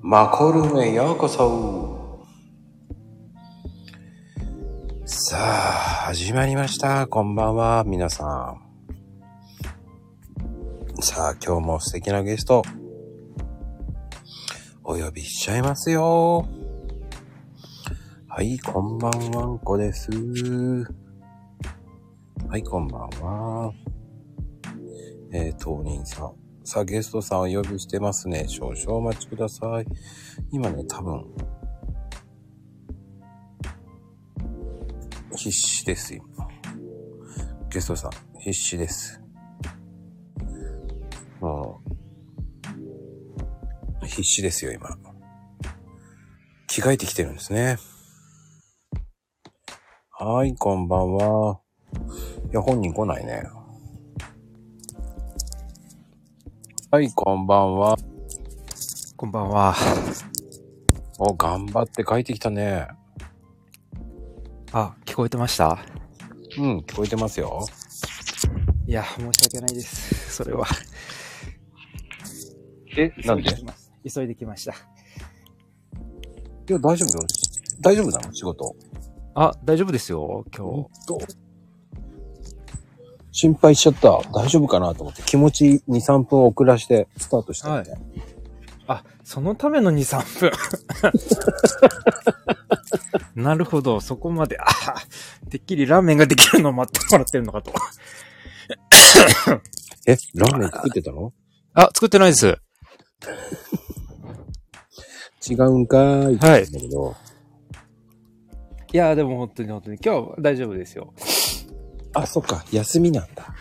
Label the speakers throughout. Speaker 1: マコルームへようこそさあ、始まりました。こんばんは、皆さん。さあ、今日も素敵なゲスト、お呼びしちゃいますよ。はい、こんばんはんこです。はい、こんばんは。えー、当人さん。さあ、ゲストさんを呼びしてますね。少々お待ちください。今ね、多分、必死です、今。ゲストさん、必死です。もう、必死ですよ、今。着替えてきてるんですね。はい、こんばんは。いや、本人来ないね。はい、こんばんは。
Speaker 2: こんばんは。
Speaker 1: お、頑張って帰ってきたね。
Speaker 2: あ、聞こえてました
Speaker 1: うん、聞こえてますよ。
Speaker 2: いや、申し訳ないです。それは。
Speaker 1: え、なんで
Speaker 2: 急いきま急いできました。
Speaker 1: いや、大丈夫だよ。大丈夫なの仕事。
Speaker 2: あ、大丈夫ですよ、今
Speaker 1: どう心配しちゃった。大丈夫かなと思って気持ち2、3分遅らしてスタートしたよね。
Speaker 2: 日。あ、そのための2、3分。 なるほど、そこまで。あてっきりラーメンができるのを待ってもらってるのかと。
Speaker 1: え、ラーメン作ってたの
Speaker 2: あ、作ってないです。
Speaker 1: 違うんかーい。
Speaker 2: はい
Speaker 1: だけど。
Speaker 2: いや、でも本当に本当に。今日は大丈夫ですよ。
Speaker 1: あ、そっか。休みなんだ。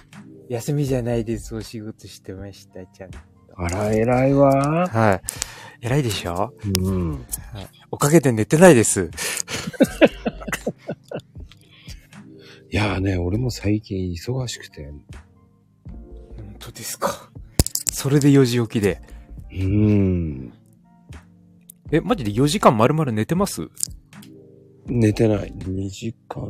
Speaker 2: 休みじゃないです。お仕事してました、ちゃんと。
Speaker 1: あら、偉いわ
Speaker 2: はい。偉いでしょ
Speaker 1: ー。うん。
Speaker 2: おかげで寝てないです。
Speaker 1: いやーね、俺も最近忙しくて。
Speaker 2: 本当ですか。それで4時起きで。
Speaker 1: うん。
Speaker 2: え、マジで4時間丸々寝てます
Speaker 1: 寝てない。2時間。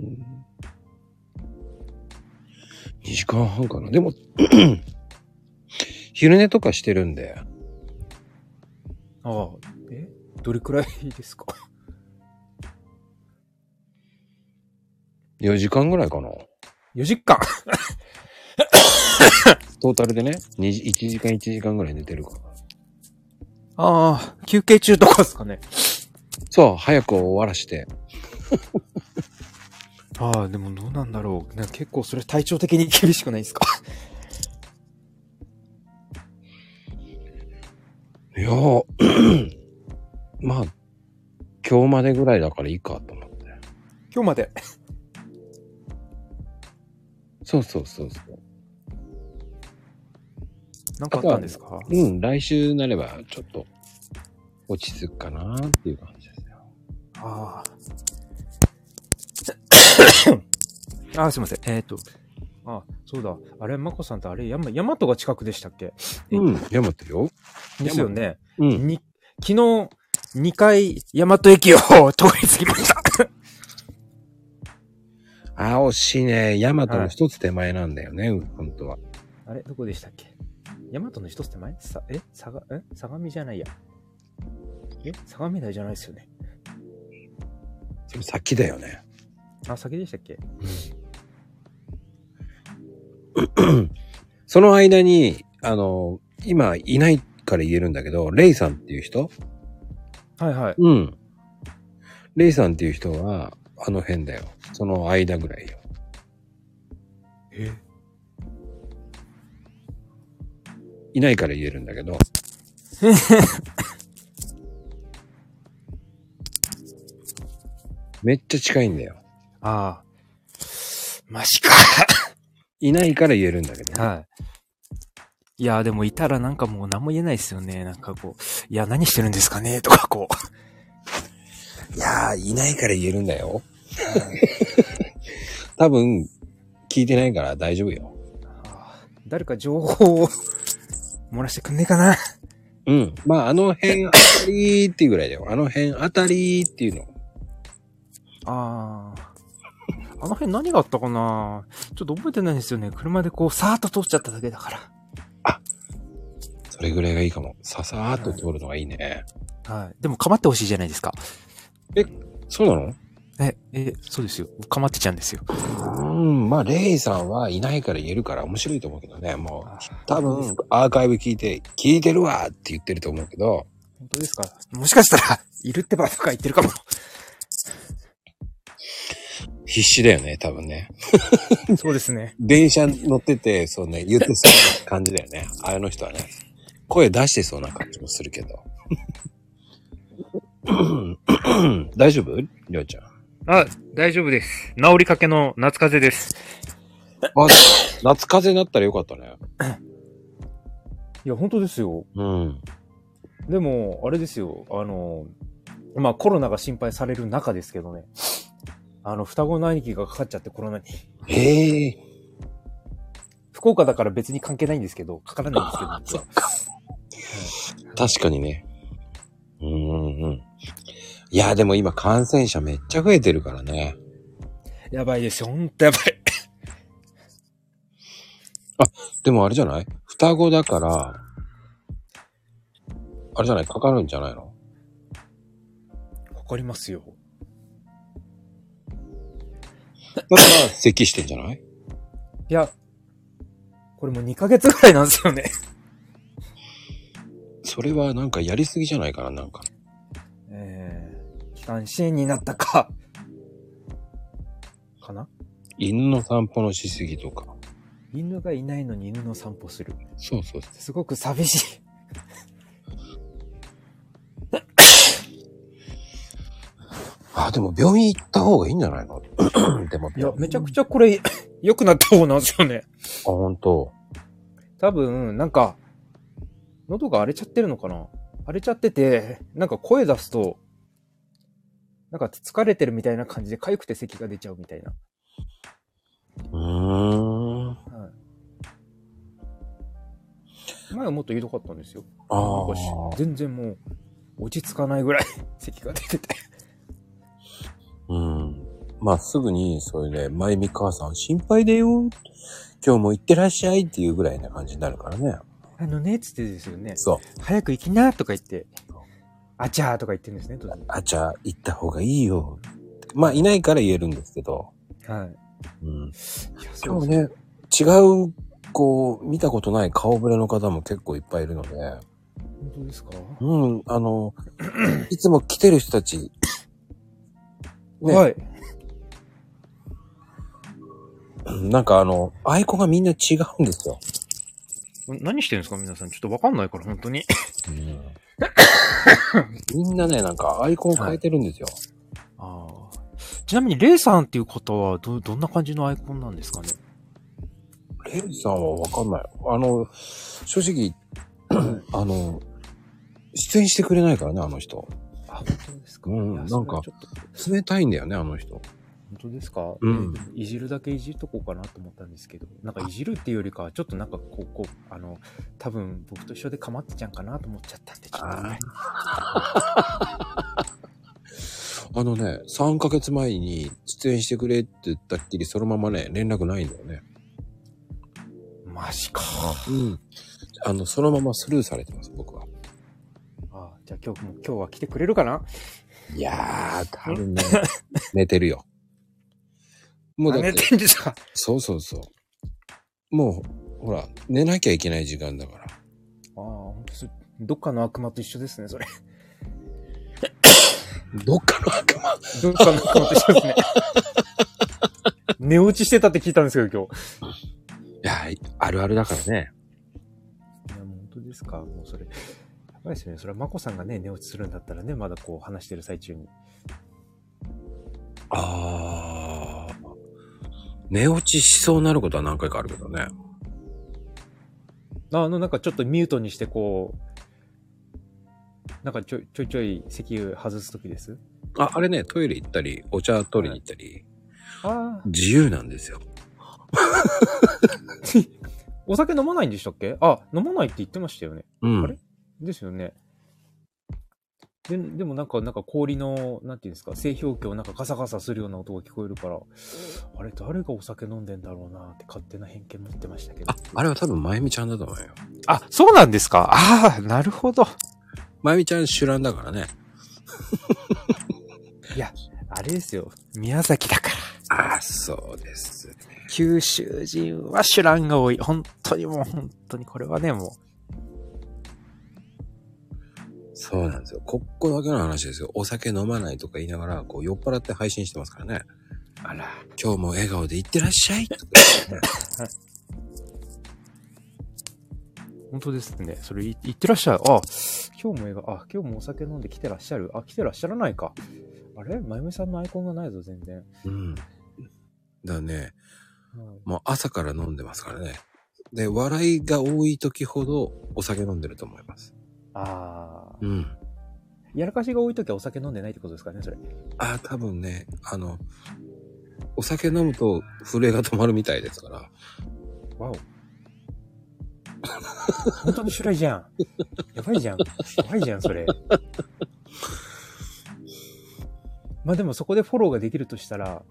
Speaker 1: 2時間半かな。でも、 昼寝とかしてるんで。
Speaker 2: ああ。えどれくらいですか
Speaker 1: 4時間ぐらいかな。
Speaker 2: ?4 時間
Speaker 1: トータルでね、2時1時間1時間ぐらい寝てるから。
Speaker 2: ああ、休憩中とかですかね。
Speaker 1: そう、早く終わらして。
Speaker 2: ああ、でもどうなんだろう。なんか結構それ体調的に厳しくないですか
Speaker 1: いや ーまあ、今日までぐらいだからいいかと思って。
Speaker 2: 今日まで。
Speaker 1: そうそうそうそう。
Speaker 2: なんかあったんですか
Speaker 1: うん、来週になればちょっと落ち着くかなっていう感じですよ。
Speaker 2: ああ。ああ、すいません。えっ、と。ああ、そうだ。あれ、まこさんってあれ、山、山とが近くでしたっけ
Speaker 1: うん、山ってよ。
Speaker 2: ですよね。
Speaker 1: うん。
Speaker 2: に、昨日、2回、大和駅を 通り過ぎました。
Speaker 1: あー、惜しいね。ヤマトの一つ手前なんだよね、うん本当は。
Speaker 2: あれどこでしたっけ大和の一つ手前さ、えさが、え相模じゃないや。え相模台じゃないですよね。
Speaker 1: それ先だよね。
Speaker 2: あ、先でしたっけ
Speaker 1: その間に、あの、今いないから言えるんだけど、レイさんっていう人
Speaker 2: はいはい。
Speaker 1: うん。レイさんっていう人は、あの辺だよ。その間ぐらいよ。
Speaker 2: え
Speaker 1: いないから言えるんだ けど。めっちゃ近いんだよ。
Speaker 2: ああ。マジか。
Speaker 1: いないから言えるんだけど。
Speaker 2: はい。いや、でもいたらなんかもう何も言えないですよね。なんかこう、いや、何してるんですかねとかこう。
Speaker 1: いやー、いないから言えるんだよ。 多分、聞いてないから大丈夫よ。
Speaker 2: ああ誰か情報を漏らしてくんねえかな
Speaker 1: うん。まあ、あの辺あたりっていうぐらいだよ。あの辺あたりっていうの。
Speaker 2: ああ。あの辺何があったかなちょっと覚えてないんですよね。車でこう、さーっと通っちゃっただけだから。
Speaker 1: それぐらいがいいかも。ささーっと通るのがいいね。
Speaker 2: はい。でも構ってほしいじゃないですか。
Speaker 1: そうなの
Speaker 2: え、え、そうですよ。構ってちゃうんですよ。
Speaker 1: うん、まあ、レイさんはいないから言えるから面白いと思うけどね。もう、多分、アーカイブ聞いて、聞いてるわって言ってると思うけど、
Speaker 2: 本当ですかもしかしたら、いるってばとか言ってるかも。
Speaker 1: 必死だよね、多分ね。
Speaker 2: そうですね。
Speaker 1: 電車乗ってて、そうね、言ってそうな感じだよね。あの人はね。声出してそうな感じもするけど。大丈夫りょうちゃん。
Speaker 3: あ、大丈夫です。治りかけの夏風邪です。
Speaker 1: あ、夏風邪になったらよかったね。
Speaker 2: いや、本当ですよ。
Speaker 1: うん。
Speaker 2: でも、あれですよ。あの、まあコロナが心配される中ですけどね。あの、双子の兄貴がかかっちゃってコロナに。
Speaker 1: ええ
Speaker 2: 福岡だから別に関係ないんですけど、かからないんですけど 実は。
Speaker 1: 確かにね。うんうんうん。いや、でも今感染者めっちゃ増えてるからね。
Speaker 2: やばいですよ。ほんとやばい。
Speaker 1: でもあれじゃない双子だから、あれじゃないかかるんじゃないの
Speaker 2: わかりますよ。
Speaker 1: だから、咳してんじゃない
Speaker 2: いや、これもう2ヶ月ぐらいなんですよね。
Speaker 1: それはなんかやりすぎじゃないかな、なんか。
Speaker 2: えー、期間支援になったか。かな
Speaker 1: 犬の散歩のしすぎとか。
Speaker 2: 犬がいないのに犬の散歩する。
Speaker 1: そうそうそ
Speaker 2: すごく寂しい。
Speaker 1: う。あ、でも病院行った方がいいんじゃない のでも、
Speaker 2: いや、めちゃくちゃこれ、良くなった方なんですよね。
Speaker 1: あ、本当。
Speaker 2: 多分、なんか、喉が荒れちゃってるのかな荒れちゃってて、なんか声出すと、なんか疲れてるみたいな感じで、痒くて咳が出ちゃうみたいな。
Speaker 1: うーん。
Speaker 2: はい、前はもっとひどかったんですよ。
Speaker 1: あ
Speaker 2: なんかし
Speaker 1: あ。
Speaker 2: 全然もう、落ち着かないぐらい 咳が出てて。
Speaker 1: うん。まあ、すぐに、それで、まゆみ母さん、心配だよ。今日も行ってらっしゃいっていうぐらいな感じになるからね。
Speaker 2: あのね、つってですよね。
Speaker 1: そう。
Speaker 2: 早く行きなとか言って、あちゃーとか言ってるんですね、当然。
Speaker 1: あちゃ、行った方がいいよ。まあ、いないから言えるんですけど。
Speaker 2: はい。
Speaker 1: うん。
Speaker 2: いや、そ
Speaker 1: 今
Speaker 2: う
Speaker 1: 日
Speaker 2: です
Speaker 1: ね、違う、こう、見たことない顔ぶれの方も結構いっぱいいるので。
Speaker 2: 本当ですか
Speaker 1: うん、あ の、いつも来てる人たち。ね、
Speaker 2: はい。
Speaker 1: なんかあの、アイコンがみんな違うんです よ。
Speaker 3: 何してるんですか皆さん。ちょっとわかんないから、本当に。
Speaker 1: みんなね、なんかアイコン変えてるんですよ。
Speaker 2: ああ。ちなみに、レイさんっていう方は、ど、どんな感じのアイコンなんですかね
Speaker 1: レイさんはわかんない。あの、正 直、あの、出演してくれないからね、あの人。
Speaker 2: あ、本当ですか
Speaker 1: うん
Speaker 2: いや
Speaker 1: なんか
Speaker 2: それはちょっと本
Speaker 1: 冷たいんだよね、あの人。
Speaker 2: 当ですか
Speaker 1: うん
Speaker 2: いじるだけいじっとこうかなと思ったんですけど、なんかいじるっていうよりかは、ちょっとなんかこう、こう、あの、多分僕と一緒で構ってちゃんかなと思っちゃったんで、ちょっとね。
Speaker 1: あのね、3ヶ月前に出演してくれって言ったっきり、そのままね、連絡ないんだよね。
Speaker 2: マジか。
Speaker 1: うん。あの、そのままスルーされてます、僕は。
Speaker 2: ああ、じゃあ今日も、今日は来てくれるかない
Speaker 1: やー、多分ね、 寝てるよ。もうだっ
Speaker 2: 寝
Speaker 1: て、
Speaker 2: てんですか
Speaker 1: そうそうそう。もう、ほら、寝なきゃいけない時間だから。
Speaker 2: ああ、本当それどっかの悪魔と一緒ですね、それ。
Speaker 1: どっかの悪魔
Speaker 2: どっかの悪魔と一緒ですね。寝落ちしてたって聞いたんですけど、今日。
Speaker 1: いや、あるあるだからね。
Speaker 2: いや、もう本当ですかもうそれ。やばいですよね。それはまこさんがね、寝落ちするんだったらね、まだこう話してる最中に。
Speaker 1: あー。寝落ちしそうになることは何回かあるけどね。
Speaker 2: ああの、なんかちょっとミュートにしてこう、なんかちょいちょいちょい席外すときです。
Speaker 1: あ、あれね、トイレ行ったり、お茶取りに行ったり、
Speaker 2: ああ。
Speaker 1: 自由なんですよ。
Speaker 2: お酒飲まないんでしたっけあ、飲まないって言ってましたよね。
Speaker 1: うん。
Speaker 2: あれですよね。ででもなんか、なんか氷の、なんていうんですか、製氷機をなんかガサガサするような音が聞こえるから、あれ誰がお酒飲んでんだろうなって勝手な偏見持ってましたけど
Speaker 1: あ。、あれは多分、まゆみちゃんだと思うよ。
Speaker 2: あ、そうなんですか。ああ、なるほど。
Speaker 1: まゆみちゃん主覧だからね。
Speaker 4: あれですよ。
Speaker 2: 宮崎だから。
Speaker 1: あ、そうです。
Speaker 2: 九州人は手乱が多い。本当にもう、本当にこれはね、も
Speaker 1: そうなんですよ。ここだけの話ですよ。お酒飲まないとか言いながら、こう酔っ払って配信してますからね。
Speaker 2: う。あら。
Speaker 1: 今日も笑顔で行ってらっしゃ い。
Speaker 2: 本当ですね。それ、い言ってらっしゃる。あ、
Speaker 4: 今日も映画、あ、今日もお酒飲んで来てらっしゃる。あ、来てらっしゃらないか。あれまゆみさんのアイコンがないぞ、全然。
Speaker 1: うん。だね。もう朝から飲んでますからね。で、笑いが多い時ほどお酒飲んでると思います。
Speaker 4: ああ。
Speaker 1: うん。
Speaker 4: やらかしが多いときはお酒飲んでないってことですかね、それ。
Speaker 1: ああ、多分ね、あの、お酒飲むと震えが止まるみたいですから。
Speaker 4: わお。本当の主来じゃん。やばいじゃん。やばいじゃん、それ。まあでもそこでフォローができるとしたら、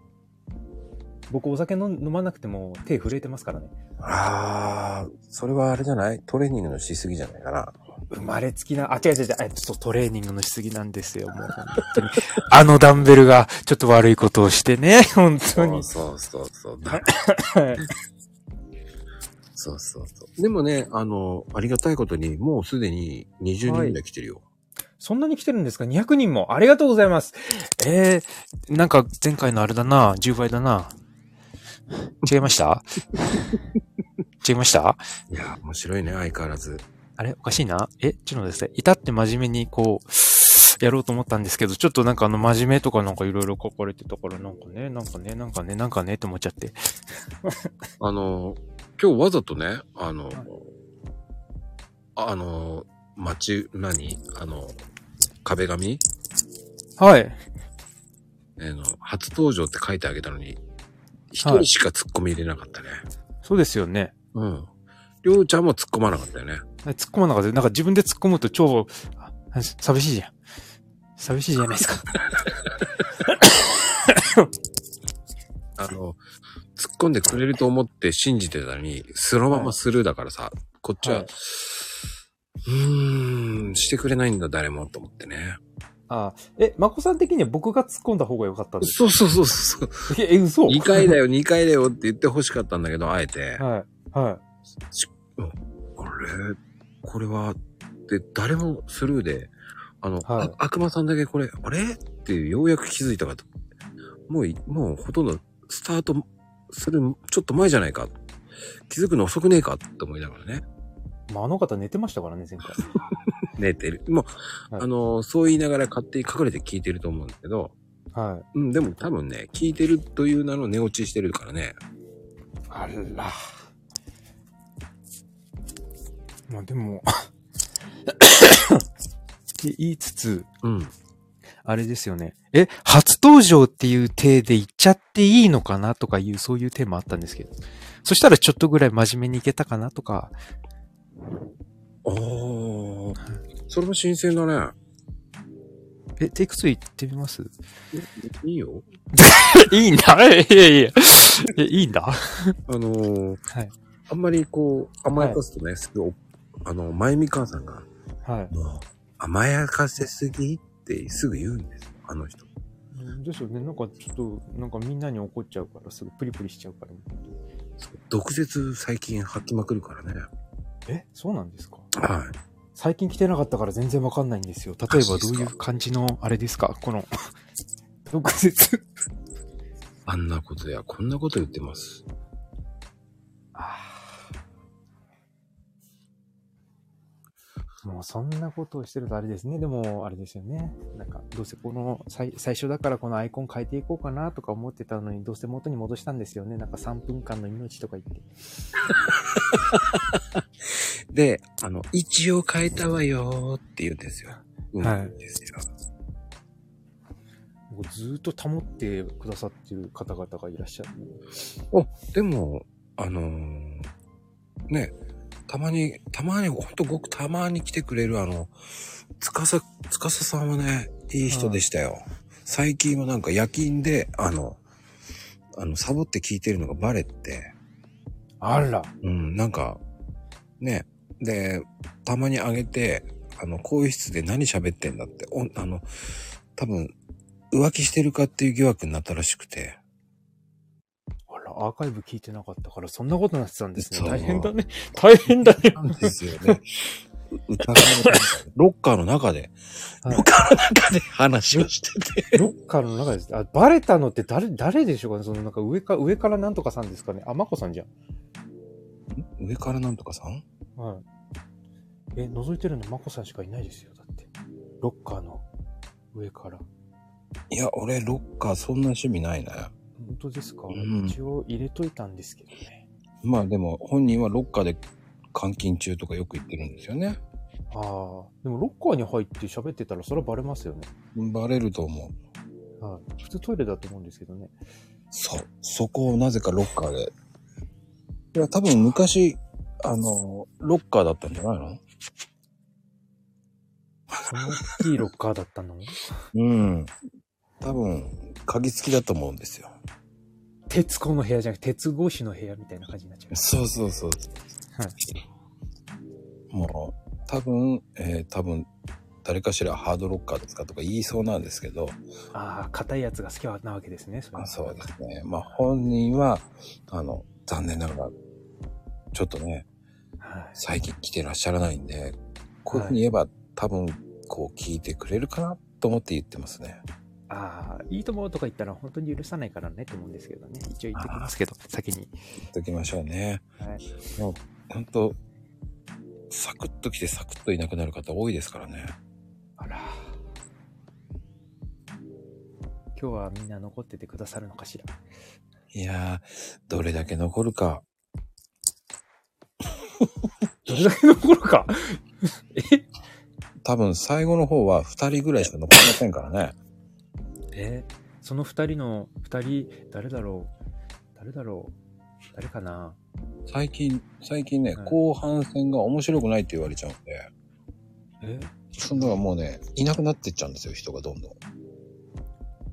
Speaker 4: 僕お酒飲ん飲まなくても手震えてますからね。
Speaker 1: ああ、それはあれじゃないトレーニングのしすぎじゃないかな。
Speaker 4: 生まれつきな、あ、違う違う違う、えっ
Speaker 2: ちょっとトレーニングのしすぎなんですよ、もう本当に。あのダンベルがちょっと悪いことをしてね、本当に。
Speaker 1: そうそうそうそう。だそうそうそう。でもね、あの、ありがたいことに、もうすでに20人ぐらい来てるよ。
Speaker 4: そんなに来てるんですか ?200 人も。ありがとうございます。
Speaker 2: えー、なんか前回のあれだな、10倍だな。違いました違いました
Speaker 1: い、や、面白いね、相変わらず。
Speaker 2: あれおかしいなえ、ちょっとですね、至って真面目にこう、やろうと思ったんですけど、ちょっとなんかあの、真面目とかなんかいろいろ書かれてたから、なんかね、なんかね、なんかね、なんかねって思っちゃって。
Speaker 1: あの、今日わざとね、あの、あの、街、何あの、壁紙
Speaker 2: はい。
Speaker 1: あの、初登場って書いてあげたのに、一人しか突っ込み入れなかったね。
Speaker 2: そうですよね。
Speaker 1: うん。りょうちゃんも突っ込まなかったよね。
Speaker 2: 突っ込まなかった。なんか自分で突っ込むと超、あ寂しいじゃん。寂しいじゃないですか。
Speaker 1: あの、突っ込んでくれると思って信じてたのに、そのままスルーだからさ、こっちは、
Speaker 4: はいう
Speaker 1: ーん、してくれないんだ、誰も、と思ってね。
Speaker 4: あえ、まこさん的には僕が突っ込んだ方が良かったんです
Speaker 1: そうそうそうそう。
Speaker 4: かえ、え嘘
Speaker 1: 2回だよ、2回だよって言って欲しかったんだけど、あえ
Speaker 4: は
Speaker 1: て、
Speaker 4: い。は
Speaker 1: あれこれは、で、誰もスルーで、あの、
Speaker 4: はい
Speaker 1: あ悪魔さんだけこれ、あれってようやく気づいたかと。もうい、もうほとんど、スタートする、ちょっと前じゃないか。気づくの遅くねえかって思いながら ね。
Speaker 4: い。まあ、あの方寝てましたからね、前回。
Speaker 1: 寝てる。もう、
Speaker 4: はい
Speaker 1: あの、そう言いながら勝手に隠れて聞いてると思うんだけど、
Speaker 4: はい。
Speaker 1: うん、でも多分ね、聞いてるという名の寝落ちしてるからね。
Speaker 4: あら。
Speaker 2: まあでも、って 言いつつ、
Speaker 1: うん。
Speaker 2: あれですよね。え、初登場っていう体で言っちゃっていいのかなとかいう、そういうテーマあったんですけど。そしたらちょっとぐらい真面目にいけたかなとか。
Speaker 1: おー。それも新鮮だね。
Speaker 2: え、テイク2行ってみます
Speaker 1: いいよ。
Speaker 2: いいんだえ、いやいや。え、いいんだ
Speaker 1: あのー
Speaker 2: はい
Speaker 1: あんまりこう、甘やかすとね、すぐお、あの、まゆみ母さんが、
Speaker 4: はい。
Speaker 1: もう、甘やかせすぎってすぐ言うんですよ、あの人。
Speaker 4: ですよね。なんかちょっと、なんかみんなに怒っちゃうから、すぐプリプリしちゃうから。
Speaker 1: 毒舌最近吐きまくるからね。
Speaker 4: え、そうなんですか
Speaker 1: はい。
Speaker 4: 最近来てなかったから全然わかんないんですよ。
Speaker 2: 例えばどういう感じの、あれですか この、
Speaker 4: 特設。
Speaker 1: あんなことや、こんなこと言ってます。
Speaker 4: もうそんなことをしてるとあれですね。でも、あれですよね。なんか、どうせこの最、最初だからこのアイコン変えていこうかなとか思ってたのに、どうせ元に戻したんですよね。なんか3分間の命とか言って。
Speaker 1: で、あの、一応変えたわよーって言うんですよ。うん、
Speaker 2: はい
Speaker 1: ですよ。
Speaker 4: もうずーっと保ってくださってる方々がいらっしゃる。
Speaker 1: でも、あのーね、たまに、たまに、ほんとごくたまに来てくれるあの、つかさ、つかささんはね、いい人でしたよ。最近はなんか夜勤で、あの、あの、サボって聞いてるのがバレて、
Speaker 4: あら。
Speaker 1: うん、なんか、ね、で、たまに上げて、あの、更衣室で何喋ってんだって、おあの、多分、浮気してるかっていう疑惑になったらしくて。
Speaker 2: あら、アーカイブ聞いてなかったから、そんなことなってたんです
Speaker 1: そう
Speaker 2: ね。大変だね。 大変だ ね。
Speaker 1: なんですよね。う疑われてるロッカーの中で、
Speaker 2: はい
Speaker 1: ロッカーの中で話をしてて。
Speaker 2: ロッカーの中です。あ、バレたのって誰、誰でしょうかねそのなんか上か、上からなんとかさんですかねあ、まこさんじゃん。
Speaker 1: 上からなんとかさん
Speaker 2: はい。え、覗いてるのまこさんしかいないですよ。だって。ロッカーの上から。
Speaker 1: いや、俺、ロッカーそんな趣味ないな。
Speaker 2: 本当ですか、
Speaker 1: うん
Speaker 2: 一応入れといたんですけどね。
Speaker 1: まあでも、本人はロッカーで監禁中とかよく言ってるんですよね。
Speaker 2: ああ。でもロッカーに入って喋ってたらそれはバレますよね。
Speaker 1: バレると思う。
Speaker 2: はい。普通トイレだと思うんですけどね。
Speaker 1: そう。そこをなぜかロッカーで。いや、多分昔、あの、ロッカーだったんじゃないの
Speaker 2: その大きいロッカーだった の
Speaker 1: うん。多分、鍵付きだと思うんですよ。
Speaker 2: 鉄子の部屋じゃなくて、鉄格子の部屋みたいな感じになっちゃいます。
Speaker 1: そうそうそう。
Speaker 2: はい。
Speaker 1: もう、多分、えー多分、誰かしらハードロッカーですかとか言いそうなんですけど、
Speaker 2: ああ、硬いやつが好きなわけですね。それは
Speaker 1: あそうですね。まあ、本人は、あの、残念ながら、ちょっとね、
Speaker 2: はい。
Speaker 1: 最近来てらっしゃらないんで、こういうふうに言えば、多分、こう聞いてくれるかなと思って言ってますね。
Speaker 2: ああ、いいと思うとか言ったら本当に許さないからねと思うんですけどね。一応言ってきますけど、先に。
Speaker 1: 言っときましょうね。
Speaker 2: はい。
Speaker 1: もう、ほんと、サクッと来てサクッといなくなる方多いですからね。
Speaker 2: あら。今日はみんな残っててくださるのかしら。
Speaker 1: いやー、どれだけ残るか。
Speaker 2: どれだけ残るか。え
Speaker 1: 多分、最後の方は2人ぐらいしか残りませんからね。
Speaker 2: えその二人の、二人、誰だろう誰だろう誰かな
Speaker 1: 最近、最近ね、
Speaker 2: はい
Speaker 1: 後半戦が面白くないって言われちゃうんで、
Speaker 2: え
Speaker 1: そんなのはもうね、いなくなってっちゃうんですよ、人がどんどん。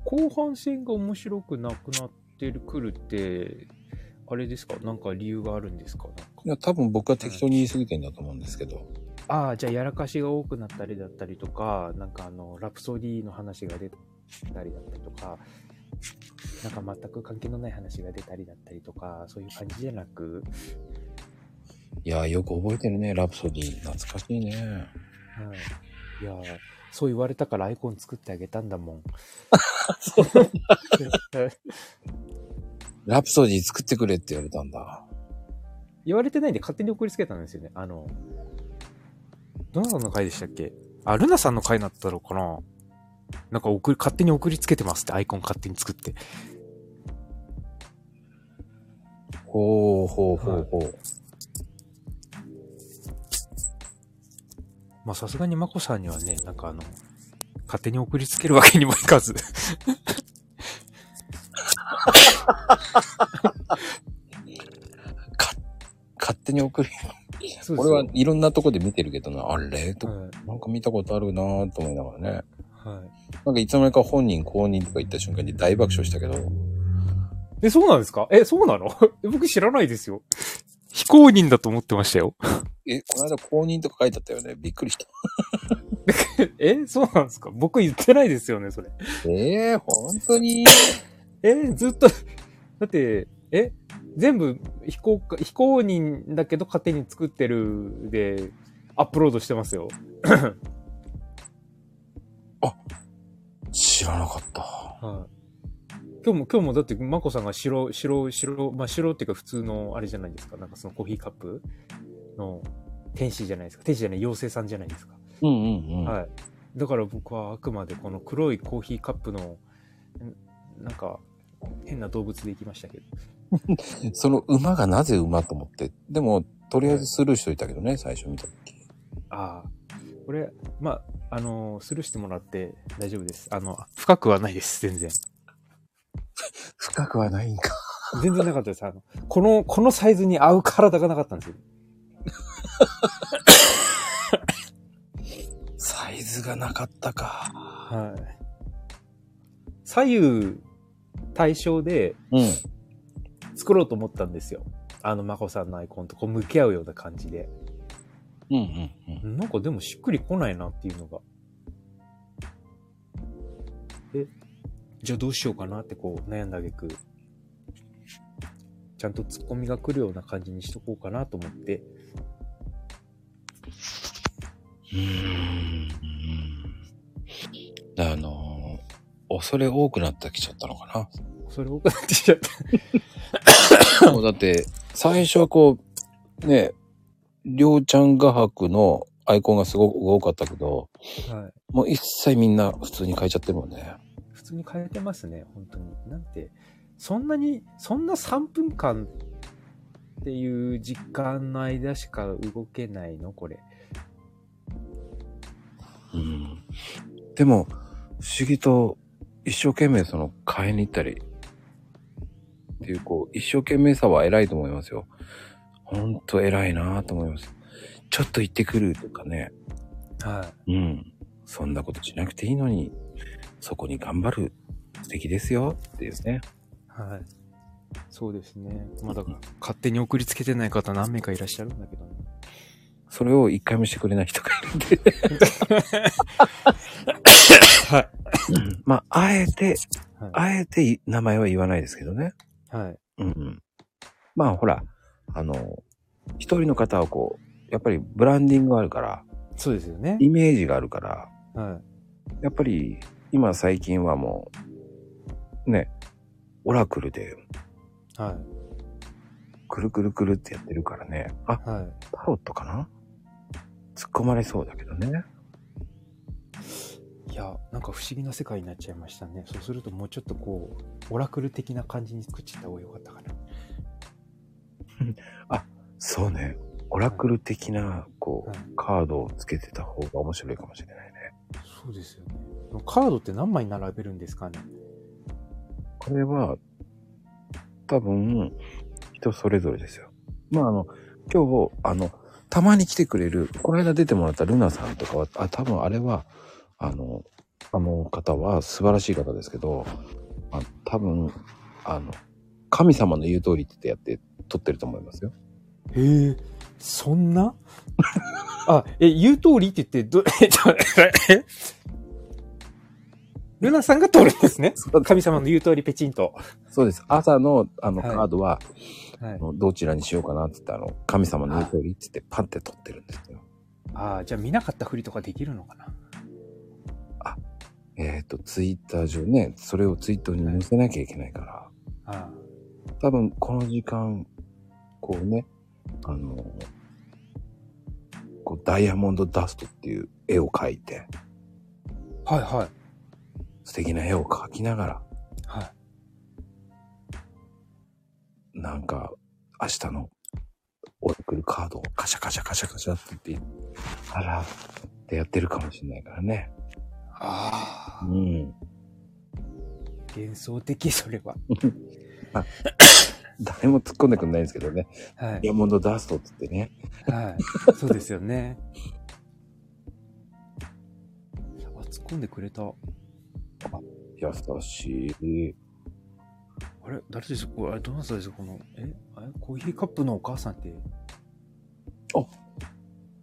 Speaker 2: 後半戦が面白くなくなってるくるって、あれですかなんか理由があるんですかなんか
Speaker 1: いや、多分僕は適当に言い過ぎてんだと思うんですけど。
Speaker 2: ああ、じゃあやらかしが多くなったりだったりとか、なんかあの、ラプソディの話が出たりだったりとか、なんか全く関係のない話が出たりだったりとか、そういう感じじゃなく、
Speaker 1: いやー、よく覚えてるね、ラプソディ。懐かしいね。
Speaker 2: うん、いやー、そう言われたからアイコン作ってあげたんだもん。
Speaker 1: ラプソディ作ってくれって言われたんだ。
Speaker 2: 言われてないんで勝手に送りつけたんですよね。あの、どなたの回でしたっけあ、ルナさんの回だったのかななんか送り、勝手に送りつけてますって、アイコン勝手に作って。
Speaker 1: ほうほうほうほう。
Speaker 2: まあさすがにマコさんにはね、なんかあの、勝手に送りつけるわけにもいかず。
Speaker 1: か勝手に送る。
Speaker 2: そう
Speaker 1: 俺はいろんなとこで見てるけどな、あれとか、
Speaker 2: は
Speaker 1: なんか見たことあるなぁと思いながらね。
Speaker 2: い。はい。
Speaker 1: なんかいつの間にか本人公認とか言った瞬間に大爆笑したけど、
Speaker 2: え、そうなんですかえ、そうなの 僕知らないですよ。非公認だと思ってましたよ。
Speaker 1: え、この間公認とか書いてあったよね。びっくりした。
Speaker 2: え、そうなんですか僕言ってないですよね、それ。
Speaker 1: ええ本当に
Speaker 2: え、ずっと 、だって、え、全部非公開、非公認だけど勝手に作ってるで、アップロードしてますよ。
Speaker 1: 知らなかった。
Speaker 2: はい。今日も、今日もだって、まこさんが白、白、白、まあ白っていうか普通の、あれじゃないですか。なんかそのコーヒーカップの天使じゃないですか。天使じゃない、妖精さんじゃないですか。
Speaker 1: うんうんうん。
Speaker 2: はい。だから僕はあくまでこの黒いコーヒーカップの、んなんか、変な動物で行きましたけど。
Speaker 1: その馬がなぜ馬と思って。でも、とりあえずスルーしといたけどね、最初見た時。
Speaker 2: ああ。これ、まあ、あのスルーしてもらって大丈夫です。あの、深くはないです、全然。
Speaker 1: 深くはないんか。
Speaker 2: 全然なかったです。あの、この、このサイズに合う体がなかったんですよ。
Speaker 1: サイズがなかったか。
Speaker 2: はい。左右対称で
Speaker 1: うん。
Speaker 2: 作ろうと思ったんですよ。あの、まこさんのアイコンとこう向き合うような感じで。
Speaker 1: うんうんうん。
Speaker 2: なんかでもしっくりこないなっていうのが。で、じゃあどうしようかなってこう悩んだ挙句ちゃんとツッコミが来るような感じにしとこうかなと思って、
Speaker 1: うーんだからあのー恐れ多くなってきちゃったのか
Speaker 2: それ多くなってきちゃった。
Speaker 1: な。もうだって、最初はこう、ね、りょうちゃん画伯のアイコンがすごく多かったけど、
Speaker 2: はい、
Speaker 1: もう一切みんな普通に変えちゃってるもんね。
Speaker 2: 普通に変えてますね、本当に。なんて、そんなに、そんな3分間っていう時間の間しか動けないのこれ。
Speaker 1: うん。でも、不思議と一生懸命その変えに行ったり、っていうこう、一生懸命さは偉いと思いますよ。ほんと偉いなぁと思います。ちょっと行ってくるとかね。
Speaker 2: はい。
Speaker 1: うん。そんなことしなくていいのに、そこに頑張る素敵ですよっていうね。
Speaker 2: はい。そうですね。まだ勝手に送りつけてない方何名かいらっしゃるんだけどね。
Speaker 1: それを一回もしてくれない人がいるんで。
Speaker 2: はい。
Speaker 1: まあ、あえて、
Speaker 2: はい
Speaker 1: あえてい名前は言わないですけどね。
Speaker 2: はい。
Speaker 1: うんうん。まあ、ほら、あの、一人の方はこう、やっぱりブランディングがあるから、
Speaker 2: そうですよね。
Speaker 1: イメージがあるから、
Speaker 2: は
Speaker 1: やっぱり今最近はもう、ね、オラクルで
Speaker 2: い。は
Speaker 1: くるくるくるってやってるからね。あ、
Speaker 2: い。はい。
Speaker 1: タロットかな突っ込まれそうだけどね。
Speaker 2: いや、なんか不思議な世界になっちゃいましたね。そうするともうちょっとこう、オラクル的な感じに作っちゃった方が良かったかな。
Speaker 1: そうね。オラクル的な、こ、
Speaker 2: はいう
Speaker 1: カードをつけてた方が面白いかもしれないね。
Speaker 2: そうですよね。カードって何枚並べるんですかね
Speaker 1: これは、多分、人それぞれですよ。まあ、あの、今日、あの、たまに来てくれる、この間出てもらったルナさんとかは、あ、多分あれは、あの、あの方は素晴らしい方ですけど、あ多分、あの、神様の言う通りってやって撮ってると思いますよ。
Speaker 2: へえ、そんな あ、え、言う通りって言って、ど、 えっと、えルナさんが取るんですね。神様の言う通りペチンと。
Speaker 1: そうです。朝の、あの、
Speaker 2: はい
Speaker 1: カードは、
Speaker 2: はい
Speaker 1: あのどちらにしようかなって言って、あの、神様の言う通りって言って、パンって取ってるんですよ。
Speaker 2: ああ、じゃあ見なかったふりとかできるのかな
Speaker 1: えっ、と、ツイッター上ね、それをツイートに載せなきゃいけないから、
Speaker 2: ああ
Speaker 1: 多分この時間、こうね、あの、こう、ダイヤモンドダストっていう絵を描いて、
Speaker 2: はいはい。
Speaker 1: 素敵な絵を描きながら、
Speaker 2: はい。
Speaker 1: なんか、明日のオラクルカードをカシャカシャカシャカシャって言って、あら、ってやってるかもしれないからね。
Speaker 2: あ
Speaker 1: う
Speaker 2: あ、
Speaker 1: ん。
Speaker 2: 幻想的、それは。
Speaker 1: 誰も突っ込んでくんないんですけどね。
Speaker 2: は
Speaker 1: ダイ
Speaker 2: い。
Speaker 1: ヤモンドダストって言ってね。
Speaker 2: はい。そうですよね。あ、突っ込んでくれた。あ
Speaker 1: 優しい。
Speaker 2: れ誰ですこれ、あれどなたですこの、えあれコーヒーカップのお母さんって。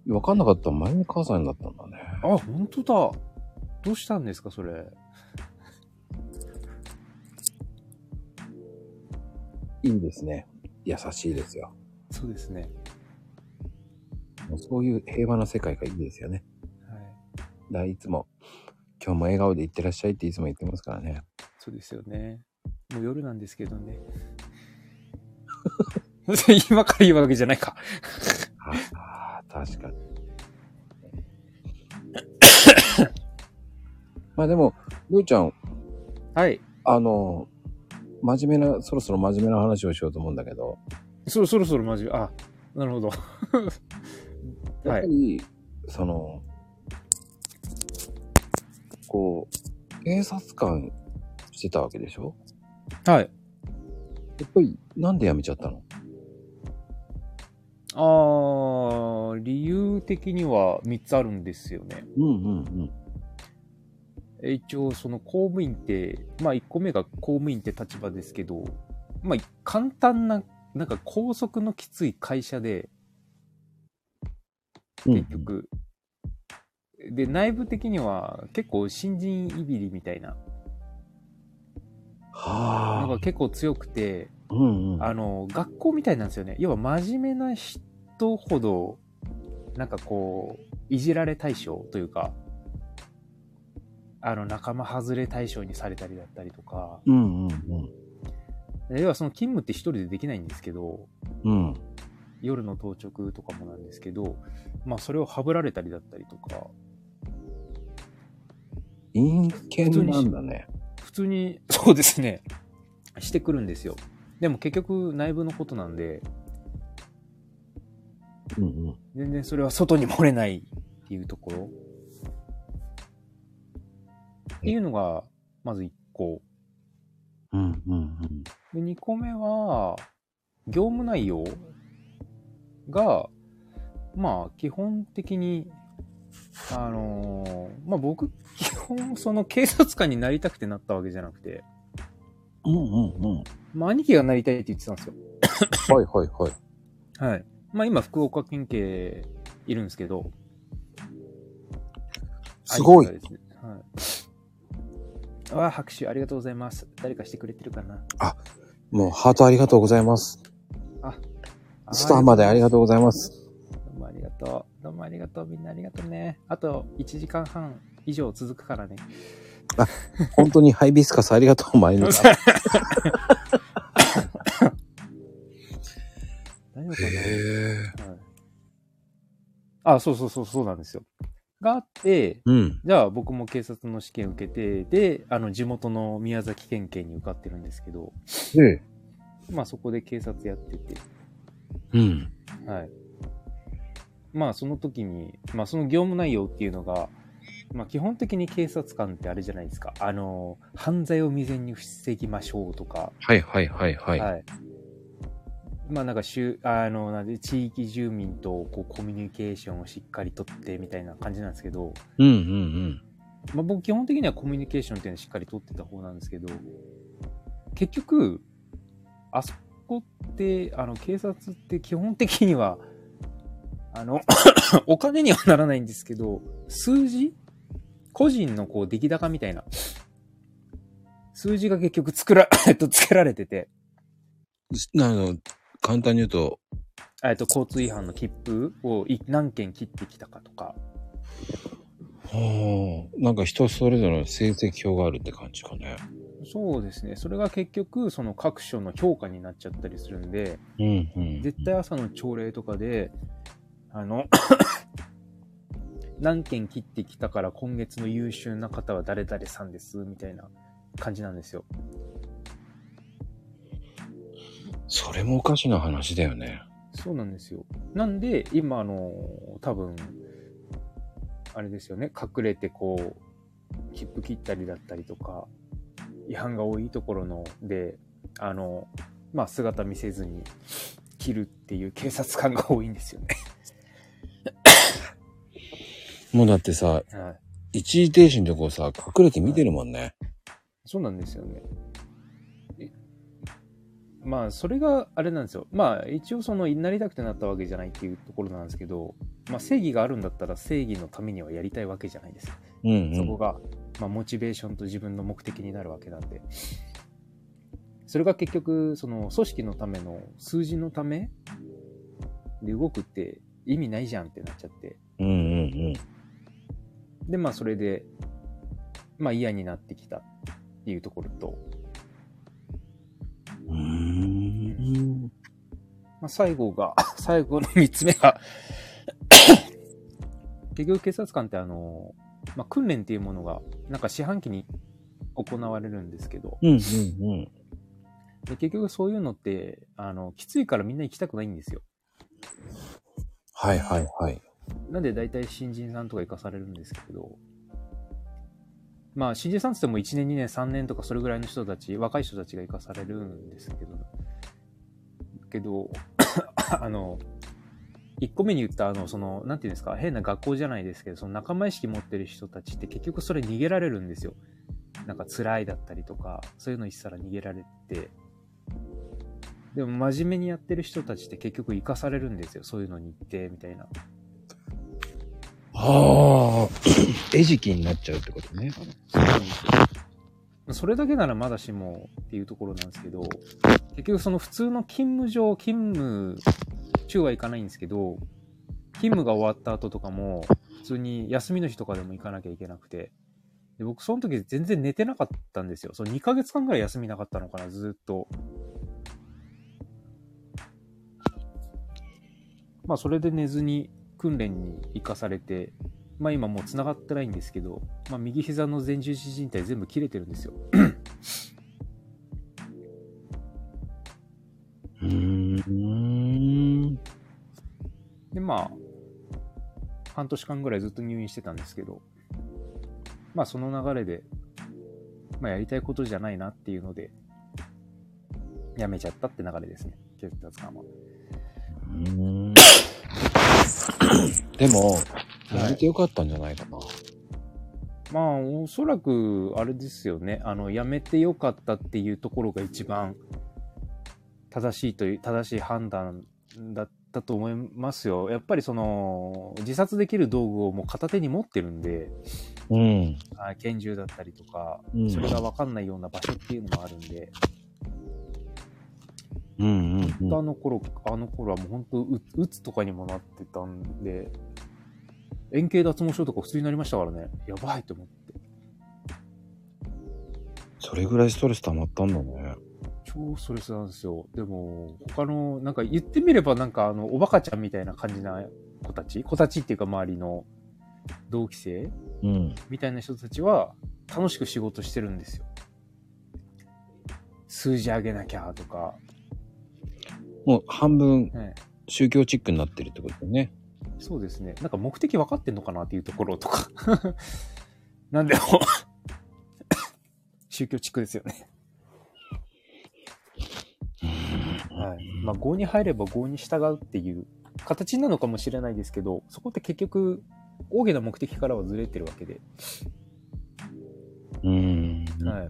Speaker 1: わかんなかったら前に母さんになったんだね。
Speaker 2: あ、本当だ。どうしたんですか、それ。
Speaker 1: いいですね。優しいですよ。
Speaker 2: そうですね。
Speaker 1: もうそういう平和な世界がいいですよね。
Speaker 2: はい。
Speaker 1: だからいつも、今日も笑顔でいってらっしゃいっていつも言ってますからね。
Speaker 2: そうですよね。もう夜なんですけどね。 今から言うわけじゃないか。
Speaker 1: ああ、確かに。 まあでも、りょうちゃん、
Speaker 2: はい。
Speaker 1: あの、真面目な、そろそろ真面目な話をしようと思うんだけど。
Speaker 2: そろそろそろマジ、あ、なるほ ど。
Speaker 1: やっ
Speaker 2: は
Speaker 1: ぱ
Speaker 2: い。
Speaker 1: り、その、こう、警察官してたわけでしょ
Speaker 2: はい。
Speaker 1: やっぱり、なんで辞めちゃったの
Speaker 2: あー、理由的には3つあるんですよね。
Speaker 1: うんうん
Speaker 2: え一応、その公務員って、まあ1個目が公務員って立場ですけど、まあ簡単な、なんか高速のきつい会社で、
Speaker 1: うん
Speaker 2: 結局。で、内部的には結構新人いびりみたいなの
Speaker 1: は
Speaker 2: が結構強くて、
Speaker 1: あ。うんうん。
Speaker 2: あの、学校みたいなんですよね。要は真面目な人ほど、なんかこう、いじられ対象というか、あの、仲間外れ対象にされたりだったりとか、
Speaker 1: うんうんうん。
Speaker 2: 要はその勤務って一人でできないんですけど、
Speaker 1: うん。
Speaker 2: 夜の当直とかもなんですけど、まあそれをはぶられたりだったりとか、
Speaker 1: 陰険なんだね。
Speaker 2: 普通に、そうですね、してくるんですよ。でも結局内部のことなんで、
Speaker 1: うんうん。
Speaker 2: 全然それは外に漏れないっていうところ。っていうのが、まず1個。
Speaker 1: うんうんうん。
Speaker 2: で、2個目は、業務内容が、まあ、基本的に、あのーまあ僕、基本、その警察官になりたくてなったわけじゃなくて、
Speaker 1: うんうんうん。
Speaker 2: まあ兄貴がなりたいって言ってたんですよ。
Speaker 1: はいはいはい。
Speaker 2: はい。まあ今、福岡県警いるんですけど。
Speaker 1: すごい
Speaker 2: あ。ですねはい。わあ、拍手ありがとうございます。誰かしてくれてるかな
Speaker 1: もうハートありがとうございます。スターまでありがとうございます。
Speaker 2: どうもありがとう。どうもありがとう。みんなありがとうね。あと1時間半以上続くからね。
Speaker 1: 本当にハイビスカスありがとう、マリノさん。
Speaker 2: 大丈夫かな、
Speaker 1: へえ。
Speaker 2: はい、あ、そうそうそう、そうなんですよ。があって、
Speaker 1: うん。
Speaker 2: じゃあ僕も警察の試験受けて、で、あの地元の宮崎県警に受かってるんですけど、
Speaker 1: え
Speaker 2: まあそこで警察やってて、
Speaker 1: うん。
Speaker 2: はい。まあその時に、まあその業務内容っていうのが、まあ基本的に警察官ってあれじゃないですか。あの、犯罪を未然に防ぎましょうとか、
Speaker 1: はいはいはいはい。
Speaker 2: はい。まあなんか州、あの、なんで地域住民とこうコミュニケーションをしっかりとってみたいな感じなんですけど、
Speaker 1: うんうん
Speaker 2: まあ僕基本的にはコミュニケーションっていうのをしっかりとってた方なんですけど、結局、あそこって、あの、警察って基本的には、あの、 お金にはならないんですけど、数字個人のこう出来高みたいな。数字が結局作ら、 えっと、つけられてて、
Speaker 1: うん。あの、簡単に言うと、
Speaker 2: えっと、交通違反の切符をい何件切ってきたかとか、
Speaker 1: はあ、なんか人それぞれの成績表があるって感じかね。
Speaker 2: そうですね。それが結局、その各所の評価になっちゃったりするんで、
Speaker 1: うんうん
Speaker 2: 絶対朝の朝礼とかで、あの、 何件切ってきたから今月の優秀な方は誰々さんです、みたいな感じなんですよ。
Speaker 1: それもおかしな話だよね。
Speaker 2: そうなんですよ。なんで、今、あの、多分、あれですよね、隠れてこう、切符切ったりだったりとか、違反が多いところので、あの、まあ、姿見せずに切るっていう警察官が多いんですよね。
Speaker 1: もうだってさ、
Speaker 2: はい。
Speaker 1: 一時停止のとこさ、隠れて見てるもんね。
Speaker 2: そうなんですよね。えまあ、それがあれなんですよ。まあ、一応その、なりたくてなったわけじゃないっていうところなんですけど、まあ、正義があるんだったら正義のためにはやりたいわけじゃないですか。
Speaker 1: うんう
Speaker 2: そこ
Speaker 1: ん。
Speaker 2: が、まあ、モチベーションと自分の目的になるわけなんで。それが結局、その、組織のための、数字のためで動くって意味ないじゃんってなっちゃって。
Speaker 1: うんうん
Speaker 2: で、まあ、それで、まあ、嫌になってきたっていうところと、
Speaker 1: うん。うーん。
Speaker 2: まあ、最後が、 最後の三つ目が、 結局警察官ってあの、まあ、訓練っていうものが、なんか四半期に行われるんですけど、
Speaker 1: うんうんうん。
Speaker 2: で結局そういうのって、あの、きついからみんな行きたくないんですよ。
Speaker 1: はいはいはい。
Speaker 2: なんで大体新人さんとか行かされるんですけど、まあ新人さんって言っても1年、2年、3年とかそれぐらいの人たち、若い人たちが行かされるんですけど、けど、 あの、1個目に言ったあの、その、なんていうんですか、変な学校じゃないですけど、その仲間意識持ってる人たちって結局それ逃げられるんですよ。なんか辛いだったりとか、そういうの一さら逃げられて、でも真面目にやってる人たちって結局生かされるんですよ。そういうのに行って、みたいな。
Speaker 1: ああ、餌食になっちゃうってことね。
Speaker 2: そうなんですよそれだけならまだしもっていうところなんですけど、結局その普通の勤務上、勤務中はいかないんですけど、勤務が終わった後とかも、普通に休みの日とかでも行かなきゃいけなくて、で僕その時全然寝てなかったんですよ。その2ヶ月間ぐらい休みなかったのかな、ずーっと。まあそれで寝ずに訓練に行かされて、まあ今もう繋がってないんですけど、まあ右膝の前十字靭帯全部切れてるんですよ。
Speaker 1: うーん。
Speaker 2: で、まあ、半年間ぐらいずっと入院してたんですけど、まあその流れで、まあやりたいことじゃないなっていうので、やめちゃったって流れですね。血圧感は。
Speaker 1: でも、
Speaker 2: い
Speaker 1: やめてよかったんじゃないかな。
Speaker 2: まあおそらく、あれですよね。あの、やめてよかったっていうところが一番正しいという、正しい判断だったと思いますよ。やっぱりその、自殺できる道具をもう片手に持ってるんで、
Speaker 1: うん。
Speaker 2: あ拳銃だったりとか、
Speaker 1: うん
Speaker 2: それが分かんないような場所っていうのもあるんで、
Speaker 1: うんうんうん
Speaker 2: あの頃、あの頃はもう本当う、うつとかにもなってたんで、円形脱毛症とか普通になりましたからね、やばいと思って。
Speaker 1: それぐらいストレス溜まったんだね。
Speaker 2: 超ストレスなんですよ。でも、他の、なんか言ってみればなんかあの、おバカちゃんみたいな感じな子たち子たちっていうか周りの同期生
Speaker 1: うん。
Speaker 2: みたいな人たちは楽しく仕事してるんですよ。数字上げなきゃとか、
Speaker 1: もう半分
Speaker 2: ね、
Speaker 1: 宗教チックになってるってことね。
Speaker 2: そうですね。なんか目的分かってんのかなっていうところと か。なんでも宗教地区ですよね。はい。まあ、合に入れば合に従うっていう形なのかもしれないですけど、そこって結局、大げな目的からはずれてるわけで。
Speaker 1: うん。
Speaker 2: はい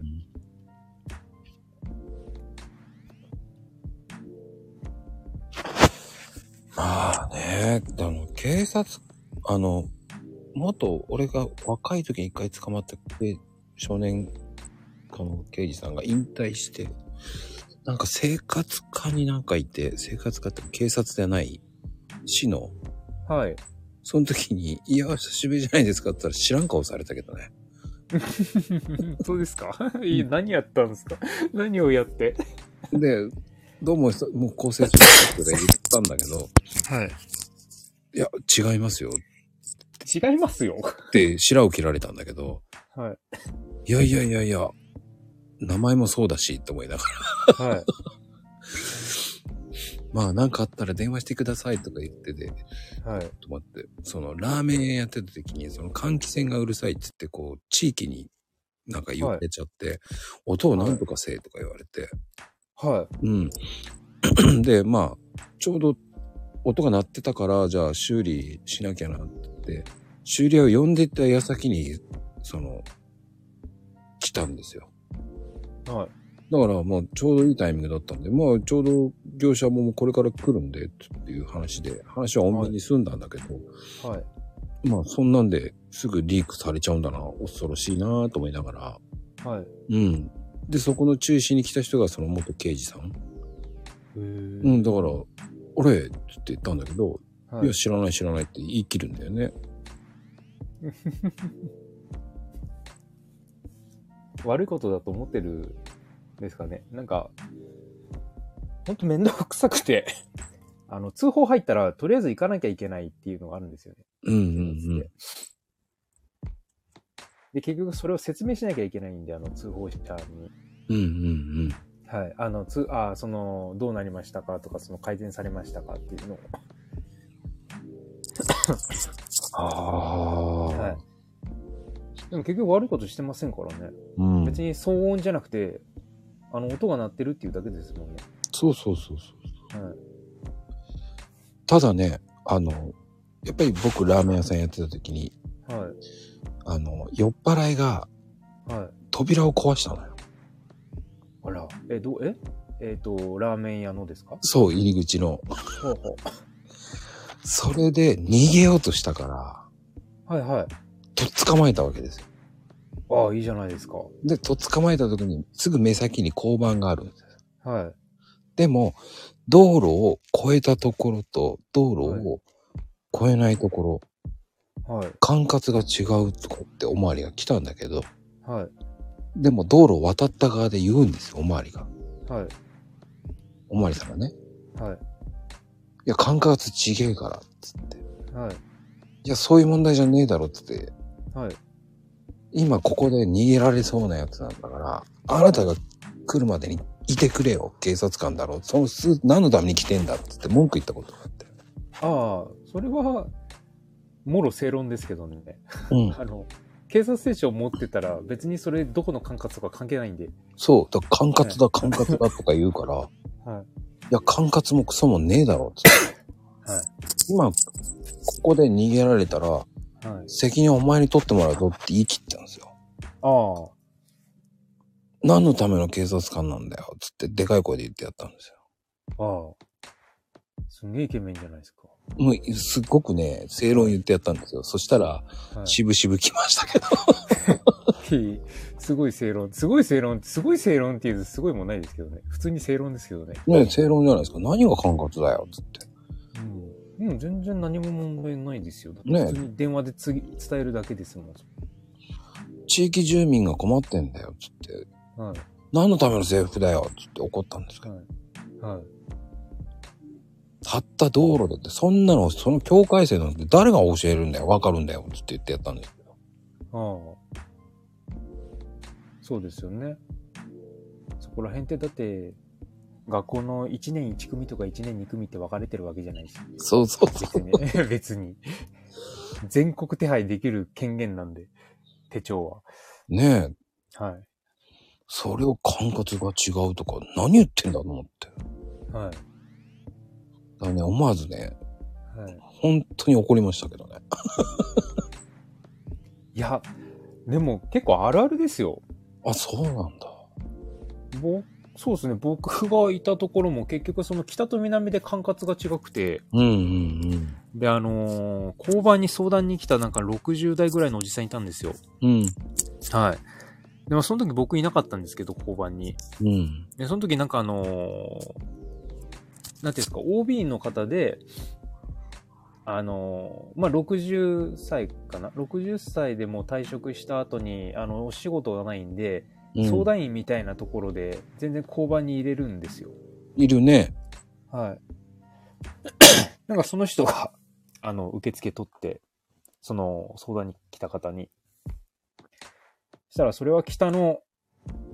Speaker 1: まあね、あの、警察、あの、元、俺が若い時に一回捕まった刑少年課の刑事さんが引退して、なんか生活課になんかいて、生活課って警察じゃない、市の、
Speaker 2: はい。
Speaker 1: その時に、いや、久しぶりじゃないですかって言ったら知らん顔されたけどね。
Speaker 2: そうですかいい、何やったんですか何をやって
Speaker 1: で、どうも、そもう構成中学で言ったんだけど、
Speaker 2: はい。
Speaker 1: いや、違いますよ
Speaker 2: 違います よ。
Speaker 1: って白を切られたんだけど、
Speaker 2: はい。
Speaker 1: いやいやいやいや、名前もそうだしって思いながら、
Speaker 2: はい。
Speaker 1: まあなんかあったら電話してくださいとか言ってて、
Speaker 2: はい。
Speaker 1: と思って、そのラーメン屋やってた時に、その換気扇がうるさいって言って、こう、地域になんか言われちゃって、音をなんとかせえとか言われて、
Speaker 2: は
Speaker 1: うん。 で、まあ、ちょうど音が鳴ってたから、じゃあ修理しなきゃなって、修理屋を呼んでった矢先に、その、来たんですよ。
Speaker 2: い。はい。
Speaker 1: だからもうちょうどいいタイミングだったんで、まあちょうど業者ももうこれから来るんでっていう話で、話は穏便に済んだんだけど、
Speaker 2: はい。
Speaker 1: まあそんなんですぐリークされちゃうんだな、恐ろしいなと思いながら、
Speaker 2: はい。
Speaker 1: うん。で、そこの中心に来た人がその元刑事さん。
Speaker 2: う。
Speaker 1: うんん、だから、あれって言ったんだけど、
Speaker 2: はい
Speaker 1: い、や、知らない知らないって言い切るんだよね。
Speaker 2: 悪いことだと思ってるんですかね。なんか、ほんと面倒くさくて、 あの、通報入ったら、とりあえず行かなきゃいけないっていうのがあるんですよね。
Speaker 1: うんうん
Speaker 2: で、結局それを説明しなきゃいけないんで、あの、通報者に。
Speaker 1: うん。うんうん
Speaker 2: はい。あの、つ、あー、その、どうなりましたかとか、その、改善されましたかっていうのを。
Speaker 1: うん。
Speaker 2: はい。でも結局悪いことしてませんからね。
Speaker 1: うん。
Speaker 2: 別に騒音じゃなくて、あの、音が鳴ってるっていうだけですもんね。
Speaker 1: そうそうそうそう。
Speaker 2: はい。
Speaker 1: ただね、あの、やっぱり僕ラーメン屋さんやってた時に、
Speaker 2: は
Speaker 1: あの、酔っ払いが
Speaker 2: い。はい。
Speaker 1: 扉を壊したのよ。
Speaker 2: あら。え、どう、ええっ、と、ラーメン屋のですか
Speaker 1: そう、入り口の。
Speaker 2: ほうほ
Speaker 1: それで逃げようとしたから、
Speaker 4: はいはい。
Speaker 1: とっ捕まえたわけですよ。
Speaker 4: ああ、いいじゃないですか。は
Speaker 1: で、とっ捕まえた時にすぐ目先に交番があるんです。
Speaker 4: い。
Speaker 1: でも、道路を越えたところと道路を越えないところ、
Speaker 4: はい。
Speaker 1: 管轄が違うとかっておまわりが来たんだけど、
Speaker 4: はい。
Speaker 1: でも道路を渡った側で言うんですよ、おまわりが。
Speaker 4: はい。
Speaker 1: おまわりさんがね。
Speaker 4: はい。
Speaker 1: いや、管轄違えから、つって。
Speaker 4: はい。
Speaker 1: いや、そういう問題じゃねえだろ、つって。
Speaker 4: はい。
Speaker 1: 今ここで逃げられそうなやつなんだから、あなたが来るまでにいてくれよ、警察官だろ。そのす、何のために来てんだ、つって文句言ったことがあって。
Speaker 4: ああ、それは、
Speaker 2: もろ正論ですけどね。
Speaker 1: うん。
Speaker 2: あの、警察手帳持ってたら別にそれどこの管轄とか関係ないんで。
Speaker 1: そう、だから管轄だ、管轄だとか言うから、
Speaker 2: はい
Speaker 1: いや、管轄もクソもねえだろ、つって。
Speaker 2: はい
Speaker 1: 今、ここで逃げられたら、
Speaker 2: はい。
Speaker 1: 責任はお前に取ってもらうぞって言い切ったんですよ。
Speaker 2: ああ。
Speaker 1: 何のための警察官なんだよ、つって、でかい声で言ってやったんですよ。
Speaker 2: ああ。すんげえイケメンじゃないですか。
Speaker 1: もう、すっごくね、正論言ってやったんですよ。そしたら、
Speaker 2: はい
Speaker 1: しぶしぶ来ましたけど。
Speaker 2: すごい正論。すごい正論。すごい正論っていうとすごいもないですけどね。普通に正論ですけどね。
Speaker 1: ね正論じゃないですか。何が管轄だよ、つって。
Speaker 2: うん。うん、全然何も問題ないですよ。だって
Speaker 1: ね
Speaker 2: 普通に電話でつぎ伝えるだけですもん。
Speaker 1: 地域住民が困ってんだよ、つって。
Speaker 2: はい。
Speaker 1: 何のための制服だよ、つって怒ったんですけど。
Speaker 2: はい。
Speaker 1: たった道路だって、そんなの、その境界線なんて誰が教えるんだよ、わかるんだよ、つって言ってやったんですけど。
Speaker 2: ああ。そうですよね。そこら辺ってだって、学校の1年1組とか1年2組って分かれてるわけじゃないし。
Speaker 1: そうそう
Speaker 2: 別に。 別に。全国手配できる権限なんで、手帳
Speaker 1: ねえ、
Speaker 2: は。はい。
Speaker 1: それを管轄が違うとか、何言ってんだと思って。だか
Speaker 2: は
Speaker 1: らね、思わずね、
Speaker 2: い。はい。
Speaker 1: 本当に怒りましたけどね。
Speaker 2: いや、でも結構あるあるですよ。
Speaker 1: あ、そうなんだ。
Speaker 2: ぼそうですね。僕がいたところも結局その北と南で管轄が違くて、
Speaker 1: うんうん
Speaker 2: で、あのー交番に相談に来たなんか60代ぐらいのおじさんいたんですよ。
Speaker 1: うん。
Speaker 2: はい。でもその時僕いなかったんですけど、交番に。
Speaker 1: うん。うん。
Speaker 2: で、その時なんかあのーなんていうんですか、OB の方で、あのーまあ、60歳かな ?60 歳でもう退職した後に、あの、お仕事がないんで、
Speaker 1: うん
Speaker 2: 相談員みたいなところで、全然交番に入れるんですよ。
Speaker 1: いるね。
Speaker 2: はい。 なんかその人が、 あの、受付取って、その相談に来た方に。そしたらそれは北の、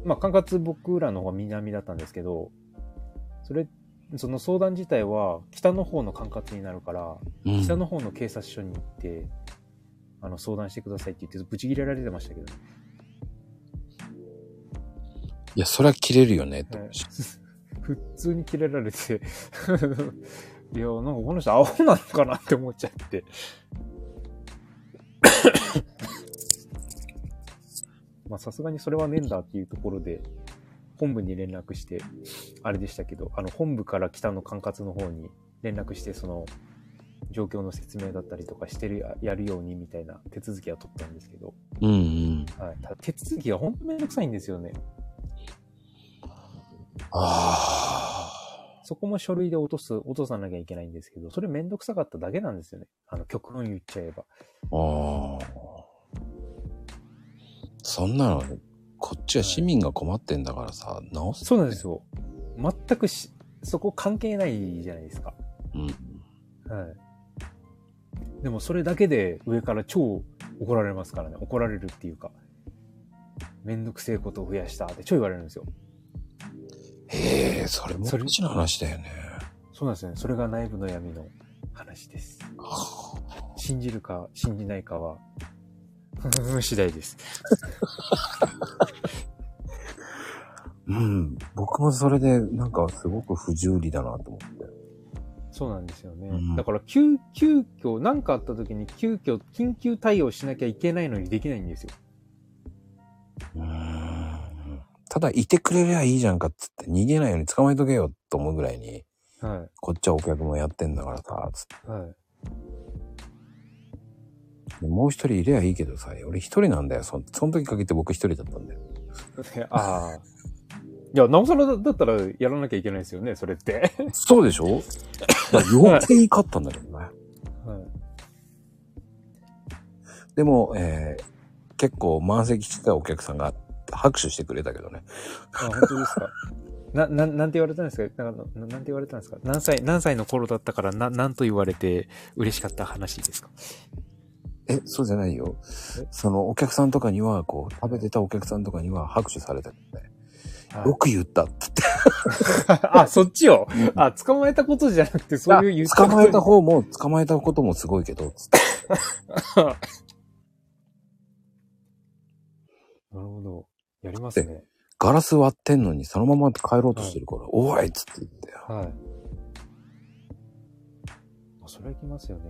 Speaker 2: まあ、管轄僕らの方が南だったんですけど、それ、その相談自体は北の方の管轄になるから、
Speaker 1: うん。
Speaker 2: 北の方の警察署に行って、あの、相談してくださいって言って、ブチ切れられてましたけどね。
Speaker 1: いや、それは切れるよね、って思うし
Speaker 2: 普通にキレられて、 いや、なんかこの人青なのかなって思っちゃって。 まあさすがにそれはねえんだっていうところで、本部に連絡して、あれでしたけど、あの本部から北の管轄の方に連絡して、その状況の説明だったりとかしてる、やるようにみたいな手続きは取ったんですけど、
Speaker 1: うんうん。
Speaker 2: はい、ただ手続きが本当めんどくさいんですよね。
Speaker 1: あ
Speaker 2: そこも書類で落とす、落とさなきゃいけないんですけど、それめんどくさかっただけなんですよね。あの、極論言っちゃえば。
Speaker 1: あ。ああ。そんなの、こっちは市民が困ってんだからさ、直す。
Speaker 2: そうなんですよ。全くし、そこ関係ないじゃないですか。
Speaker 1: うん。
Speaker 2: はい。でもそれだけで上から超怒られますからね。怒られるっていうか。めんどくせえことを増やしたって超言われるんですよ。
Speaker 1: へえ、それも
Speaker 2: そ
Speaker 1: こ
Speaker 2: れ
Speaker 1: っちの話だよね。
Speaker 2: そうなんですよね。それが内部の闇の話です。信じるか信じないかは、次第です。
Speaker 1: うん。僕もそれで、なんかすごく不条理だなと思って。
Speaker 2: そうなんですよね。
Speaker 1: うん
Speaker 2: だから、急、急遽、何かあった時に急遽、緊急対応しなきゃいけないのにできないんですよ。
Speaker 1: うーん。ただ、いてくれりゃいいじゃんかっつって、逃げないように捕まえとけよと思うぐらいに、
Speaker 2: は
Speaker 1: こっちはお客もやってんだからさ、つっ
Speaker 2: い。はい。
Speaker 1: てもう一人いればいいけどさ、俺一人なんだよ。そその時限って僕一人だったんだよ。
Speaker 2: ああ。 いや、なおさらだったらやらなきゃいけないですよね、それって。
Speaker 1: そうでしょまあ余計勝ったんだけどね。でも、えー結構満席してたお客さんが拍手してくれたけどね。
Speaker 2: あ、本 当ですか。な、な、なんて言われたんですかなんかななんて言われたんですか何歳、何歳の頃だったから、な、なんと言われて嬉しかった話ですか
Speaker 1: え、そうじゃないよ
Speaker 2: え。
Speaker 1: そのお客さんとかには、こう、食べてたお客さんとかには拍手されたけどね。よく言ったって言って。
Speaker 2: あ、そっちを。あ、捕まえたことじゃなくて、そういう言
Speaker 1: 捕まえた方も、捕まえたこともすごいけど、つって
Speaker 2: なるほど。やりますね。
Speaker 1: ガラス割ってんのにそのまま帰ろうとしてるから、おいっつって言って。
Speaker 2: はい。あ、それはいきますよね。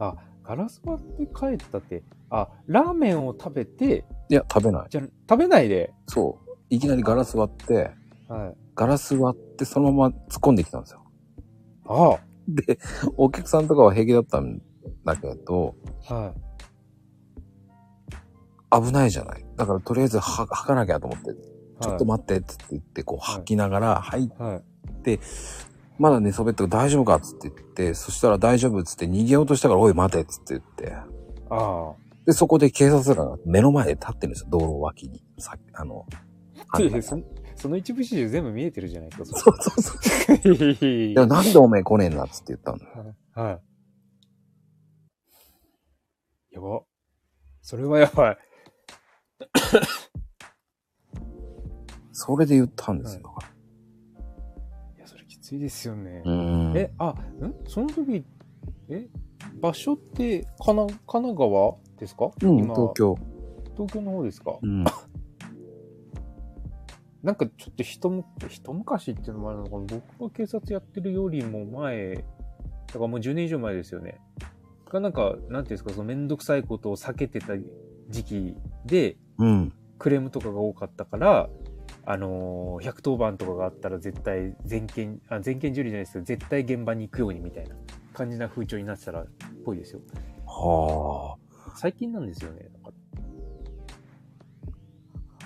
Speaker 2: あ、ガラス割って帰ったって、あ、ラーメンを食べて、
Speaker 1: いや、食べない。
Speaker 2: じゃ、食べないで、
Speaker 1: そう。いきなりガラス割って、
Speaker 2: はい。
Speaker 1: ガラス割ってそのまま突っ込んできたんですよ。
Speaker 2: あ
Speaker 1: で、お客さんとかは平気だったんだけど、
Speaker 2: あ、はい。
Speaker 1: 危ないじゃない。だからとりあえずは吐かなきゃと思って、ちょっと待ってっつって言って、こう
Speaker 2: はい
Speaker 1: 吐きながら、はい、
Speaker 2: はい。はい。
Speaker 1: まだ寝そべってる大丈夫かっつって言って、そしたら大丈夫っつって逃げようとしたから、おい待てっつって言って。
Speaker 2: あ
Speaker 1: で、そこで警察官が目の前で立ってるんですよ、道路脇に。さあの、
Speaker 2: あ。
Speaker 1: 反対
Speaker 2: そその一部始終全部見えてるじゃないですか。
Speaker 1: そうそうそう。いや、なんでおめえ来ねえんだっつって言ったんだよ。
Speaker 2: はい。はい。やば。それはやばい。
Speaker 1: それで言ったんですよ。
Speaker 2: いや、それきついですよね。
Speaker 1: うーん。
Speaker 2: え、あ、んその時、え、場所って、かな、神奈川ですか
Speaker 1: うん、
Speaker 2: 今
Speaker 1: 東京。
Speaker 2: 東京の方ですか
Speaker 1: うん。
Speaker 2: なんかちょっと一む、一昔っていうのもあるのかな僕が警察やってるよりも前、だからもう10年以上前ですよね。がなんか、なんていうんですか、そのめんどくさいことを避けてた時期で、
Speaker 1: うん。
Speaker 2: クレームとかが多かったから、あのー、110番とかがあったら絶対全件、あ、全件受理じゃないですけど、絶対現場に行くようにみたいな感じな風潮になってたらっぽいですよ。
Speaker 1: は
Speaker 2: 最近なんですよね。なんか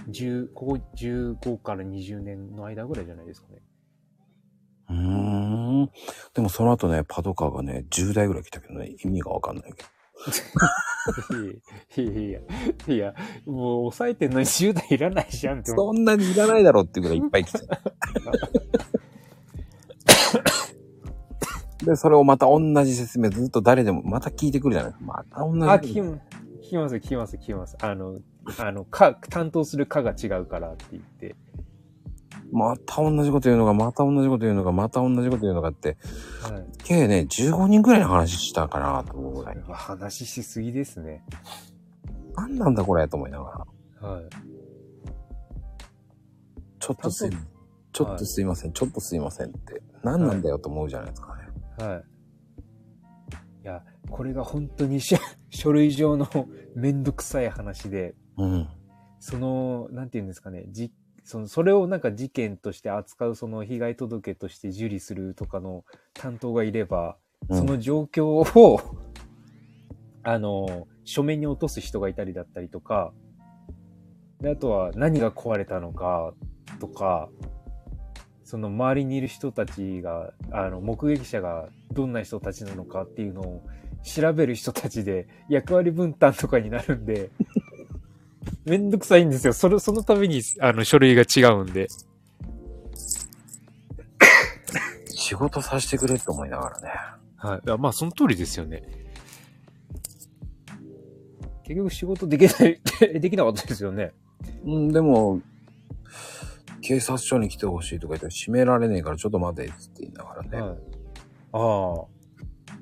Speaker 2: 10ここ15から20年の間ぐらいじゃないですかね。
Speaker 1: あ。うーん。でもその後ね、パトカーがね、10台ぐらい来たけどね、意味がわかんないけど。
Speaker 2: いやいやいや、いや、もう抑えてんのに10代いらないじゃんって
Speaker 1: そ
Speaker 2: 思
Speaker 1: んなにいらないだろうっていうぐらいいっぱい来 た。で、それをまた同じ説明、ずっと誰でも、また聞いてくるじゃないまた同じ。
Speaker 2: う。あ、聞きま聞きます、聞きます、聞きます。あの、あの、か、担当する課が違うからって言って。
Speaker 1: また同じこと言うのが、また同じこと言うのが、また同じこと言うのがって、
Speaker 2: はい。
Speaker 1: 計ね、15人ぐらいの話したかなと思うぐらい。
Speaker 2: 話しすぎですね。
Speaker 1: なんなんだこれと思いながら。
Speaker 2: はい。
Speaker 1: ちょっとすい、ちょっとすいません、ちょっとすいませんって。何なんだよと思うじゃないですかね。
Speaker 2: はい。いや、これが本当にし 書類上のめんどくさい話で、
Speaker 1: うん。
Speaker 2: その、なんていうんですかね、じ、その、それをなんか事件として扱う、その被害届として受理するとかの担当がいれば、
Speaker 1: うん
Speaker 2: その状況を、 あの、書面に落とす人がいたりだったりとか、であとは何が壊れたのかとか、その周りにいる人たちが、あの、目撃者がどんな人たちなのかっていうのを調べる人たちで役割分担とかになるん で、めんどくさいんですよ。それ、そのために、あの、書類が違うんで。
Speaker 1: 仕事させてくれって思いながらね。
Speaker 2: はい。まあ、その通りですよね。結局仕事できない、 できなかったですよね。
Speaker 1: うん、でも、警察署に来てほしいとか言ったら閉められねえからちょっと待てっつって言いながらね。
Speaker 2: はい。あ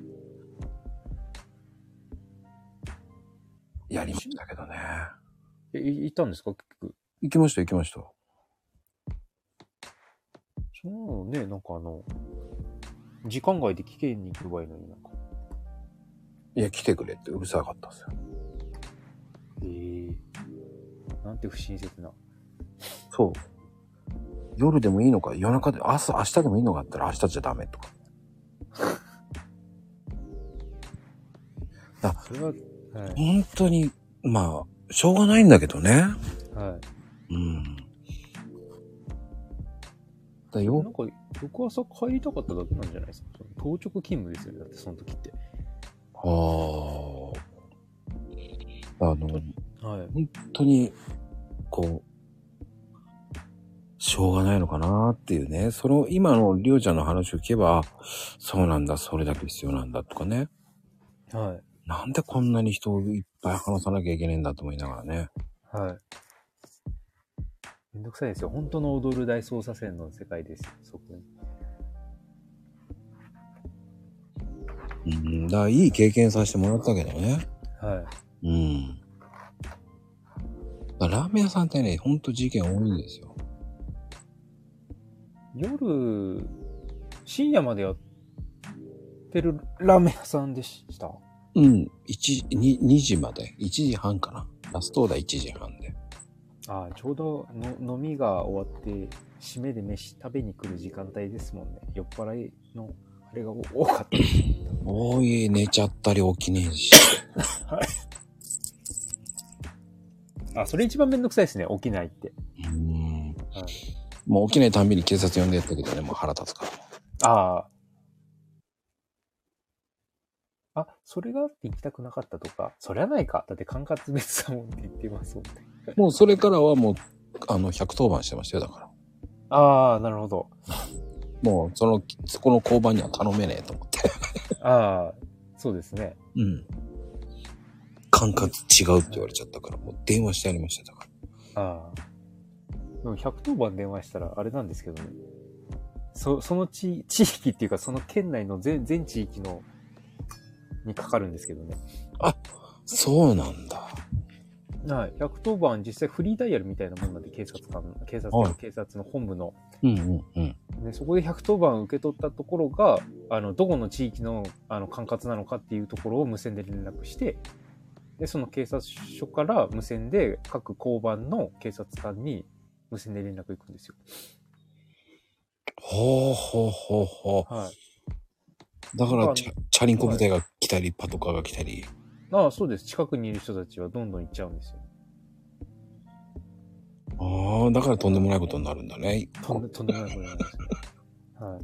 Speaker 1: やりましたけどね。
Speaker 2: あ。い、行ったんですか結局。
Speaker 1: 行きました行きました。
Speaker 2: そんなのね、なんかあの、時間外で危険に行けばいいのになんか。
Speaker 1: いや、来てくれってうるさかったんですよ。
Speaker 2: ええなんて不親切な。
Speaker 1: そう。夜でもいいのか夜中で、朝、明日でもいいのかあったら明日じゃダメとか。だ
Speaker 2: それは、はい。
Speaker 1: 本当に、まあ、しょうがないんだけどね。
Speaker 2: はい。
Speaker 1: うん。だよ
Speaker 2: な。んか、翌朝帰りたかっただけなんじゃないですか。その当直勤務ですよね。だって、その時って。
Speaker 1: あーあの、本
Speaker 2: はい。
Speaker 1: 当に、こう、しょうがないのかなっていうね。その、今のりょうちゃんの話を聞けば、あそうなんだ、それだけ必要なんだとかね。
Speaker 2: はい。
Speaker 1: なんでこんなに人をいっぱい話さなきゃいけないんだと思いながらね。
Speaker 2: はい。めんどくさいですよ。本当の踊る大捜査線の世界ですよ。そこに。
Speaker 1: うん、だからいい経験させてもらったけどね。
Speaker 2: はい。
Speaker 1: うん。だからラーメン屋さんってね、ほんと事件多いんですよ。
Speaker 2: 夜、深夜までやってるラーメン屋さんでした。
Speaker 1: うん。一2、2時まで。1時半かな。ラストオーダー1時半で。
Speaker 2: ああ、ちょうどの飲みが終わって、締めで飯食べに来る時間帯ですもんね。酔っ払いの、あれが多かったです。
Speaker 1: おい、寝ちゃったり起きねえし。
Speaker 2: あ、それ一番めんどくさいですね。起きないって。
Speaker 1: うん。もう起きないたんびに警察呼んでやったけどね、もう腹立つから。
Speaker 2: ああ。あ、それがあって行きたくなかったとか、そりゃないか。だって管轄別だもんって言ってますもんね。
Speaker 1: もうそれからはもう、あの、110番してましたよ、だから。
Speaker 2: ああ、なるほど。
Speaker 1: もう、その、そこの交番には頼めねえと思って。
Speaker 2: ああ、そうですね。
Speaker 1: うん。管轄違うって言われちゃったから、もう電話してやりました、だから。
Speaker 2: ああ。でも110番電話したらあれなんですけどね。そその地地域っていうか、その県内の全全地域のにかかるんですけどね。
Speaker 1: そうなんだ。
Speaker 2: はい。110番実際フリーダイヤルみたいなもんなんで、警察官、警察
Speaker 1: はい
Speaker 2: 官、警察の本部の。
Speaker 1: うんうんうん。
Speaker 2: ね、そこで110番受け取ったところが、あの、どこの地域の、あの、管轄なのかっていうところを無線で連絡して、で、その警察署から無線で各交番の警察官に無線で連絡行くんですよ。
Speaker 1: ほうほうほうほ
Speaker 2: はい。
Speaker 1: う。だからチャ、チャリンコ
Speaker 2: はい
Speaker 1: 部隊が来たり、パトカーが来たり。
Speaker 2: ああ、そうです。近くにいる人たちはどんどん行っちゃうんですよ。
Speaker 1: ああ、だからとんでもないことになるんだね。
Speaker 2: とんでとんでもないことなんですよ。はい。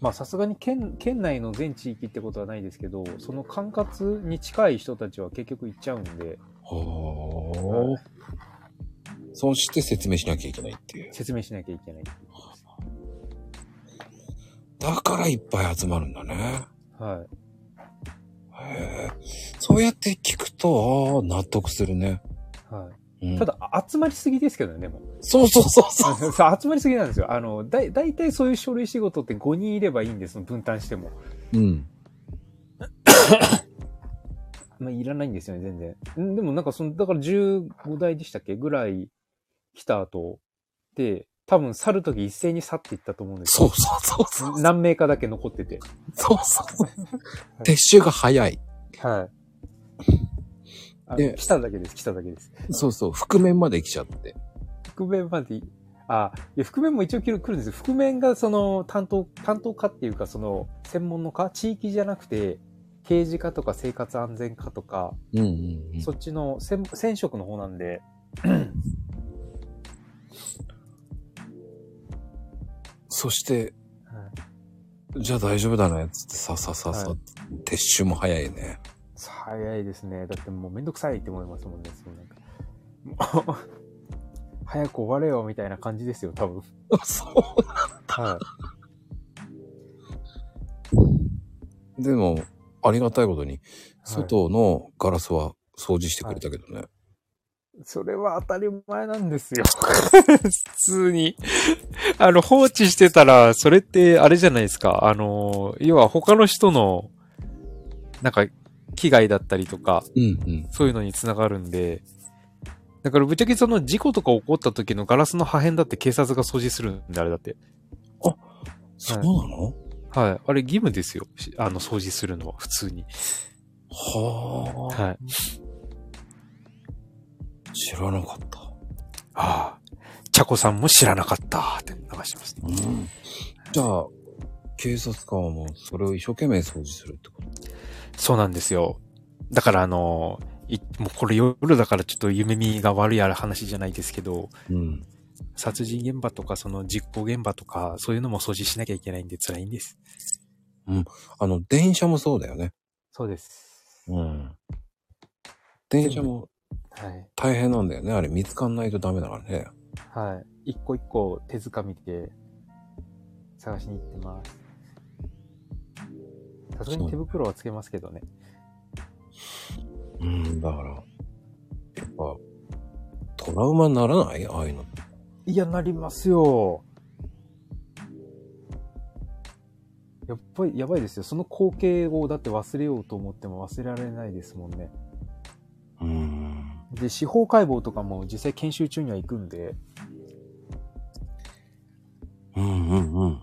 Speaker 2: まあ、さすがに県、県内の全地域ってことはないですけど、その管轄に近い人たちは結局行っちゃうんで、
Speaker 1: ほう。そうして説明しなきゃいけないっていう。
Speaker 2: 説明しなきゃいけないっていうことです。
Speaker 1: だからいっぱい集まるんだね。
Speaker 2: はい。
Speaker 1: へえ。そうやって聞くと、ああ、納得するね。
Speaker 2: はい。
Speaker 1: うん、
Speaker 2: ただ、あ集まりすぎですけどね、でも。
Speaker 1: そうそうそうそう。
Speaker 2: そう集まりすぎなんですよ。あの、だい、だいたいそういう書類仕事って5人いればいいんです、分担しても。
Speaker 1: うん。
Speaker 2: まあ、いらないんですよね、全然。んでもなんかその、だから15台でしたっけぐらい来た後、で、多分去るとき一斉に去っていったと思うんです
Speaker 1: そう
Speaker 2: よ。
Speaker 1: そうそうそう。
Speaker 2: 何名かだけ残ってて。
Speaker 1: そうそう。撤収が早い。
Speaker 2: はい。あ
Speaker 1: で
Speaker 2: 来ただけです、来ただけです。
Speaker 1: そうそう。覆面まで来ちゃって。
Speaker 2: 覆面までい、あ、いや、覆面も一応来る来るんですよ。覆面がその担当、担当課っていうか、その、専門の課地域じゃなくて、刑事課とか生活安全課とか、
Speaker 1: うんうん、うん。
Speaker 2: そっちの専専職の方なんで、
Speaker 1: そして、じゃあ大丈夫だね、つって、ささささ、
Speaker 2: はい
Speaker 1: 撤収も早いね。
Speaker 2: 早いですね。だってもうめんどくさいって思いますもんね。そのなんかもう 早く終われよみたいな感じですよ、多分。
Speaker 1: そ
Speaker 2: は
Speaker 1: う。でも、ありがたいことに、外のガラスは掃除してくれたけどね。
Speaker 2: い。それは当たり前なんですよ。普通に。あの、放置してたら、それってあれじゃないですか。あの、要は他の人の、なんか、危害だったりとか、
Speaker 1: うんうん。
Speaker 2: そういうのにつながるんで、だからぶっちゃけその事故とか起こった時のガラスの破片だって警察が掃除するんで、あれだって。
Speaker 1: そうなの、
Speaker 2: はい。あれ義務ですよ。しあの、掃除するのは普通に。
Speaker 1: はあ、
Speaker 2: はい。
Speaker 1: 知らなかった。
Speaker 2: ああ。ちゃこさんも知らなかったって流してますね。
Speaker 1: うん。じゃあ、警察官はもうそれを一生懸命掃除するってこと
Speaker 2: そうなんですよ。だからあの、いもうこれ夜だからちょっと夢見が悪いある話じゃないですけど、
Speaker 1: うん。
Speaker 2: 殺人現場とかその実行現場とか、そういうのも掃除しなきゃいけないんで辛いんです。
Speaker 1: あの、電車もそうだよね。
Speaker 2: そうです。
Speaker 1: うん。電車も
Speaker 2: はい。
Speaker 1: 大変なんだよね。あれ見つかんないとダメだからね。
Speaker 2: はい。一個一個手づかみで探しに行ってます。さすがに手袋はつけますけどね。
Speaker 1: うん、だから、やっぱ、トラウマにならないああいうの。
Speaker 2: いや、なりますよ。やっぱり、やばいですよ。その光景をだって忘れようと思っても忘れられないですもんね。
Speaker 1: うん。
Speaker 2: で、司法解剖とかも実際研修中には行くんで、
Speaker 1: うんうんうん。
Speaker 2: はい。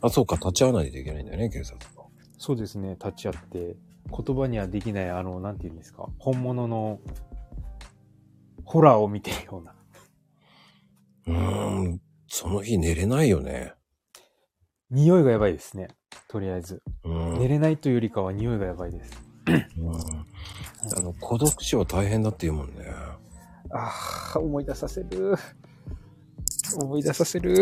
Speaker 1: あ、そうか、立ち会わないといけないんだよね、警察は。
Speaker 2: そうですね、立ち会って、言葉にはできない、あの、なんて言うんですか、本物のホラーを見てるような。
Speaker 1: うーん、その日寝れないよね。
Speaker 2: 匂いがやばいですね。とりあえず。
Speaker 1: うーん。
Speaker 2: 寝れないというよりかは匂いがやばいです。
Speaker 1: うんあの、孤独死は大変だって言うもんね。
Speaker 2: ああ、思い出させる。思い出させ る。い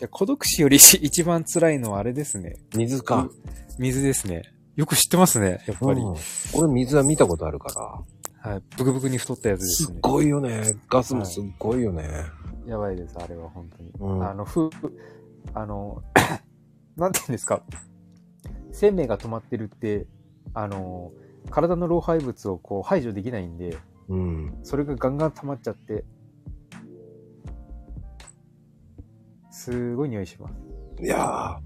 Speaker 2: や、孤独死よりし一番辛いのはあれですね。
Speaker 1: 水か。
Speaker 2: 水ですね。よく知ってますね、やっぱり。
Speaker 1: うん
Speaker 2: は
Speaker 1: 俺水は見たことあるから。
Speaker 2: い。ブクブクに太ったやつですす
Speaker 1: っ
Speaker 2: ね。
Speaker 1: ごいよね。ガスもすっごいよね。
Speaker 2: やばいです、あれは本当に。
Speaker 1: うん
Speaker 2: あの、ふ、あの、 なんて言うんですか。生命が止まってるって、あの、体の老廃物をこう排除できないんで、
Speaker 1: うん。
Speaker 2: それがガンガン溜まっちゃって、すごい匂いします。
Speaker 1: いやー、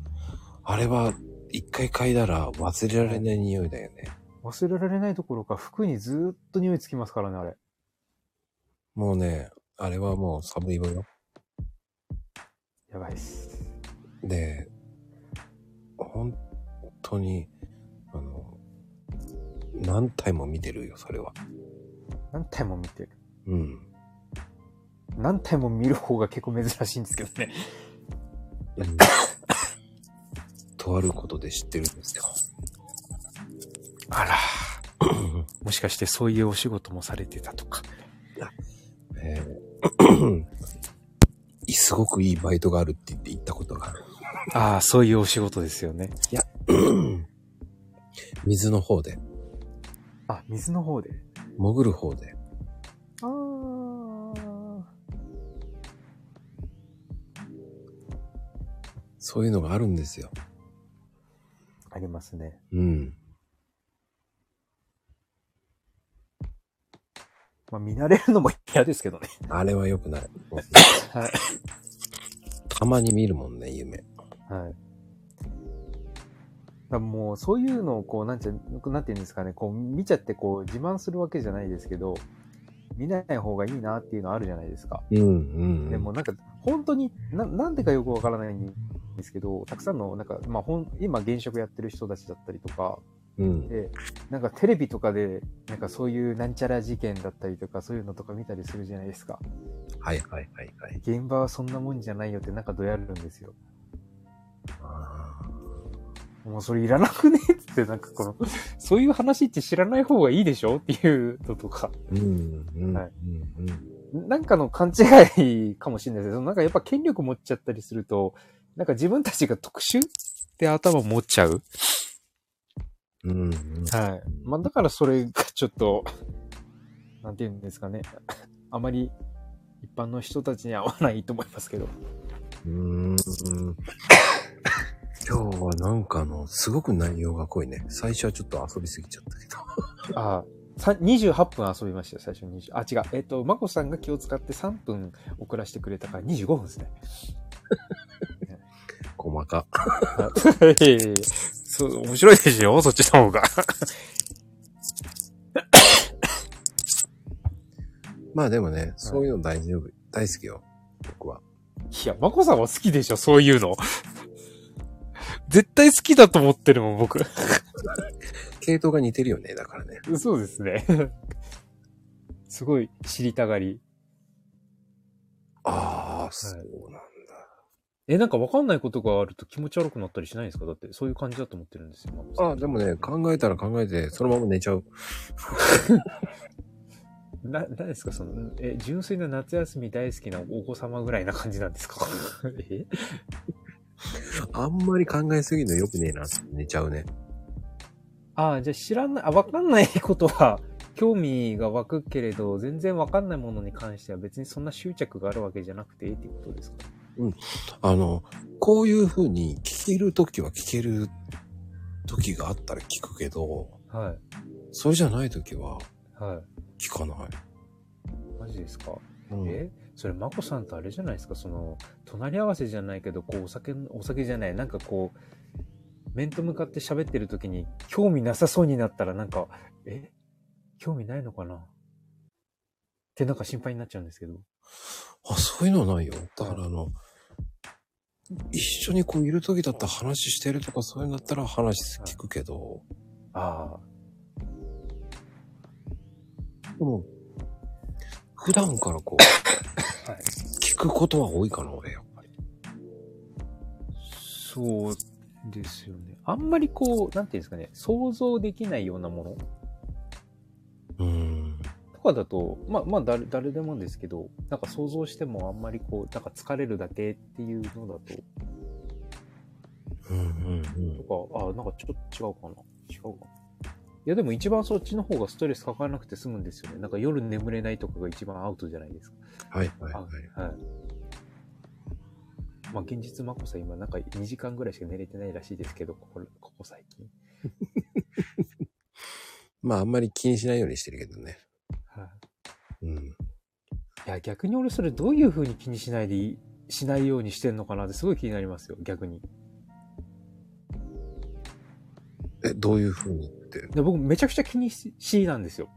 Speaker 1: あれは一回嗅いだら忘れられない匂いだよね。
Speaker 2: 忘れられないどころか、服にずーっと匂いつきますからね、あれ。
Speaker 1: もうね、あれはもう寒い分よ。
Speaker 2: やばいっす。
Speaker 1: で、本当に、あの、何体も見てるよ、それは。
Speaker 2: 何体も見てる。
Speaker 1: うん。
Speaker 2: 何体も見る方が結構珍しいんですけどね。
Speaker 1: うん とあることで知ってるんですよ。
Speaker 2: あら。もしかしてそういうお仕事もされてたとか。
Speaker 1: えーすごくいいバイトがあるって言って行ったことがある。
Speaker 2: ああ、そういうお仕事ですよね。
Speaker 1: 水の方で、
Speaker 2: あ、水の方で。
Speaker 1: 潜る方で。
Speaker 2: ああ。
Speaker 1: そういうのがあるんですよ。
Speaker 2: ありますね。
Speaker 1: うん。
Speaker 2: まあ見慣れるのも嫌ですけどね。
Speaker 1: あれは良くない。
Speaker 2: はい。
Speaker 1: たまに見るもんね、夢。
Speaker 2: はい。だからもう、そういうのを、こう、なんちゃ、なんていうんですかね、こう、見ちゃって、こう、自慢するわけじゃないですけど、見ない方がいいなっていうのはあるじゃないですか。
Speaker 1: うんうん。
Speaker 2: でも、なんか、本当に、な、なんでかよくわからないんですけど、たくさんの、なんか、まあ、ほん、今、現職やってる人たちだったりとか、
Speaker 1: うん。
Speaker 2: で、なんか、テレビとかで、なんか、そういうなんちゃら事件だったりとか、そういうのとか見たりするじゃないですか。
Speaker 1: はいはいはいはい。
Speaker 2: 現場はそんなもんじゃないよって、なんか、どやるんですよ。
Speaker 1: あ
Speaker 2: もうそれいらなくねっつって、なんかこの、 そういう話って知らない方がいいでしょっていうのとか、
Speaker 1: ーうんうん。
Speaker 2: はい
Speaker 1: うんうん
Speaker 2: なんかの勘違いかもしれないですけど、なんかやっぱ権力持っちゃったりすると、なんか自分たちが特殊って頭持っちゃう。
Speaker 1: うんうん。
Speaker 2: はい。まあだからそれがちょっと、なんて言うんですかね。あまり一般の人たちに合わないと思いますけど。
Speaker 1: うーん。今日はなんかあの、すごく内容が濃いね。最初はちょっと遊びすぎちゃったけど。
Speaker 2: ああ。さ28分遊びましたよ、最初に。あ、違う。えっ、と、まこさんが気を使って3分遅らせてくれたから25分ですね。
Speaker 1: 細か。
Speaker 2: いやいやいや そう、面白いですよ、そっちの方が。
Speaker 1: まあでもね、そういうの大丈夫。大好きよ。僕は。
Speaker 2: いや、まこさんは好きでしょ、そういうの。絶対好きだと思ってるもん、僕。
Speaker 1: 系統が似てるよね、だからね。
Speaker 2: そうですね。すごい知りたがり。
Speaker 1: ああ、そうなんだ。
Speaker 2: え、なんかわかんないことがあると気持ち悪くなったりしないんですかだって、そういう感じだと思ってるんですよ。マコさん
Speaker 1: あ、でもね、考えたら考えて、そのまま寝ちゃう。
Speaker 2: な、何ですかその、え、純粋な夏休み大好きなお子様ぐらいな感じなんですか え
Speaker 1: あんまり考えすぎるのよくねえな。寝ちゃうね。
Speaker 2: ああ、じゃあ知らない、あ、わかんないことは、 興味が湧くけれど、全然わかんないものに関しては別にそんな執着があるわけじゃなくてっていうことですか
Speaker 1: あの、こういう風に聞けるときは聞ける時があったら聞くけど、
Speaker 2: はい。
Speaker 1: それじゃないときは
Speaker 2: はい。
Speaker 1: 聞かない。
Speaker 2: マジですか、
Speaker 1: うん
Speaker 2: えそれ、まこさんとあれじゃないですかその、隣り合わせじゃないけど、こう、お酒の、お酒じゃない、なんかこう、面と向かって喋ってる時に、興味なさそうになったら、なんか、え興味ないのかなってなんか心配になっちゃうんですけど。
Speaker 1: あ、そういうのはないよ。だからあの、一緒にこういるときだったら話してるとかそういうんだったら話聞くけど、
Speaker 2: あ
Speaker 1: でも、普段からこ
Speaker 2: あ。 はい。
Speaker 1: う、聞くことは多いかな、俺やっぱり。
Speaker 2: そうですよね。あんまりこう、なんていうんですかね、想像できないようなもの
Speaker 1: うーん。
Speaker 2: とかだと、まあ、まあ誰、誰でもですけど、なんか想像してもあんまりこう、なんか疲れるだけっていうのだと、
Speaker 1: うんうんうん。
Speaker 2: とか、あなんかちょっと違うかな。違うかな。いや、でも一番そっちの方がストレスかからなくて済むんですよね。なんか夜眠れないとかが一番アウトじゃないですか。
Speaker 1: はいはい
Speaker 2: あ
Speaker 1: は。
Speaker 2: はいまあ、現実、マコさん今なんか2時間ぐらいしか寝れてないらしいですけど、ここ、ここ最近。
Speaker 1: まああんまり気にしないようにしてるけどね。
Speaker 2: はい、
Speaker 1: うん。
Speaker 2: いや、逆に俺それどういう風に気にしないでいい、しないようにしてんのかなってすごい気になりますよ、逆に。
Speaker 1: え、どういう風にって。
Speaker 2: で僕めちゃくちゃ気にし、しいなんですよ。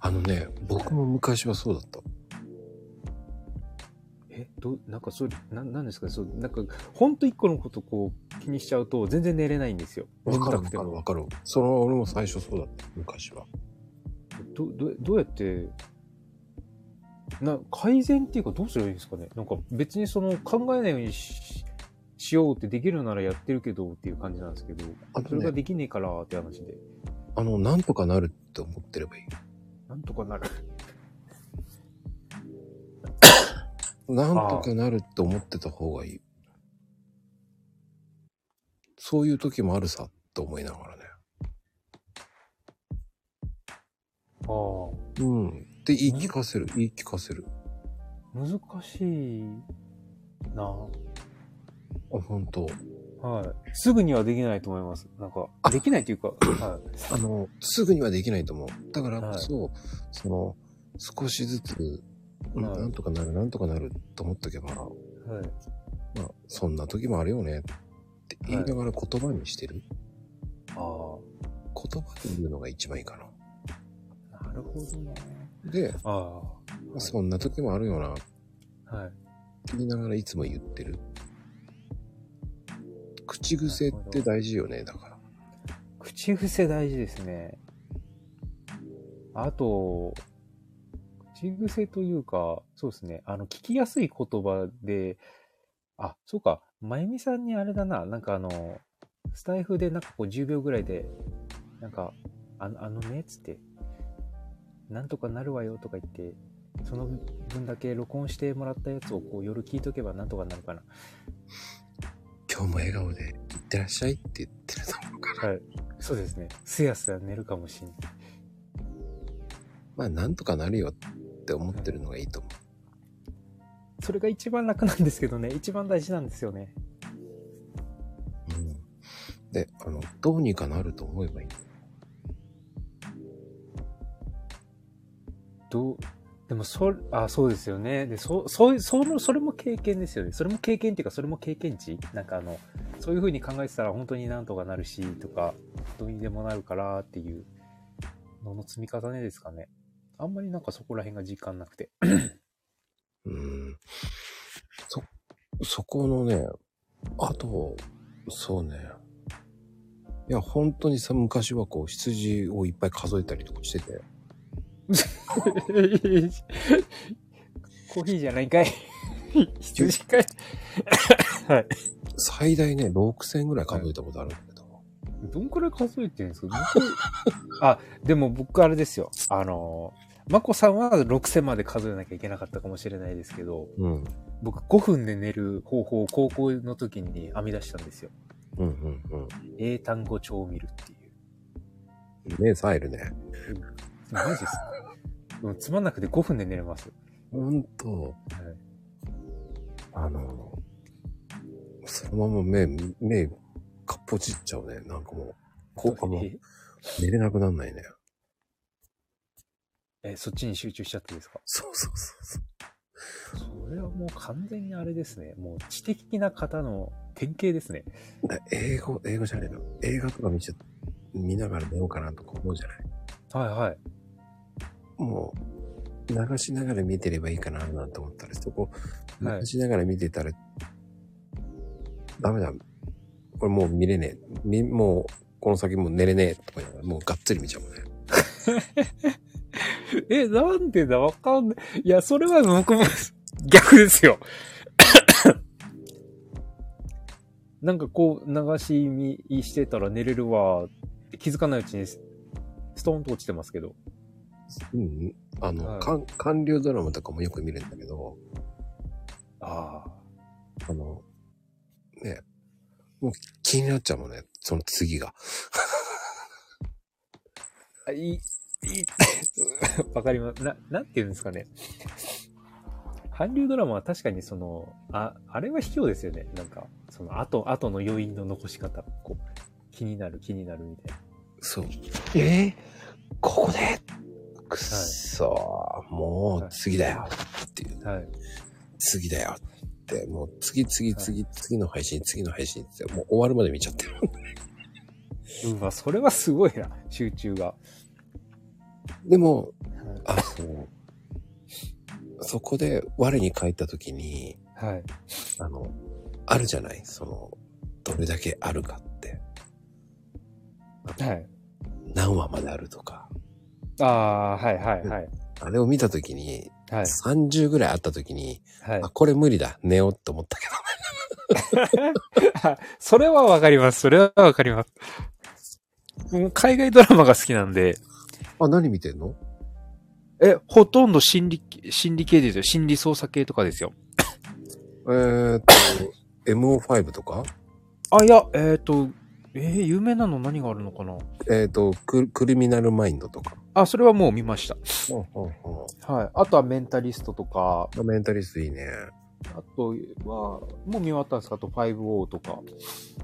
Speaker 1: あのね、僕も昔はそうだった。
Speaker 2: え、どう、なんかそれ、な、なんですかね、そう、なんか、ほんと一個のことこう気にしちゃうと全然寝れないんですよ。
Speaker 1: わかる
Speaker 2: 眠
Speaker 1: わ
Speaker 2: たくて
Speaker 1: かる
Speaker 2: も
Speaker 1: わかる。その俺も最初そうだった。昔は。
Speaker 2: ど、ど、どうやって、な、改善っていうかどうすればいいんですかねなんか別にその考えないようにし、しようってできるならやってるけどっていう感じなんですけど、
Speaker 1: あと
Speaker 2: それが
Speaker 1: ね、
Speaker 2: できねえからって話で、
Speaker 1: あの、なんとかなるって思ってればいい。
Speaker 2: なんとかなる。
Speaker 1: なんとかなるって思ってた方がいい。そういう時もあるさって思いながらね。
Speaker 2: ああ。
Speaker 1: うん。で、言い聞かせる。言い聞かせる。
Speaker 2: 難しいな
Speaker 1: あ、本当。
Speaker 2: はい。すぐにはできないと思います。なんか、できないというか、はい。
Speaker 1: あの、すぐにはできないと思う。だからこそ、その、少しずつ、うん
Speaker 2: はい
Speaker 1: なんとかなる、なんとかなると思っとけば、
Speaker 2: はい。
Speaker 1: まあ、そんな時もあるよねって言いながら言葉にしてる。
Speaker 2: ああ
Speaker 1: 言葉で言うのが一番いいかな。。
Speaker 2: なるほどね。
Speaker 1: で、
Speaker 2: ああ。い
Speaker 1: そんな時もあるよなって
Speaker 2: はい。
Speaker 1: 言いながらいつも言ってる。口癖って大事よね、だから。
Speaker 2: 口癖大事ですね。あと、口癖というか、そうですね。あの、聞きやすい言葉で、あ、そうか、まゆみさんにあれだな、なんかあの、スタイフでなんかこう10秒ぐらいで、なんか、あの、あのね、つって、なんとかなるわよとか言って、その分だけ録音してもらったやつをこう夜聞いとけばなんとかなるかな。
Speaker 1: 今日も笑顔で、いってらっしゃいって言ってると思うから。
Speaker 2: はい。そうですね。すやすや寝るかもしんない。
Speaker 1: まあ、なんとかなるよって思ってるのがいいと思
Speaker 2: それが一番楽なんですけどね、一番大事なんですよね。
Speaker 1: う。うん。で、あの、どうにかなると思えばいい。
Speaker 2: どう、でもそ、あ、そうですよね。で、そ、そういう、その、それも経験ですよね。それも経験っていうか、それも経験値なんかあの、そういう風に考えてたら本当になんとかなるし、とか、どうにでもなるからっていうのの積み重ねですかね。あんまりなんかそこら辺が実感な くて。
Speaker 1: うん。そ、そこのね、あと、そうね。いや、本当にさ、昔はこう、羊をいっぱい数えたりとかしてて。
Speaker 2: コーヒーじゃないんかい。
Speaker 5: 羊飼い。
Speaker 1: 最大ね、6000ぐらい数えたことあるんだけど。
Speaker 5: どんくらい数えてるんですか
Speaker 2: でも僕あれですよ。あのー、まこさんは6000まで数えなきゃいけなかったかもしれないですけど、
Speaker 1: うん。
Speaker 2: 僕5分で寝る方法を高校の時に編み出したんですよ。
Speaker 1: うんうんうん。
Speaker 2: 英単語帳を見るっていう。
Speaker 1: 目さえるね。
Speaker 2: マジですかうんつまんなくて5分で寝れます。
Speaker 1: ほんと。あの、そのまま目、目、かっぽじっちゃうね。なんかもう、効果も
Speaker 2: え
Speaker 1: 寝れなくなんないね。
Speaker 2: え、そっちに集中しちゃってですか
Speaker 1: そうそうそうそう。
Speaker 2: それはもう完全にあれですね。もう知的な方の典型ですね。
Speaker 1: だ英語、英語じゃないの。映画とか見ちゃ、見ながら寝ようかなとか思うじゃない。
Speaker 2: はいはい。
Speaker 1: もう、流しながら見てればいいかななんて思ったら、そこ、
Speaker 2: はい
Speaker 1: 流しながら見てたら、ダメだ。これもう見れねえ。みもう、この先もう寝れねえとか言いながらもうがっつり見ちゃうもんね。
Speaker 2: え、なんでだわかんない。いや、それは僕も逆ですよ。 なんかこう、流し見してたら寝れるわって気づかないうちにスストーンと落ちてますけど。
Speaker 1: うん。あの、
Speaker 2: はい
Speaker 1: かん韓流ドラマとかもよく見るんだけど、
Speaker 2: ああ。
Speaker 1: あの、ね、もう気になっちゃうもんね。その次が。
Speaker 2: あいい、 いい、わかります。な、なんて言うんですかね。韓流ドラマは確かにその、あ、あれは卑怯ですよね。なんか、その後、後の余韻の残し方。こう、気になる、気になるみたいな。
Speaker 1: そう。えーここでくっそー、もう次だよっていう。
Speaker 2: はい。
Speaker 1: 次だよって、もう次次次次の配信、次の配信って、もう終わるまで見ちゃってる。
Speaker 2: うわ、それはすごいな、集中が。
Speaker 1: でも、あの、そこで我に返った時に、
Speaker 2: はい。
Speaker 1: あの、あるじゃないその、どれだけあるかって。
Speaker 2: はい。
Speaker 1: 何話まであるとか。
Speaker 2: ああ、はい、はい、はい。
Speaker 1: あれを見た時に、
Speaker 2: はい、
Speaker 1: 30ぐらいあった時に、
Speaker 2: はい
Speaker 1: あ、。これ無理だ、寝ようって思ったけど。
Speaker 2: それはわかります。それはわかります。もう海外ドラマが好きなんで、
Speaker 1: あ、何見てんの
Speaker 2: え、ほとんど心理、心理系ですよ。心理操作系とかですよ。
Speaker 1: えーっ と、MO5 とか
Speaker 2: あ、いや、えっ、と、えー有名なの何があるのかな
Speaker 1: えーっとク、クリミナルマインドとか。
Speaker 2: あ、それはもう見まし
Speaker 1: うんうんうん
Speaker 2: た。はい。あとはメンタリストとか、
Speaker 1: まあメンタリストいいね。
Speaker 2: あとは、もう見終わったんですかあと 5O とか。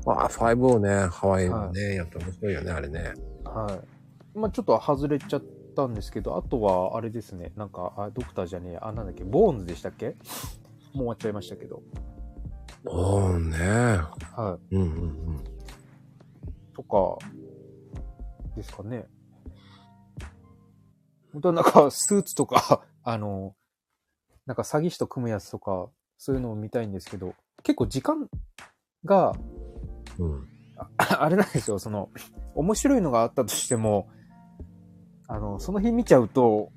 Speaker 1: ああ、5をね、ハワイはね、やっぱ面白いよね、あれね。
Speaker 2: はい。まあちょっと外れちゃったんですけど、あとはあれですね、なんか、あドクターじゃねえ、あ、なんだっけ、ボーンズでしたっけもう終わっちゃいましたけど。
Speaker 1: おーね。
Speaker 2: は
Speaker 1: うんうんうん。
Speaker 2: い。とか、ですかね。本当はなんか、スーツとか、 あの、なんか詐欺師と組むやつとか、そういうのを見たいんですけど、結構時間が、
Speaker 1: うん。
Speaker 2: ああれなんですよ、その、面白いのがあったとしても、あの、その日見ちゃうと、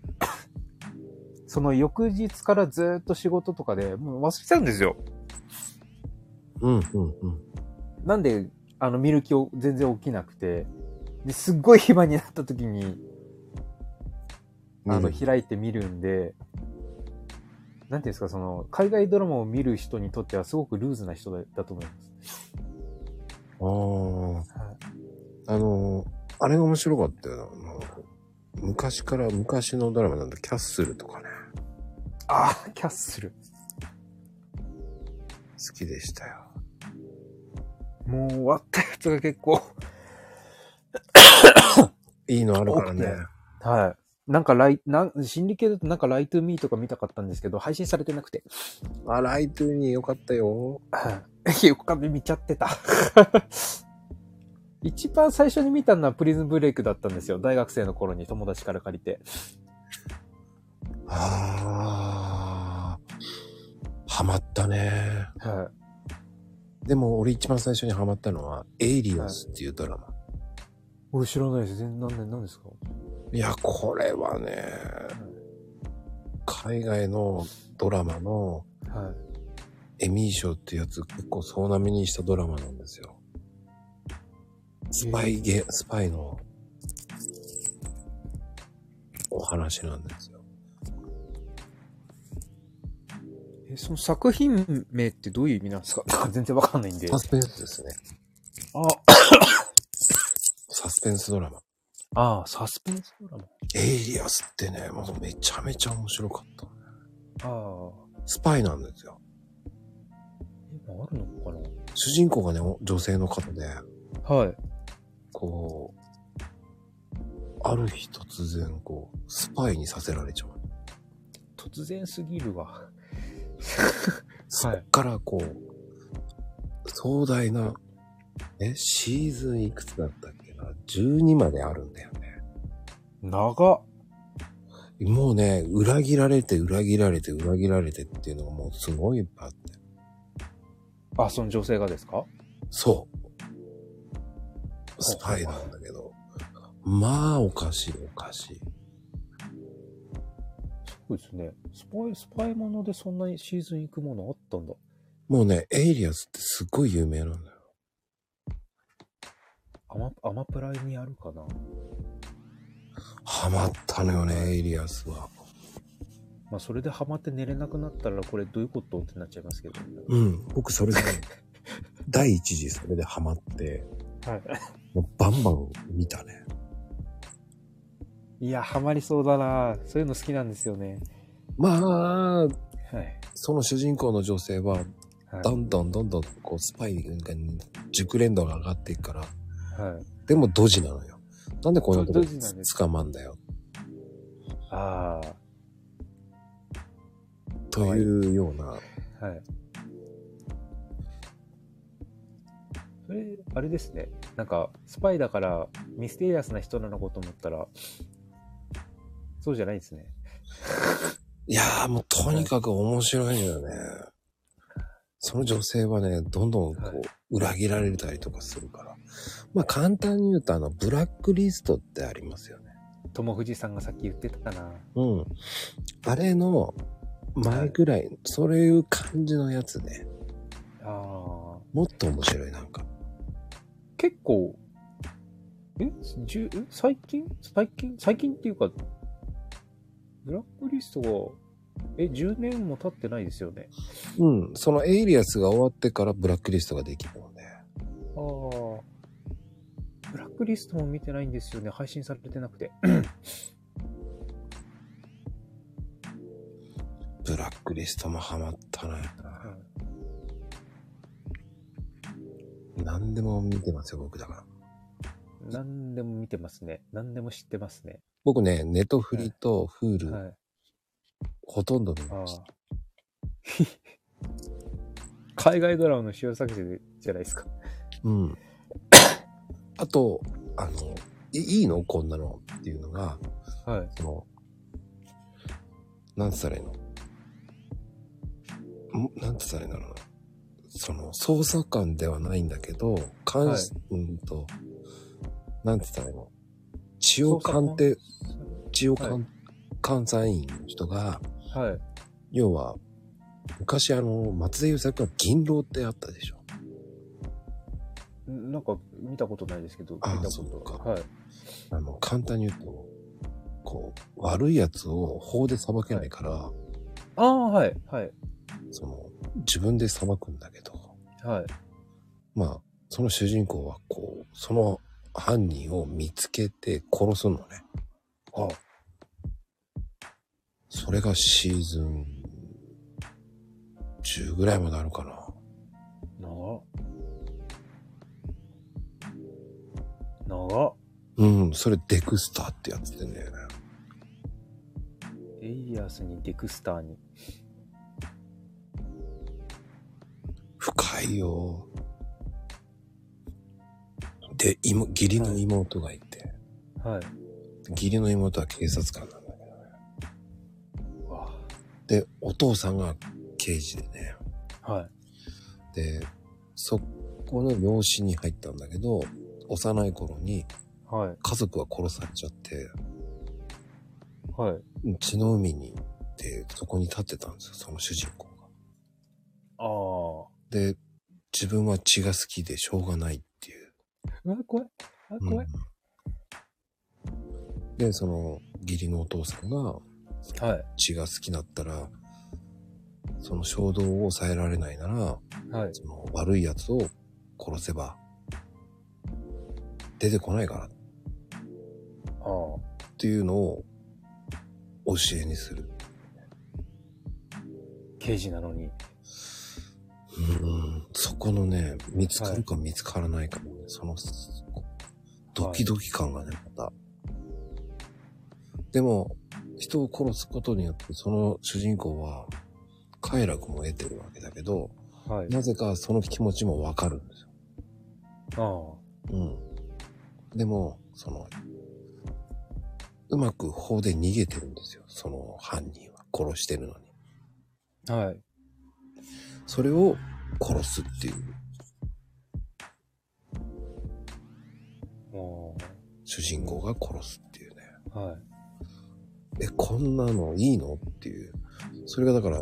Speaker 2: その翌日からずーっと仕事とかで、もう忘れちゃうんですよ。
Speaker 1: うんうんうん。
Speaker 2: なんで、あの、見る気を全然起きなくて、ですっごい暇になった時に、あの、
Speaker 1: うん
Speaker 2: 開いて見るんで、なんていうんですか、その、海外ドラマを見る人にとってはすごくルーズな人だだと思います。
Speaker 1: ああ。あのー、あれが面白かったよな。あの昔から、昔のドラマなんだ、キャッスルとかね。
Speaker 2: ああ、キャッスル。
Speaker 1: 好きでしたよ。
Speaker 2: もう終わったやつが結構。
Speaker 1: いいのあるからね。
Speaker 2: はい。なんかライ、なん、心理系だとなんかライトゥーミーとか見たかったんですけど、配信されてなくて。
Speaker 1: あ、ライトゥーに良かったよ。
Speaker 2: 横壁見ちゃってた。 一番最初に見たのはプリズンブレイクだったんですよ。大学生の頃に友達から借りて。
Speaker 1: ああ。ハマったね。
Speaker 2: は
Speaker 1: でも俺一番最初にハマったのは、エイリアンスっていうドラマ。
Speaker 2: い。俺知らないです。全然、なんで、なんですか
Speaker 1: いや、これはね、海外のドラマの
Speaker 2: はい。
Speaker 1: エミー賞ってやつ結構総なめにしたドラマなんですよ。スパイゲ、スパイのお話なんですよ。
Speaker 2: え、その作品名ってどういう意味なんですかなんか 全然わかんないんで。
Speaker 1: サスペンスですね。
Speaker 2: あ、
Speaker 1: サスペンスドラマ。
Speaker 2: ああ、サスペンスドラマ。
Speaker 1: エイリアスってね、もうめちゃめちゃ面白かった。
Speaker 2: ああ、
Speaker 1: スパイなんですよ。
Speaker 2: 今あるのか
Speaker 1: 主人公がね、お女性の方で、
Speaker 2: なはい。
Speaker 1: こう、ある日突然、こう、スパイにさせられちゃう。
Speaker 2: 突然すぎる わ。
Speaker 1: そっからこう、壮大な、え、シーズンいくつだったっけな ?12 まであるんだよね。
Speaker 2: 長っ。
Speaker 1: もうね、裏切られて、裏切られて、裏切られてっていうのがもうすごいいっぱいあって。
Speaker 2: あ、その女性がですか
Speaker 1: そう。スパイなんだけど。まあ、おかしい、おかしい。
Speaker 2: そうですね。スパイ、スパイものでそんなにシーズン行くものあったんだ。
Speaker 1: もうね、エイリアスってすっごい有名なんだよ。
Speaker 2: アマ、アマプラにあるかな
Speaker 1: ハマったのよね、エイリアスは。
Speaker 2: まあ、それでハマって寝れなくなったら、これどういうことってなっちゃいますけど。
Speaker 1: うん、僕それ で、第一次それでハマって、
Speaker 2: はい。
Speaker 1: もうバンバン見たね。
Speaker 2: いや、ハマりそうだなそういうの好きなんですよね。
Speaker 1: まあ、
Speaker 2: はい。
Speaker 1: その主人公の女性は、どんどんどんどん、こう、スパイに熟練度が上がっていくから、
Speaker 2: はい。
Speaker 1: でもドジなのよ。なんでこんなこと
Speaker 2: ドジなんです
Speaker 1: 捕まんだよ。
Speaker 2: あ
Speaker 1: というような、
Speaker 2: あ、はい。それ、あれですね。なんか、スパイだから、ミステリアスな人なのかと思ったら、そうじゃないですね。
Speaker 1: いやーもうとにかく面白いのよね。その女性はね、どんどんこ、
Speaker 2: はいう
Speaker 1: 裏切られたりとかするから。まあ簡単に言うと、あの、ブラックリストってありますよね。
Speaker 2: 友藤さんがさっき言ってたな
Speaker 1: うん。あれの前ぐらい、そういう感じのやつね。
Speaker 2: ああ。
Speaker 1: もっと面白い、なんか。
Speaker 2: 結構、えじゅえ最近最近最近っていうか、ブラックリストが、え、10年も経ってないですよね。
Speaker 1: うん。そのエイリアスが終わってからブラックリストができるので。
Speaker 2: ああ。ブラックリストも見てないんですよね。配信されてなくて。
Speaker 1: ブラックリストもハマったね。何でも見てますよ、僕だから。
Speaker 2: 何でも見てますね。何でも知ってますね。
Speaker 1: 僕ね、ネトフリとフール、
Speaker 2: はい。
Speaker 1: ほとんど見
Speaker 2: あ
Speaker 1: ました。
Speaker 2: あ。 海外ドラマの主要作者じゃないですか。
Speaker 1: うん。 あと、あの、いいいのこんなのっていうのが、
Speaker 2: はい。
Speaker 1: その、なんつったらいいのんなんつったらいいんだろうな。その、捜査官ではないんだけど、監視、うんと、なんつったらいいの血を鑑定、血を鑑、監査員の人が、
Speaker 2: はい。
Speaker 1: 要は、昔あの、松田優作が銀狼ってあったでしょ。
Speaker 2: なんか見たことないですけど、見
Speaker 1: あー
Speaker 2: たこ
Speaker 1: そう
Speaker 2: と
Speaker 1: か
Speaker 2: はい。
Speaker 1: あの、簡単に言うと、こう、悪い奴を法で裁けないから、
Speaker 2: ああ、はい、はい、
Speaker 1: その、自分で裁くんだけど、
Speaker 2: はい。
Speaker 1: まあ、その主人公はこう、その犯人を見つけて殺すのね。
Speaker 2: あ
Speaker 1: それがシーズン10ぐらいまであるかな。
Speaker 2: 長っ長っ
Speaker 1: うん、それデクスターってやつでね。
Speaker 2: エイリアスにデクスターに。
Speaker 1: 深いよ。で、妹義理の妹がいて、
Speaker 2: はい。
Speaker 1: 義理の妹は警察官なんだけどね。
Speaker 2: わ
Speaker 1: で、お父さんが刑事でね。
Speaker 2: あはい。
Speaker 1: で、そこの養子に入ったんだけど、幼い頃に
Speaker 2: はい。
Speaker 1: 家族は殺されちゃって、
Speaker 2: はい。
Speaker 1: 血の海に行って、そこに立ってたんですよ、その主人公が。
Speaker 2: あああ。
Speaker 1: で、自分は血が好きでしょうがないっていう。
Speaker 4: うわ、怖い。あ、
Speaker 1: うん
Speaker 4: 怖い。
Speaker 1: で、その、義理のお父さんが
Speaker 2: はい。
Speaker 1: 血が好きだったら、その衝動を抑えられないなら、
Speaker 2: はい。
Speaker 1: その悪い奴を殺せば、出てこないからっ
Speaker 2: ああ。
Speaker 1: ていうのを教えにする。
Speaker 2: 刑事なのに。
Speaker 1: うん、そこのね、見つかるか見つからないかもね、その、こドキドキ感がね、また。でも、人を殺すことによって、その主人公は、快楽も得てるわけだけど、
Speaker 2: はい。
Speaker 1: なぜかその気持ちもわかるんですよ。
Speaker 2: ああ。
Speaker 1: うん。でも、その、うまく法で逃げてるんですよ、その犯人は。殺してるのに。
Speaker 2: はい。
Speaker 1: それを殺すっていう
Speaker 2: お
Speaker 1: 主人公が殺すっていうね。
Speaker 2: はい。
Speaker 1: え、こんなのいいのっていう。それがだから、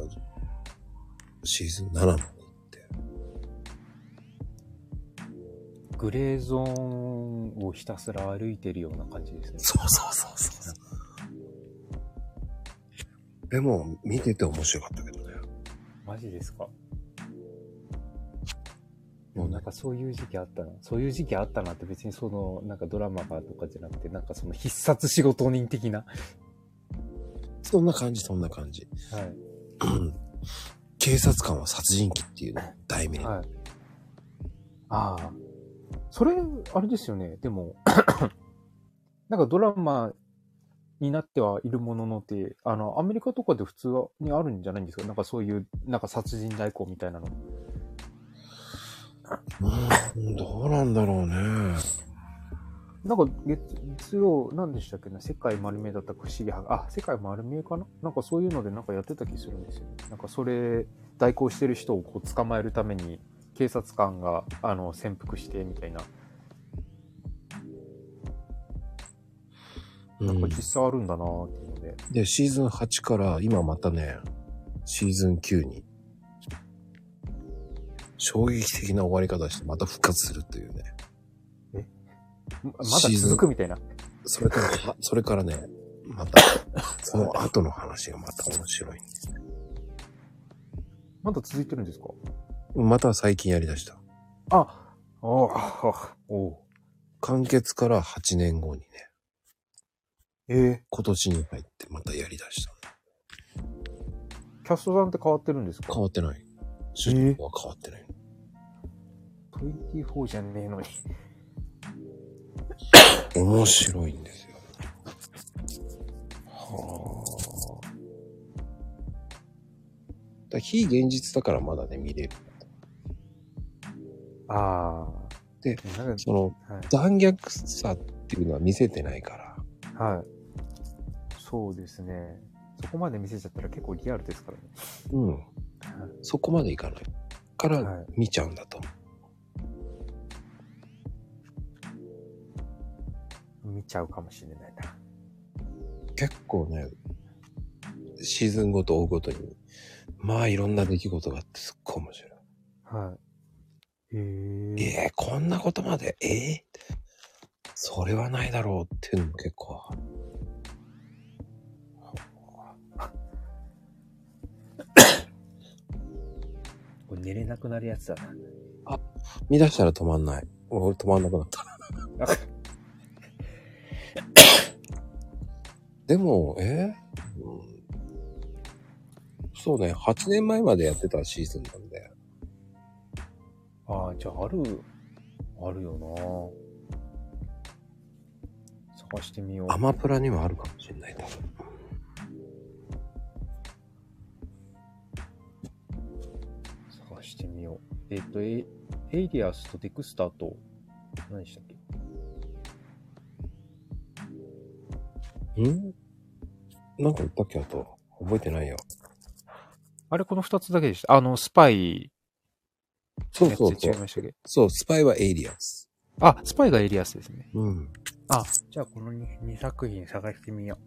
Speaker 1: シーズン7まで行って。
Speaker 2: グレーゾーンをひたすら歩いてるような感じですね。
Speaker 1: そうそうそうそう。でも、見てて面白かったけどね。
Speaker 2: マジですか。
Speaker 1: もう
Speaker 2: な
Speaker 1: ね
Speaker 2: ん、かそういう時期あったな。そういう時期あったなって別にその、なんかドラマがとかじゃなくて、なんかその必殺仕事人的な。
Speaker 1: そんな感じ、そんな感じ。
Speaker 2: はい。
Speaker 1: うん警察官は殺人鬼っていうの題名。
Speaker 2: はい。ああ。それ、あれですよね。でも、 なんかドラマになってはいるもののって、あの、アメリカとかで普通にあるんじゃないんですかなんかそういう、なんか殺人代行みたいなの。
Speaker 1: うん、どうなんだろうね。
Speaker 2: なんか月、月曜、何でしたっけね、世界丸見えだったか不思議は、あ、世界丸見えかななんかそういうのでなんかやってた気するんですよね。なんかそれ、代行してる人をこう捕まえるために、警察官が、あの、潜伏して、みたいな。
Speaker 1: う
Speaker 2: なん
Speaker 1: ん
Speaker 2: か、実際あるんだなーっていうので。
Speaker 1: で、シーズン8から今またね、シーズン9に、衝撃的な終わり方してまた復活するというね。
Speaker 2: ままだ
Speaker 1: シーズン
Speaker 2: 続くみたいな。
Speaker 1: それから、はそれからね、また、その後の話がまた面白い。
Speaker 2: まだ続いてるんですか
Speaker 1: また最近やりだした。
Speaker 2: あ、おうあおう
Speaker 1: 完結から8年後にね、
Speaker 2: え
Speaker 1: 今年に入ってまたやりだした。
Speaker 2: ー、キャストさんって変わってるんですか
Speaker 1: 変わってない。主人公は変わってない。
Speaker 2: ?24 じゃねえのに。
Speaker 1: 面白いんですよ。
Speaker 2: は
Speaker 1: だから非現実だからまだね、見れる。
Speaker 2: あ。ああ。
Speaker 1: で
Speaker 2: なんか
Speaker 1: その、
Speaker 2: はい
Speaker 1: 残虐さっていうのは見せてないから。
Speaker 2: はい。そうですね。そこまで見せちゃったら結構リアルですからね。
Speaker 1: うん。そこまでいかない。から
Speaker 2: はい
Speaker 1: 見ちゃうんだと思
Speaker 2: 見ちゃうかもしれないな。
Speaker 1: う。結構ね、シーズンごと追うごとに、まあいろんな出来事があってすっごい面白い。
Speaker 2: はい。へえ。
Speaker 1: えー、こんなことまで、えー、それはないだろうっていうのも結構ある。
Speaker 2: これ寝れなくなるやつだな。
Speaker 1: 見出したら止まんない。俺止まんなくなった。でも、えーうん、そうね、8年前までやってたシーズンなんで。
Speaker 2: ああ、じゃあある、あるよな。探してみよう。
Speaker 1: アマプラにはあるかもしれない、多分。
Speaker 2: 探してみよう。えっ、と、エエイリアスとデクスターと、何でしたっけ
Speaker 1: んなんか言ったっけあと。覚えてないよ。
Speaker 2: あれ、この二つだけでした。あの、スパイ、
Speaker 1: そうそうそ。
Speaker 2: 違いうましたっけ
Speaker 1: そう、スパイはエイリアンス。
Speaker 2: あ、スパイがエイリアスですね。
Speaker 1: うん。
Speaker 2: あ、じゃあこの 2, 作品探してみよ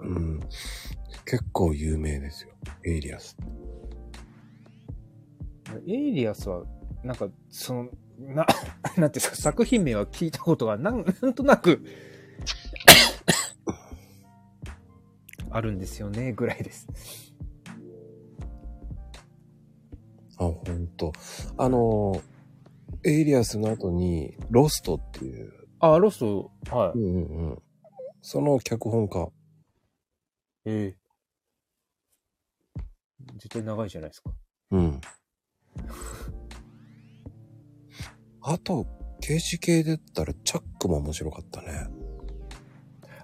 Speaker 1: うん。結構有名ですよ。エイリアス。
Speaker 2: エイリアスは、なんか、その、な、 なんていうんですか、作品名は聞いたことが、なん、 なんとなく、あるんですよね、ぐらいです。
Speaker 1: あ、ほんと。あの、エイリアスの後に、ロストっていう、
Speaker 2: あ、ロスト、は
Speaker 1: う
Speaker 2: い。
Speaker 1: んうんうん。その脚本家。
Speaker 2: ええ絶対長いじゃないですか。
Speaker 1: うん。あと、刑事系だったら、チャックも面白かったね。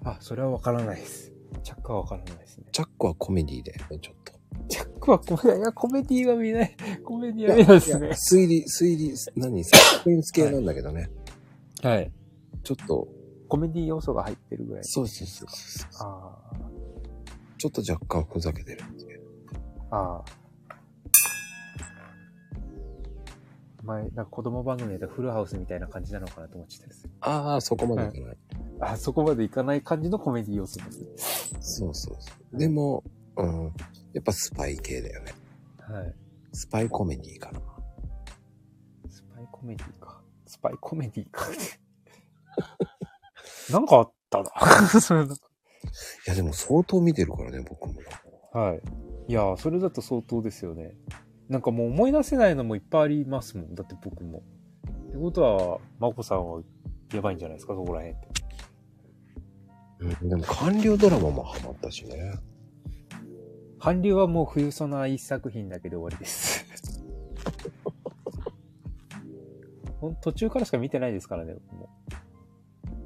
Speaker 2: あ、それはわからないです。チャックはわからないですね。
Speaker 1: チャックはコメディで、ちょっと。
Speaker 2: チャックはコメディいや、コメディは見ない。コメディ
Speaker 1: や
Speaker 2: は見ないで
Speaker 1: いや
Speaker 2: すね。
Speaker 1: 推理、推理、何サスペンス系なんだけどね。
Speaker 2: はい。
Speaker 1: ちょっと、
Speaker 2: コメディ要素が入ってるぐらい。
Speaker 1: そうそうそうそうそう。
Speaker 2: あ
Speaker 1: ちょっと若干ふざけてるっていう。
Speaker 2: あ。ああ。前、なんか子供番組だとフルハウスみたいな感じなのかなと思ってたです。
Speaker 1: ああ、そこまでいかない。
Speaker 2: あ、そこまでいかない感じのコメディ要素ですね。
Speaker 1: そうそうそう。でも、うん、やっぱスパイ系だよね。
Speaker 2: はい。
Speaker 1: スパイコメディかな。
Speaker 2: スパイコメディか。スパイコメディ か。なんかあったな。 それなんか
Speaker 1: いや、でも相当見てるからね、僕も。
Speaker 2: はい。いやー、それだと相当ですよね。なんかもう思い出せないのもいっぱいありますもん。だって僕も。ってことは、まこさんはやばいんじゃないですか、そこら辺って。
Speaker 1: うん、でも韓流ドラマもハマったしね。
Speaker 2: 韓流はもう冬ソナ一作品だけで終わり です。ほん途中からしか見てないですからね、僕も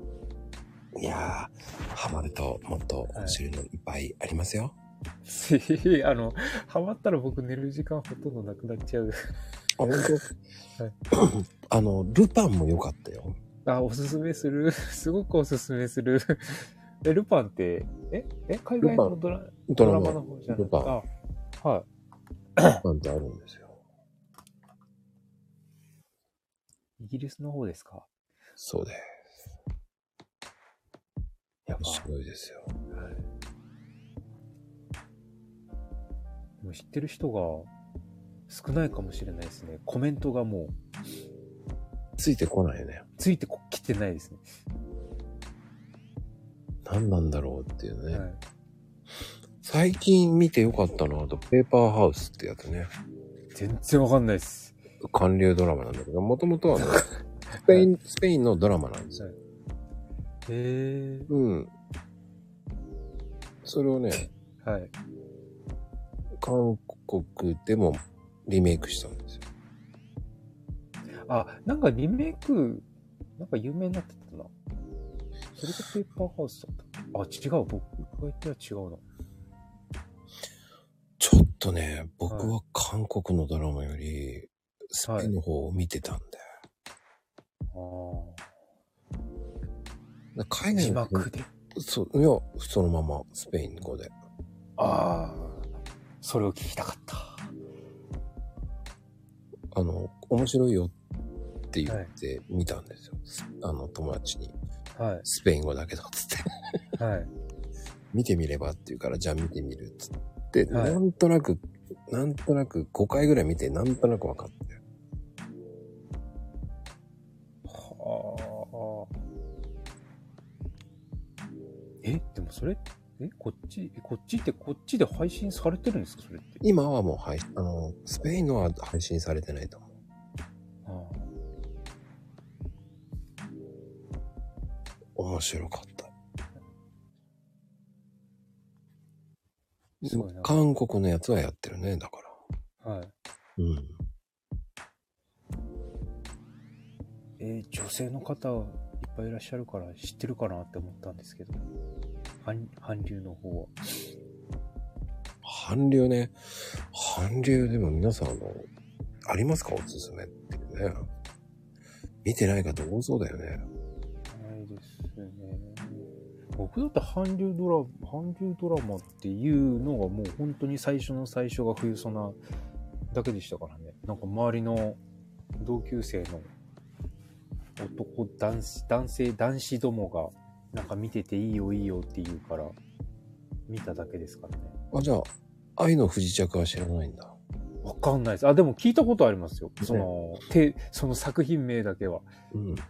Speaker 1: いやー、ハマるともっと面白いのいっぱいありますよ。
Speaker 2: う。あの、ハマったら僕寝る時間ほとんどなくなっちゃう。
Speaker 1: あ、本当、あの、ルパンも良かったよ。
Speaker 2: あ、おすすめする。 すごくおすすめする。え、ルパンって、ええ海外のドラ
Speaker 1: ド
Speaker 2: ド
Speaker 1: ラ
Speaker 2: ラ
Speaker 1: マ、
Speaker 2: マ
Speaker 1: ル
Speaker 2: の方じゃなくて。あはい。
Speaker 1: パンってあるんですよ。
Speaker 2: イギリスの方ですか
Speaker 1: そうです。
Speaker 2: やば
Speaker 1: 面白いですよ。
Speaker 2: もう知ってる人が少ないかもしれないですね。コメントがもう
Speaker 1: ついてこないよね。
Speaker 2: ついてこきてないですね。
Speaker 1: 何なんだろうっていうね。
Speaker 2: はい、
Speaker 1: 最近見てよかったなと、ペーパーハウスってやつね。
Speaker 2: 全然わかんないです。
Speaker 1: 韓流ドラマなんだけど、もともとはね、スペイン、スペインのドラマなんですよ。
Speaker 2: へ
Speaker 1: うん。それをね、
Speaker 2: え。はい。
Speaker 1: 韓国でもリメイクしたんですよ。
Speaker 2: あ、なんかリメイク、なんか有名になってたな。それがペーパーハウスだった。あ、違う。僕が言っては違うな。
Speaker 1: ちょっとね、僕は韓国のドラマより、スペインの方を見てたんだよ。
Speaker 2: あ
Speaker 1: だから
Speaker 2: あ。
Speaker 1: 海
Speaker 2: 字
Speaker 1: 外の
Speaker 2: 幕で。
Speaker 1: そう、いや、そのまま、スペイン語で。
Speaker 2: ああ。それを聞きたかった。
Speaker 1: あの、面白いよって言って見たんですよ。あの、友達に。
Speaker 2: は
Speaker 1: スペイン語だけど、つって。
Speaker 2: い。はい。
Speaker 1: 見てみればって言うから、じゃあ見てみる、つって。
Speaker 2: はい
Speaker 1: なんとなく、なんとなく5回ぐらい見て、なんとなく分かって。
Speaker 2: はあ。え、でもそれ、え、こっち、えこっちってこっちで配信されてるんですかそれって。
Speaker 1: 今はもう配信、あの、スペインのは配信されてないと思う。
Speaker 2: ああ
Speaker 1: 面白かった。
Speaker 2: すごいな
Speaker 1: 韓国のやつはやってるね、だから。
Speaker 2: はい。
Speaker 1: うん。
Speaker 2: えー女性の方いっぱいいらっしゃるから知ってるかなって思ったんですけど。韓韓流の方は。
Speaker 1: 韓流ね。韓流でも皆さん、あの、ありますかおすすめっていうね。見てない方多そうだよね。
Speaker 2: ないですね。僕だって韓流ドラマ、韓流ドラマっていうのがもう本当に最初の最初が冬ソナだけでしたからね。なんか周りの同級生の男、男子、男性、男子どもがなんか見てていいよいいよって言うから、見ただけですからね。
Speaker 1: あ、じゃあ、愛の不時着は知らないんだ。
Speaker 2: わかんないです。あ、でも聞いたことありますよ。
Speaker 1: ね
Speaker 2: その、て、その作品名だけは。
Speaker 1: うん。で、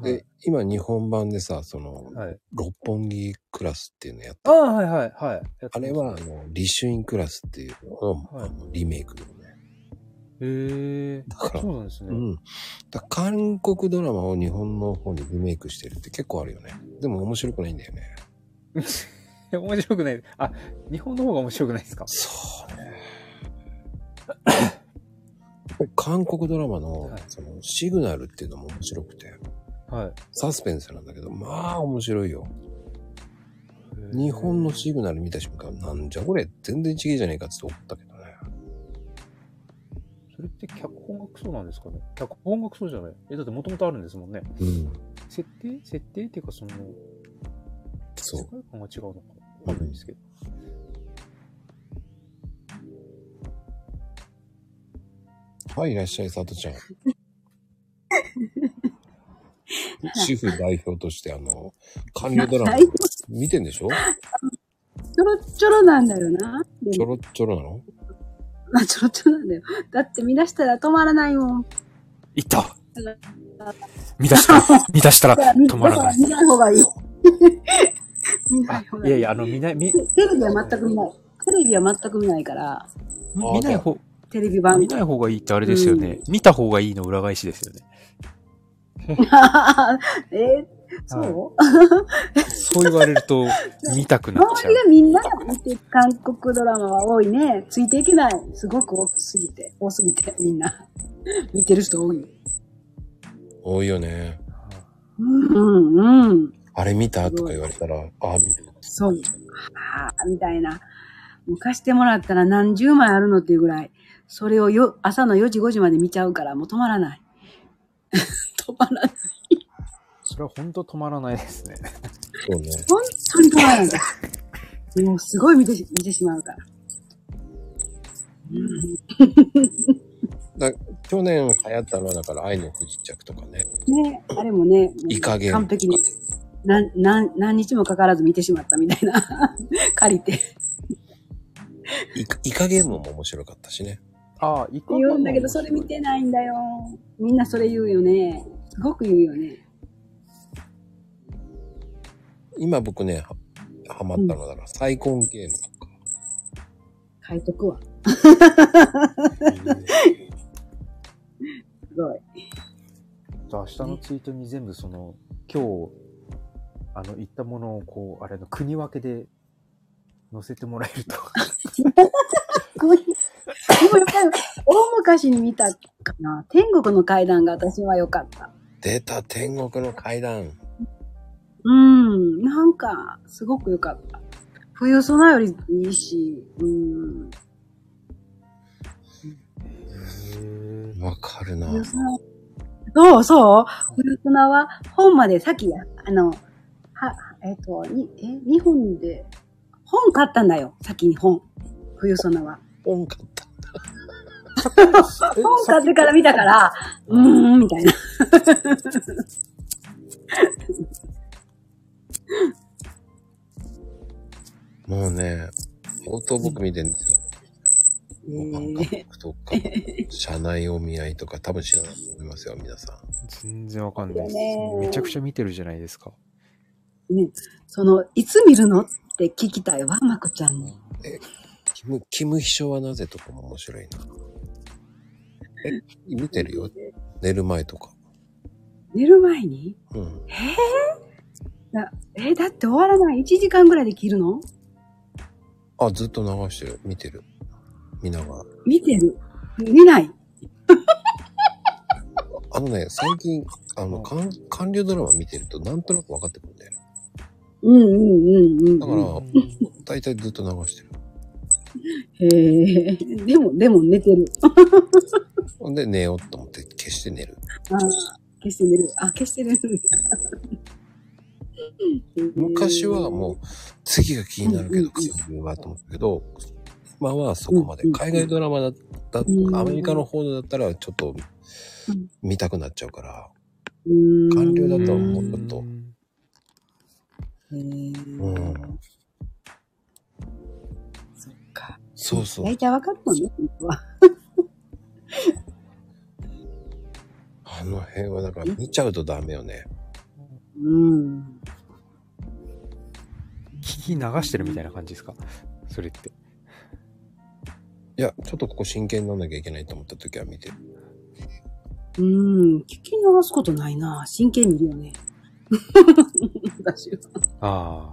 Speaker 2: はい、
Speaker 1: 今日本版でさ、その、
Speaker 2: はい。
Speaker 1: 六本木クラスっていうのやっ
Speaker 2: ああ、はいはいはい。やってます
Speaker 1: あれは、あ、の、リシュインクラスっていうのを、
Speaker 2: は
Speaker 1: あ
Speaker 2: い
Speaker 1: のリメイクだよね。
Speaker 2: へえ
Speaker 1: だから
Speaker 2: そうなんですね。
Speaker 1: うん。だから韓国ドラマを日本の方にリメイクしてるって結構あるよね。でも面白くないんだよね。
Speaker 2: いや面白くない。あ、日本の方が面白くないですか
Speaker 1: そうね。韓国ドラマの
Speaker 2: はい、
Speaker 1: その、シグナルっていうのも面白くて、
Speaker 2: はい。
Speaker 1: サスペンスなんだけど、まあ面白いよ。日本のシグナル見た瞬間、なんじゃこれ、全然違えじゃねえかって思ったけどね。
Speaker 2: それって脚本がクソなんですかね脚本がクソじゃない。え、だってもともとあるんですもんね。
Speaker 1: うん。
Speaker 2: 設定設定っていうかその、
Speaker 1: そ
Speaker 2: 世
Speaker 1: う。
Speaker 2: 界観が違うのかなわかんないですけど。
Speaker 1: はい、いらっしゃい、さとちゃ ん。主婦代表として、あの、韓流ドラマ
Speaker 6: はい
Speaker 1: 見てんでしょ
Speaker 6: ちょろちょろなんだよな。で
Speaker 1: ちょ
Speaker 6: も、
Speaker 1: ろちょろなの
Speaker 6: まあ、ちょろちょろなんだよ。だって見出したら止まらないもん。
Speaker 4: いた
Speaker 6: だ
Speaker 4: 見出した見出したら
Speaker 6: から、
Speaker 4: 止まらない。
Speaker 6: 見ない方がいい。見ない方が
Speaker 2: い
Speaker 6: いい。
Speaker 2: やいや、あの、見ない、見、
Speaker 6: テレビは全く見ない。テレビは全く見ないから、
Speaker 4: 見ない方、
Speaker 6: テレビ版。
Speaker 4: 見ない方がいいってあれですよね。見た方がいいの裏返しですよね。
Speaker 6: えーそう、
Speaker 4: そう言われる と、見たくなっちゃ
Speaker 6: 周り
Speaker 4: う。
Speaker 6: がみんなが見てる韓国ドラマは多いね。ついていけない。すごく多すぎて、多すぎて、みんな。見てる人多い。
Speaker 1: 多いよね。
Speaker 6: うん、うん、うん。
Speaker 1: あれ見たとか言われたら、あ、見た。
Speaker 6: そう。ああ、みたいな。昔してもらったら何十枚あるのっていうぐらい。それをよ、朝の4時5時まで見ちゃうから、もう止まらない。 止まらない。
Speaker 4: それは本当止まらないですね。
Speaker 1: そうね。
Speaker 6: 本当に止まらない。もうすごい見てし、見てしまうから。
Speaker 1: だ去年流行ったのは、だから、愛の不時着とかね。
Speaker 6: ねあれもね、もう
Speaker 1: いい加減
Speaker 6: 完璧に。なん、なん、何日もかからず見てしまったみたいな。 借りて。
Speaker 1: イカイカゲームも面白かったしね。
Speaker 4: ああ、行く
Speaker 6: 言うんだけど、それ見てないんだよ。みんなそれ言うよね。すごく言うよね。
Speaker 1: 今僕ね、はハマったのはだから、再婚ゲームとか。
Speaker 6: 書いとくわ。すごい。
Speaker 2: 明日のツイートに全部その、今日、あの、言ったものをこう、あれの国分けで載せてもらえると。
Speaker 6: こういう、でもやっぱり大昔に見たかな。天国の階段が私は良かった。
Speaker 1: 出た、天国の階段。
Speaker 6: うん、なんか、すごく良かった。冬空よりいいし、うん、
Speaker 1: わかるな。
Speaker 6: 冬空。そうそう冬空は本まで先や、あの、は、えっ、と、に、え、日本で、本買ったんだよ、先に本。冬空は。
Speaker 1: 本買った。
Speaker 6: 本買ってから見たから、うーん、みたいな。
Speaker 1: もうね、相当僕見てんですよ。
Speaker 6: え
Speaker 1: 万
Speaker 6: ー、
Speaker 1: 博とか、社内お見合いとか、多分知らないと思いますよ、皆さん。
Speaker 4: 全然わかんないです
Speaker 6: いやね。ー
Speaker 4: めちゃくちゃ見てるじゃないですか。
Speaker 6: ね、その、いつ見るのって聞きたいわ、まこちゃんに。
Speaker 1: キム、キム秘書はなぜとかも面白いな。え、見てるよ。寝る前とか。
Speaker 6: 寝る前に
Speaker 1: うん。
Speaker 6: えだって終わらない。1時間ぐらいで切るの
Speaker 1: あ、ずっと流してる。見てる。見ながら。
Speaker 6: 見てる。見ない。
Speaker 1: あのね、最近、あの、韓韓流ドラマ見てると、なんとなく分かってくるんだよね。
Speaker 6: うんうんうんうん。
Speaker 1: だから、大体ずっと流してる。
Speaker 6: へえ。でも、でも寝てる。
Speaker 1: ほんで、寝ようと思って消して寝る。
Speaker 6: あ消して寝る。あ、消して寝る。
Speaker 1: 昔はもう、次が気になるけど、韓流はと思ったけど、今はそこまで。海外ドラマだった、
Speaker 6: うん
Speaker 1: アメリカの方だったら、ちょっと
Speaker 6: うん、
Speaker 1: 見たくなっちゃうから。
Speaker 6: うん、
Speaker 1: 韓流だと
Speaker 6: へ
Speaker 1: もうちょっと。
Speaker 6: え
Speaker 1: うん。そうそう。
Speaker 6: 大体わかるもんね、本当は。
Speaker 1: あの辺はだから見ちゃうとダメよね。
Speaker 6: うん。
Speaker 2: 聞き流してるみたいな感じですかそれって。
Speaker 1: いや、ちょっとここ真剣になんなきゃいけないと思った時は見てる。
Speaker 6: うん。聞き流すことないな。真剣にいるよね。 私は。
Speaker 2: ああ。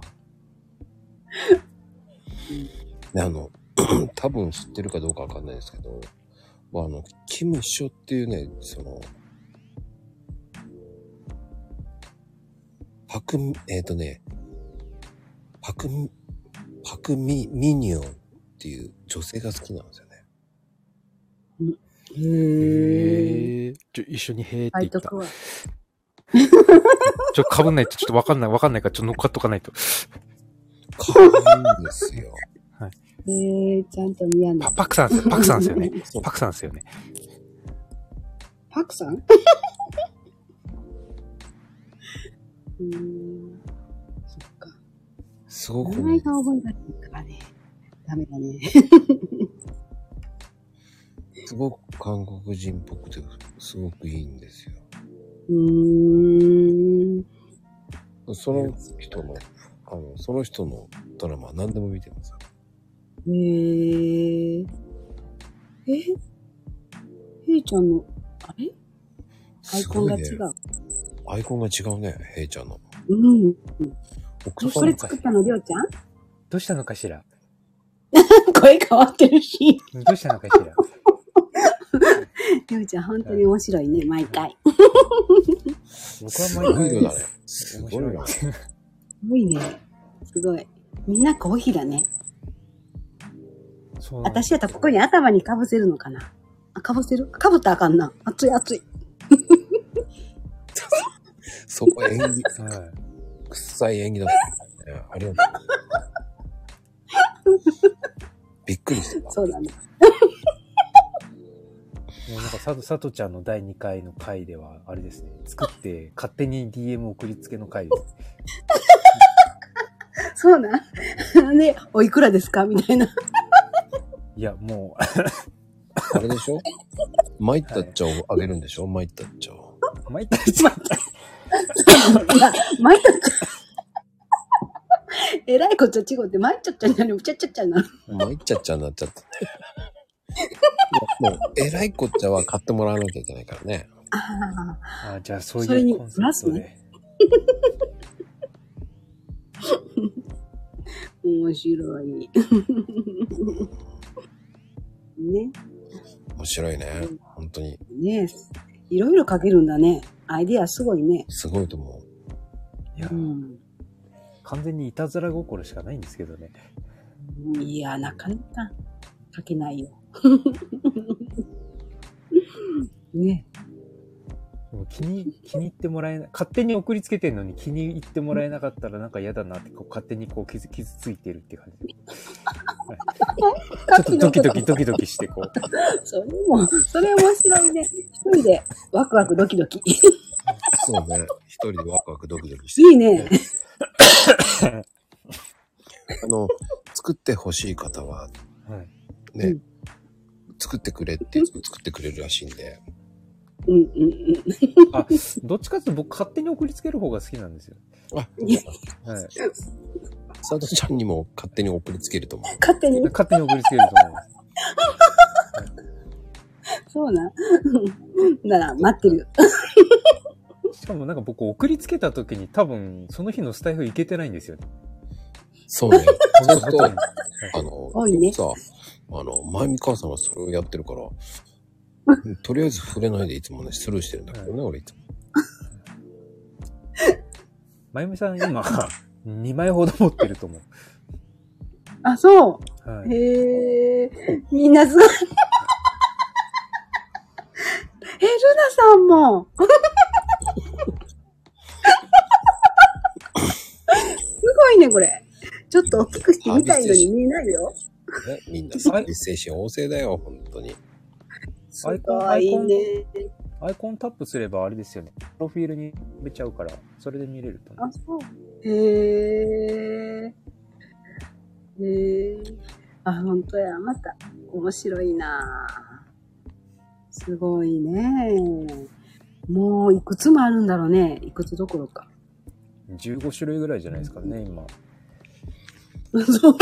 Speaker 1: であの、 多分知ってるかどうかわかんないですけど、まあ、あの、キム秘書っていうね、その、パク、えっ、とね、パク、パクミ、ミニオンっていう女性が好きなんですよね。
Speaker 6: へえ。
Speaker 2: え。ちょ、一緒にへーって
Speaker 6: バ
Speaker 2: 言っ
Speaker 6: イ
Speaker 2: た
Speaker 6: ト。くわ。
Speaker 2: ちょ、かぶんないとちょっとわかんない、わかんないから、ちょっと乗っかっとかないと。
Speaker 1: かわいいんです よ。
Speaker 6: へえ、ちゃんと見やな
Speaker 2: パ、
Speaker 6: い。
Speaker 2: パクさんですよ。パクさんですよね。パクさんですよね。
Speaker 6: パクさんうん。そっか。
Speaker 1: すごく
Speaker 6: 名
Speaker 1: ね、
Speaker 6: 前が覚えられないからね。ダメだね。
Speaker 1: すごく韓国人っぽくて、すごくいいんですよ。
Speaker 6: うーん。
Speaker 1: その人の、あの、その人のドラマは何でも見てます。
Speaker 6: へえ。えヘイちゃんの、あれアイ
Speaker 1: す
Speaker 6: コン
Speaker 1: ごい
Speaker 6: が
Speaker 1: ね
Speaker 6: 違う。
Speaker 1: アイコンが違うね、ヘイちゃんの。
Speaker 6: うん。
Speaker 1: 奥
Speaker 6: そ
Speaker 1: さ
Speaker 6: れ
Speaker 1: ん
Speaker 6: 作ったのりょうちゃん
Speaker 2: どうしたのかしら
Speaker 6: 声変わってるし。
Speaker 2: どうしたのかしら
Speaker 6: りょうちゃん、本当に面白いね、毎回。
Speaker 2: 僕
Speaker 1: す
Speaker 2: は
Speaker 1: ごい
Speaker 2: 毎
Speaker 1: よ
Speaker 2: 回
Speaker 1: だね。す
Speaker 2: 面
Speaker 1: ごい
Speaker 2: 白い
Speaker 1: な。
Speaker 6: すごいね。すごい。みんなコーヒーだね。
Speaker 2: そうなんです
Speaker 6: 私やったらここに頭にかぶせるのかな。あ、かぶせるかぶったらあかんな。熱い熱い。
Speaker 1: そこ演技、
Speaker 2: はい
Speaker 1: 臭い演技だった、ね。ありがとう。びっくりした。
Speaker 6: そうだね。
Speaker 2: もうなんかさと、さとちゃんの第2回の回では、あれですね、作って、勝手に DM 送りつけの回です。
Speaker 6: そう なん。で、おいくらですかみたいな。
Speaker 2: いや、も
Speaker 1: あれでしょ参ったっちゃをあげるんでしょ参ったっちゃを。
Speaker 2: う、 毎回、毎回
Speaker 6: いや、まいちゃっちゃ。 えらいこっちゃ違うって、まいちゃっちゃになる、うちゃっちゃっちゃになる。
Speaker 1: 参っちゃっちゃになっちゃったね。いやもう、えらいこっちゃは買ってもらわなきゃいけないからね。
Speaker 6: ああ、
Speaker 2: あじゃあそう
Speaker 6: それ
Speaker 2: い
Speaker 6: に
Speaker 2: うコンセプト
Speaker 6: プラス
Speaker 2: で。
Speaker 6: 面白い。 ね、
Speaker 1: 面白いね。本当に。
Speaker 6: ねいろいろ書けるんだね。アイディアすごいね。
Speaker 1: すごいと思う。
Speaker 2: いや
Speaker 6: う、ん。
Speaker 2: 完全にいたずら心しかないんですけどね。
Speaker 6: いや、なかなか書けないよ。 ね
Speaker 2: でも気に、気に入ってもらえな、勝手に送りつけてんのに気に入ってもらえなかったらなんか嫌だなって、こう勝手にこう傷、傷ついてるって感じで。ちょっとドキドキドキドキしてこう。
Speaker 6: それも、それ面白いね。一人でワクワクドキドキ。
Speaker 1: そうね。一人でワクワクドキドキして
Speaker 6: いいね。
Speaker 1: あの、作ってほしい方は、
Speaker 2: はい。
Speaker 1: ね、
Speaker 6: うん
Speaker 1: 作ってくれって言うと作ってくれるらしいんで、
Speaker 6: うんうんうん。
Speaker 2: あ、どっちかっていうと僕勝手に送りつける方が好きなんですよ。
Speaker 1: あ、
Speaker 2: はい。
Speaker 1: サトちゃんにも勝手に送りつけると思う。
Speaker 6: 勝手に。
Speaker 2: 勝手に送りつけると思います。
Speaker 6: そうなん。 なら、待ってるよ。
Speaker 2: しかもなんか僕送りつけた時に多分その日のスタイフいけてないんですよね。
Speaker 1: そうね。そうすると、
Speaker 2: 本
Speaker 1: あの、
Speaker 6: 多いね
Speaker 1: さ、あの、前見母さんがそれをやってるから、とりあえず触れないでいつもね、スルーしてるんだけどね、俺いつも。
Speaker 2: まゆみさん今2枚ほど持ってると思。
Speaker 6: あ、そう
Speaker 2: は
Speaker 6: う。
Speaker 2: い。
Speaker 6: へえ。みんなすごい。え、 ルナさんも。 すごいね、これ。ちょっと大きくしてみたいのに見えないよ。
Speaker 1: ね、みんな、サービス精神旺盛だよ、本当に。
Speaker 6: す
Speaker 2: あれ
Speaker 6: ごいね。
Speaker 2: アイコンタップすればあれですよね。プロフィールに飛べちゃうから、それで見れると思
Speaker 6: あ
Speaker 2: う。、
Speaker 6: そう。へえ。へえ。あ、本当や。また、面白いなぁすごいね。もう、いくつもあるんだろうね。いくつどころか。
Speaker 2: 15種類ぐらいじゃないですかね、今。
Speaker 6: そう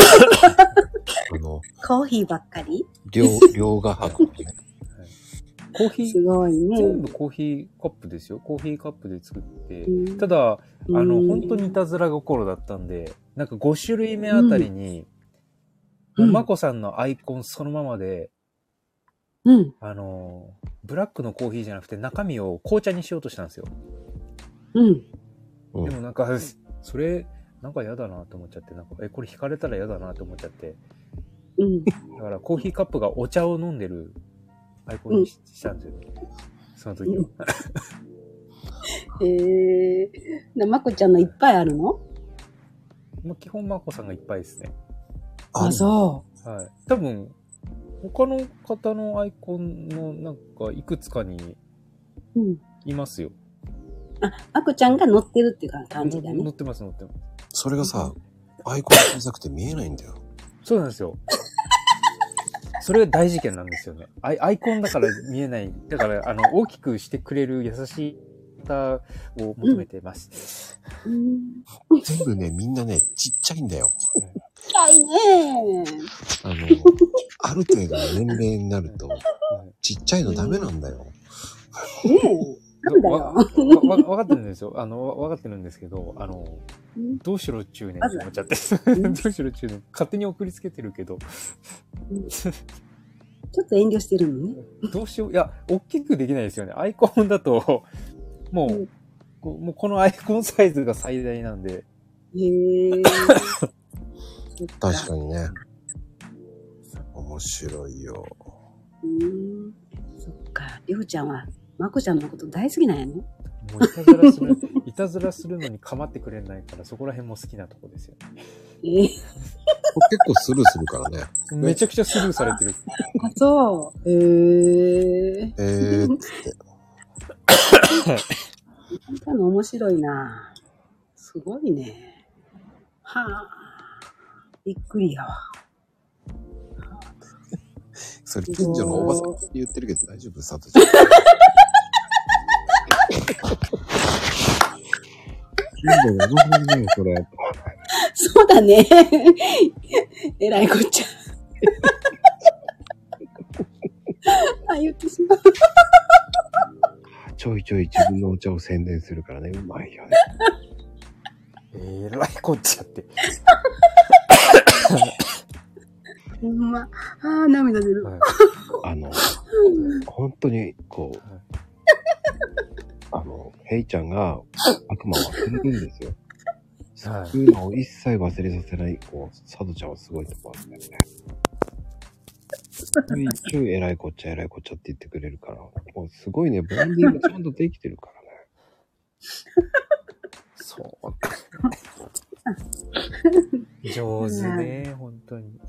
Speaker 1: あの、
Speaker 6: コーヒーばっかり
Speaker 1: 両、両が白。
Speaker 2: コーヒ
Speaker 6: す
Speaker 2: ー、
Speaker 6: ごいね。
Speaker 2: 全部コーヒーカップですよ。コーヒーカップで作って。
Speaker 6: うん
Speaker 2: ただ、あの、
Speaker 6: うん
Speaker 2: 本当にいたずら心だったんで、なんか5種類目あたりに、
Speaker 6: う
Speaker 2: も
Speaker 6: ん
Speaker 2: うまこさんのアイコンそのままで、
Speaker 6: うん。
Speaker 2: あの、ブラックのコーヒーじゃなくて中身を紅茶にしようとしたんですよ。
Speaker 6: うん。
Speaker 1: うん
Speaker 2: でもなんか、 それ、なんか嫌だなと思っちゃって、なんか、え、これ引かれたら嫌だなと思っちゃって、
Speaker 6: うん。
Speaker 2: だからコーヒーカップがお茶を飲んでるアイコンにししたんですよね。その時は。
Speaker 6: えー。なまこちゃんのいっぱいあるの
Speaker 2: もう基本まこさんがいっぱいですね。
Speaker 1: あ
Speaker 6: そ
Speaker 2: はい。多分、他の方のアイコンのなんかいくつかに
Speaker 6: う。うん。
Speaker 2: いますよ。
Speaker 6: まこちゃんが乗ってるっていう感じだ
Speaker 2: の乗
Speaker 6: ね
Speaker 2: っ。てます、乗ってます。
Speaker 1: それがさ、アイコン小さくて見えないんだよ。
Speaker 2: そうなんですよ。 それが大事件なんですよね。アイアイコンだから見えない。だから、あの、大きくしてくれる優しい方を求めてます。
Speaker 6: うん。
Speaker 1: 全部ね、みんなね、ちっちゃいんだよ。
Speaker 6: 痛いね
Speaker 1: あの、ある程度の年齢になると、ちっちゃいのダメなんだよ。
Speaker 6: ねえ。 なんだよ
Speaker 2: わわわわかってるんですよ。あの、わわかってるんですけど、あの、
Speaker 6: うん
Speaker 2: どうしろ中年って
Speaker 6: まず
Speaker 2: 思っちゃって。
Speaker 6: うん
Speaker 2: どうしろ中年。勝手に送りつけてるけど、
Speaker 6: ちょっと遠慮してるのね。
Speaker 2: どうしよう。いや、大きくできないですよね。アイコンだと、も
Speaker 6: う、
Speaker 2: うんこもうこのアイコンサイズが最大なんで、
Speaker 6: へえ。
Speaker 1: 確かにね。面白いよ。
Speaker 6: に。うん。そっか。りょうちゃんは、まこちゃんのこと大好きなんやね。
Speaker 2: もういたずらする、 いたずらするのに構ってくれないから、そこら辺も好きなとこですよね。
Speaker 6: ええ。
Speaker 1: 結構スルーするから ね。
Speaker 2: めちゃくちゃスルーされてる。
Speaker 6: あ、そう。へえ。
Speaker 1: えー、
Speaker 6: 見たの面白いな。すごいね。はあ。びっくりやわ。
Speaker 1: それ近所のおばさんって言ってるけど大丈夫さとちゃん。近所のおばさんね、それ。
Speaker 6: そうだね。えらいこっちゃ。あ、言ってしまう。
Speaker 1: ちょいちょい自分のお茶を宣伝するからね、うまいよね。
Speaker 2: えらいこっちゃって。
Speaker 6: ほんま。ああ、涙出る。
Speaker 2: はい
Speaker 1: あの、本当に、こう、あの、ヘイちゃんが悪魔を忘れるんですよ。
Speaker 2: は
Speaker 1: そういうのを一切忘れさせない、こう、サドちゃんはすごいとこあるんだよね。ちょいちょい偉いこっちゃ偉いこっちゃって言ってくれるから、もうすごいね、ボンディングちゃんとできてるからね。
Speaker 2: そう。 上手ね、本当に。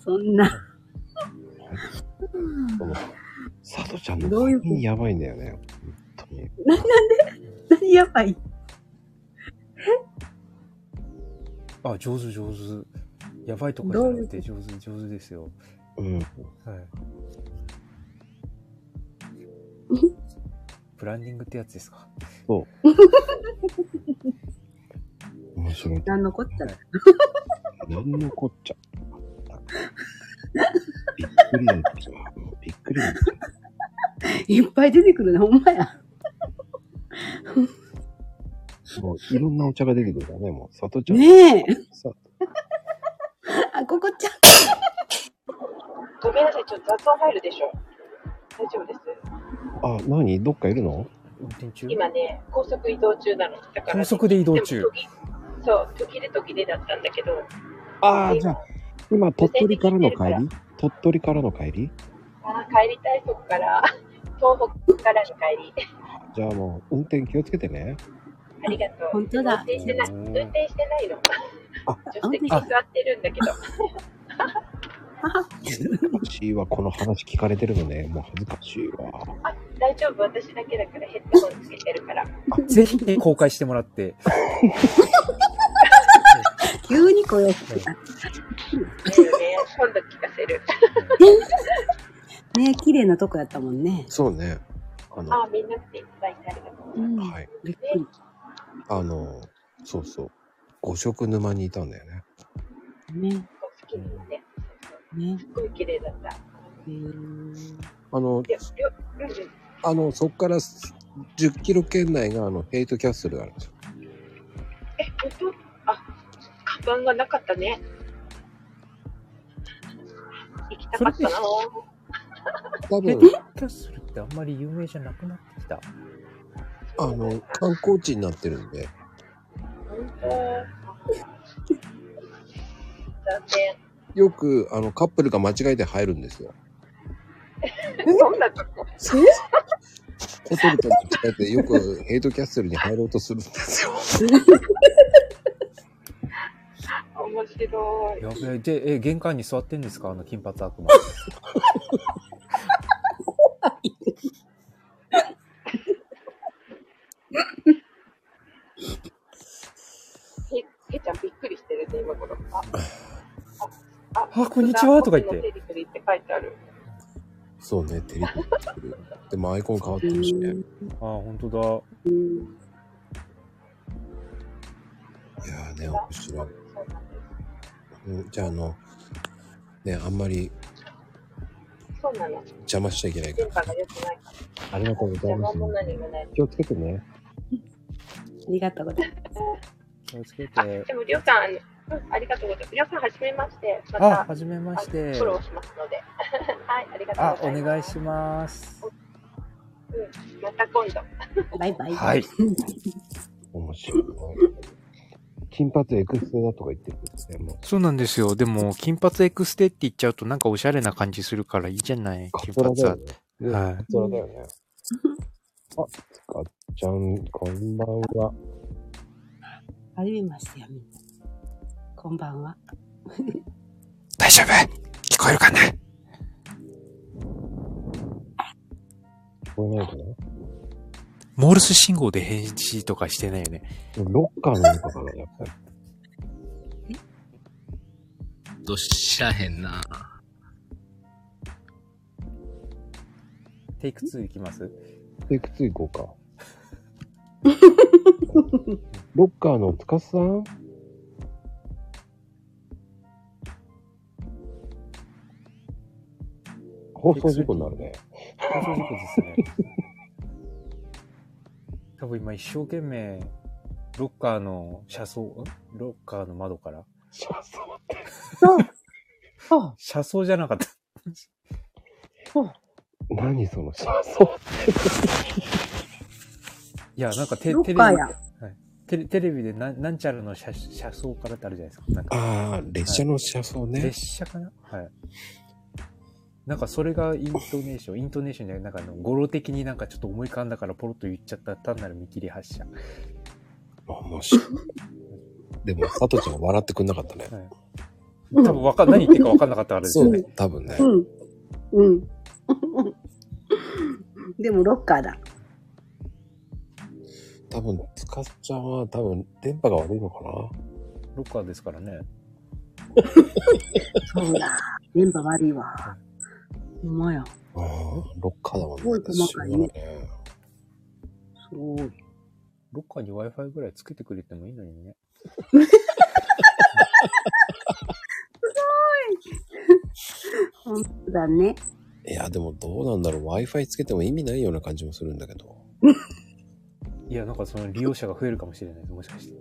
Speaker 6: そんな。うん
Speaker 1: このサドちゃん
Speaker 6: ど
Speaker 1: の
Speaker 6: ういうこと
Speaker 1: にやばいんだよね。本当に。
Speaker 6: 何やばい。
Speaker 2: あ、上手、上手。やばいとこじゃなくて、上手、上手ですよ。
Speaker 1: うん。
Speaker 2: はい。ブランディングってやつですか。
Speaker 1: 面白い。
Speaker 6: 何のこっちゃだ。
Speaker 1: 何のこっちゃ。びっくりだった。びっくりだった。
Speaker 6: いっぱい出てくるな、ほんまや。
Speaker 1: もういろんなお茶が出てくるからね、もう。サトちゃん。
Speaker 6: ねえ。
Speaker 1: さ
Speaker 6: あ、ここちゃん。
Speaker 7: ごめんなさい、ちょっと雑音入るでしょ。大丈夫です。
Speaker 1: あ、何どっかいるの
Speaker 2: 運転中
Speaker 7: 今ね、高速移動中なの。だから、ね、
Speaker 2: 高速で移動中
Speaker 7: でも途切そう、途切れ途切れだったんだけど。
Speaker 1: ああ、
Speaker 7: で
Speaker 1: じゃあ、今、鳥取からの帰り鳥取からの帰り
Speaker 7: あー帰りたいとこから、 東北からの帰り。
Speaker 1: じゃあもう、運転気をつけてね。
Speaker 7: ありがとう。
Speaker 6: 本当だ
Speaker 7: 運転してない。運転してないの。
Speaker 1: あ
Speaker 7: 助手席に座ってるんだけど。
Speaker 1: 私はこの話聞かれてるのね。もう恥ずかしいわ。
Speaker 7: あ、大丈夫。私だけだからヘッドホンつけてるから。
Speaker 2: ぜひ公開してもらって。
Speaker 6: こよくなっ
Speaker 7: いいよね。今度聞かせる。
Speaker 6: て。ね、綺麗なとこやったもんね。
Speaker 1: そうね。あの、
Speaker 7: あ、みんな来ていただいてありがとうござい
Speaker 6: うん。
Speaker 1: はい。
Speaker 6: びっくり。
Speaker 1: あの、そうそう。五色沼にいたんだよね。
Speaker 6: ね。
Speaker 7: ます。好きにね。
Speaker 6: ね。
Speaker 7: すっごい綺麗だった。
Speaker 6: えー
Speaker 1: あの、
Speaker 7: で、りょ、うんうん。
Speaker 1: あの、そっからす10キロ圏内があの、ヘイトキャッスルがあるんですよ。
Speaker 7: え、本当あ、カバンがなかったね。行きたかったな。
Speaker 1: 多
Speaker 2: ヘ
Speaker 1: 分
Speaker 2: ッ、ドキャッスルってあんまり有名じゃなくなってきた。
Speaker 1: あの、観光地になってるんで、
Speaker 7: 本当。残念。
Speaker 1: よく、あの、カップルが間違えて入るんですよ。
Speaker 7: どんなとこ
Speaker 1: ホテルと間違えて、よくヘイトキャッスルに入ろうとするんですよ。
Speaker 7: 面白い。
Speaker 2: やべえ、で、え、玄関に座ってん ですかあの金髪悪魔。
Speaker 7: へ、へちゃんびっくりしてるね、今頃。あ、あ、
Speaker 2: あこんにちはとか言って
Speaker 7: 僕のテリトリーって書いてある。
Speaker 1: そうね、テレビ作る。でもアイコン変わってるしね。
Speaker 2: あ、ほんと
Speaker 6: うん
Speaker 1: いやーね、面白い。
Speaker 7: そうなんです。
Speaker 1: うんじゃあ、あの、ね、あんまり
Speaker 7: そうなの。
Speaker 1: 邪魔しちゃいけないか
Speaker 7: 電波が良くないから。
Speaker 1: ら。ありがとうござい
Speaker 7: 邪
Speaker 1: ま
Speaker 7: 魔
Speaker 1: す。
Speaker 7: も何もない。
Speaker 1: 気をつけてね。
Speaker 6: ありがとうございま
Speaker 2: だ。気をつけ
Speaker 7: あ、
Speaker 2: て。
Speaker 7: でもりょうさん、うんありがとうございます。りょうさん、はじめまして。ま
Speaker 2: あ、
Speaker 7: た、
Speaker 2: はじめまし
Speaker 7: あ
Speaker 2: て
Speaker 7: フォ。ローしますので。 はい、ありがとう
Speaker 2: あ、
Speaker 7: ご
Speaker 2: お
Speaker 7: ざいます。
Speaker 2: 願いします。
Speaker 7: ます。また今度。
Speaker 6: す。バイバイ。
Speaker 2: はい。
Speaker 1: 面白い。金髪エクステだとか言ってるんですね。もう、
Speaker 8: そうなんですよ。でも、金髪エクステって言っちゃうとなんかおしゃれな感じするからいいじゃない。
Speaker 1: カ
Speaker 8: 金
Speaker 1: ツ
Speaker 8: 髪
Speaker 1: ラだよ
Speaker 8: は。
Speaker 1: ね。
Speaker 8: は
Speaker 1: カツラだよね。あ、かっちゃん、こんばんは。
Speaker 6: はじめましてやみんな。こんばんは。
Speaker 8: 大丈夫聞こえるかな
Speaker 1: 聞こえないかな
Speaker 8: モールス信号で返事とかしてないよね。
Speaker 1: ロッカーの中かな、やっぱり。
Speaker 9: どっしゃへんな。
Speaker 2: テイク2いきます
Speaker 1: テイク2行 こうか。ロッカーのつかさん放送事故になるね。
Speaker 2: 放送事故ですね。 多分今一生懸命、ロッカーの車窓、んロッカーの窓から。
Speaker 6: あ、
Speaker 2: 車窓じゃなかった。
Speaker 1: 何その車窓
Speaker 2: いや、なんかテ
Speaker 6: ロ
Speaker 2: テレ
Speaker 6: ッ
Speaker 2: ビ
Speaker 6: カーや。
Speaker 2: テレテレビでななんちゃらの車車窓からってあるじゃないですか。なんか
Speaker 1: ああ、列車の車窓ね。
Speaker 2: 列車かなはい。なんかそれがイントネーション、イントネーションじゃない、なんかあの語呂的になんかちょっと思い浮かんだからポロッと言っちゃった単なる見切り発車。
Speaker 1: 面白い。でも、さとちゃん笑ってくんなかったね。
Speaker 6: うん
Speaker 2: 多分わかん、何言ってるかわかんなかったからです
Speaker 1: そ
Speaker 2: よ
Speaker 1: うね
Speaker 2: ね。、
Speaker 1: 多分ね。
Speaker 6: うん。うん。 でも、ロッカーだ。
Speaker 1: 多分、つかちゃんは多分、電波が悪いのか
Speaker 2: ロッカーですからね。
Speaker 6: そうだ。電波悪いわ。ほんまや。
Speaker 1: なあーロッカーだもんね。
Speaker 6: すごい細かいね
Speaker 1: しょうがないね
Speaker 6: すごい。
Speaker 2: ロッカーに Wi-Fi ぐらいつけてくれてもいいのにね。
Speaker 6: 本当だね。
Speaker 1: いや、でもどうなんだろう。Wi-Fi つけても意味ないような感じもするんだけど。
Speaker 2: いや、なんかその利用者が増えるかもしれないです、もしかして。い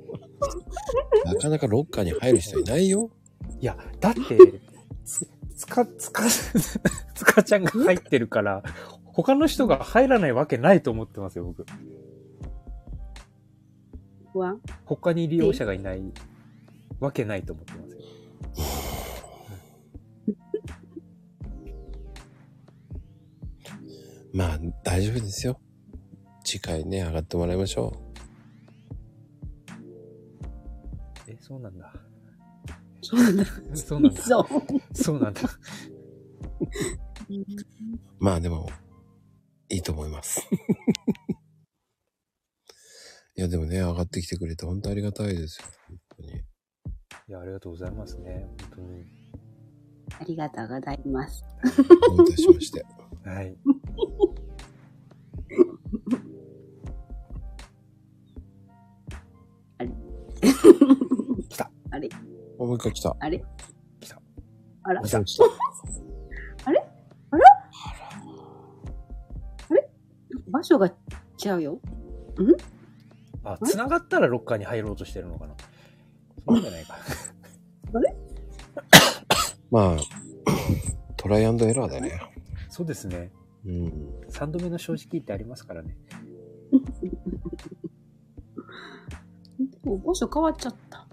Speaker 1: なかなかロッカーに入る人いないよ。
Speaker 2: や、だって、つ、つか、つか、 つかちゃんが入ってるから、他の人が入らないわけないと思ってますよ、僕。
Speaker 6: 不安。
Speaker 2: 他に利用者がいないわけないと思ってますよ。
Speaker 1: まあ、大丈夫ですよ。次回ね、上がってもらいましょ
Speaker 2: え、そうなんだ。
Speaker 6: そうなんだ。
Speaker 2: そうなんだ。
Speaker 6: そう。
Speaker 2: そうなんだ。
Speaker 1: う。まあ、でも、いいと思い ます。いや、でもね、上がってきてくれて本当ありがたいですよ。本当に。
Speaker 2: いや、ありがとうございますね。本当に。
Speaker 6: ありがとうございます。
Speaker 1: どういたしまして。
Speaker 2: はい。
Speaker 1: あもう一回来た。
Speaker 6: あれ
Speaker 1: 来た。
Speaker 6: あら
Speaker 1: もう一回来た。
Speaker 6: 場所が違うよ。
Speaker 2: あ、繋がったらロッカーに入ろうとしてるのかな。そうじゃないか。
Speaker 1: まあ、トライアンドエラーだね。
Speaker 2: そうですね。
Speaker 1: うん。
Speaker 2: 3度目の正直ってありますからね。
Speaker 6: でも場所変わっちゃった。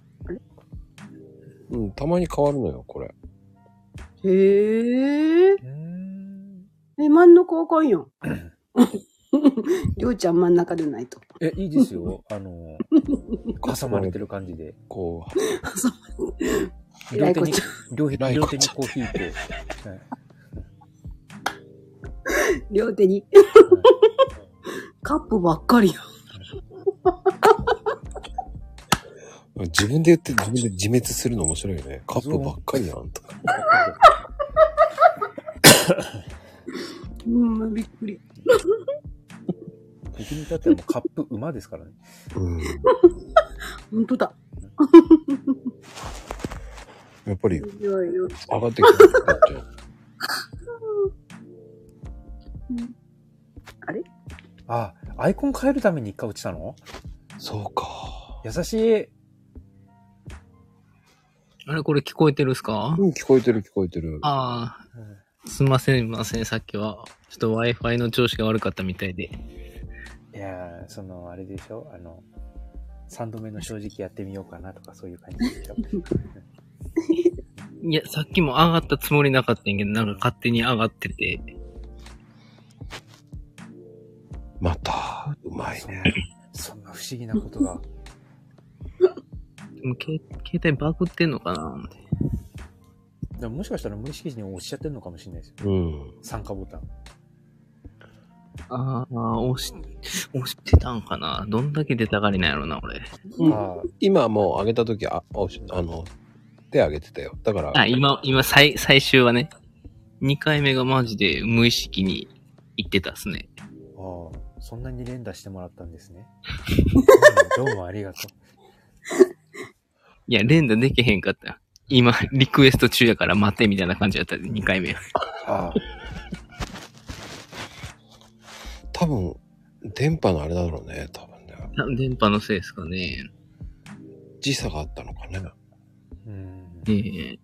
Speaker 1: うん、たまに変わるのよ、これ。
Speaker 6: へえ。
Speaker 2: うーん。
Speaker 6: え、真ん中あか んやん。りょうちゃん真ん中でないと。
Speaker 2: え、いいです よ。あの、挟まれてる感じで。
Speaker 1: こ
Speaker 6: えら
Speaker 2: 両手
Speaker 6: いこっ
Speaker 2: に
Speaker 6: ちゃ、
Speaker 2: 両手
Speaker 1: らい
Speaker 2: 両
Speaker 1: こっ
Speaker 2: 手
Speaker 1: ち
Speaker 2: に
Speaker 1: ゃ
Speaker 2: コーヒーと。はい
Speaker 6: 両手に。カップばっかりやん。
Speaker 1: う、自分で言って自分で自滅するの面白いよね。カップばっかりやんとか。
Speaker 6: うん、びっくり。
Speaker 2: 僕に至ってはもうカップ馬ですからね。
Speaker 1: うん。
Speaker 6: ほんとだ。
Speaker 1: やっぱり
Speaker 6: いろいろ。
Speaker 1: 上がってきてるだって。
Speaker 2: あ、アイコン変えるために一回落ちたの
Speaker 1: そうか。
Speaker 2: 優しい。
Speaker 10: あれこれ聞こえてるっすか
Speaker 1: うん、聞こえてる聞こえてる。
Speaker 10: ああ、すんません、すいません、さっきは。ちょっと Wi-Fi の調子が悪かったみたいで。
Speaker 2: いやー、その、あれでしょあの、3度目の正直やってみようかなとかそういう感じでしょ
Speaker 10: いや、さっきも上がったつもりなかったんやけど、なんか勝手に上がってて。
Speaker 1: また、うまい
Speaker 2: そんな
Speaker 1: ね。
Speaker 2: そんな不思議なことが。
Speaker 10: でも携携帯バグってんのかなって
Speaker 2: でももしかしたら無意識時に押しちゃってるのかもしれないですよ。
Speaker 1: うん。
Speaker 2: 参加ボタン。
Speaker 10: ああ、押し、押してたんかなどんだけ出たがりなんやろな、俺。
Speaker 1: うん
Speaker 2: あー
Speaker 1: 今もう上げたとき、あ、おしあの、手上げてたよ。だから、
Speaker 10: あ、今、今、最、最終はね、2回目がマジで無意識に行ってたっすね。
Speaker 2: あー、そんなに連打してもらったんです ね。うんどうもありがと
Speaker 10: いや、連打できへんかった。今、リクエスト中やから待てみたいな感じだった、2回目。
Speaker 2: う。あ
Speaker 1: 多分、電波のあれだろうね。多分ね。
Speaker 10: 多分電波のせいですかね。
Speaker 1: 時差があったのかね。
Speaker 2: ーうん。
Speaker 10: え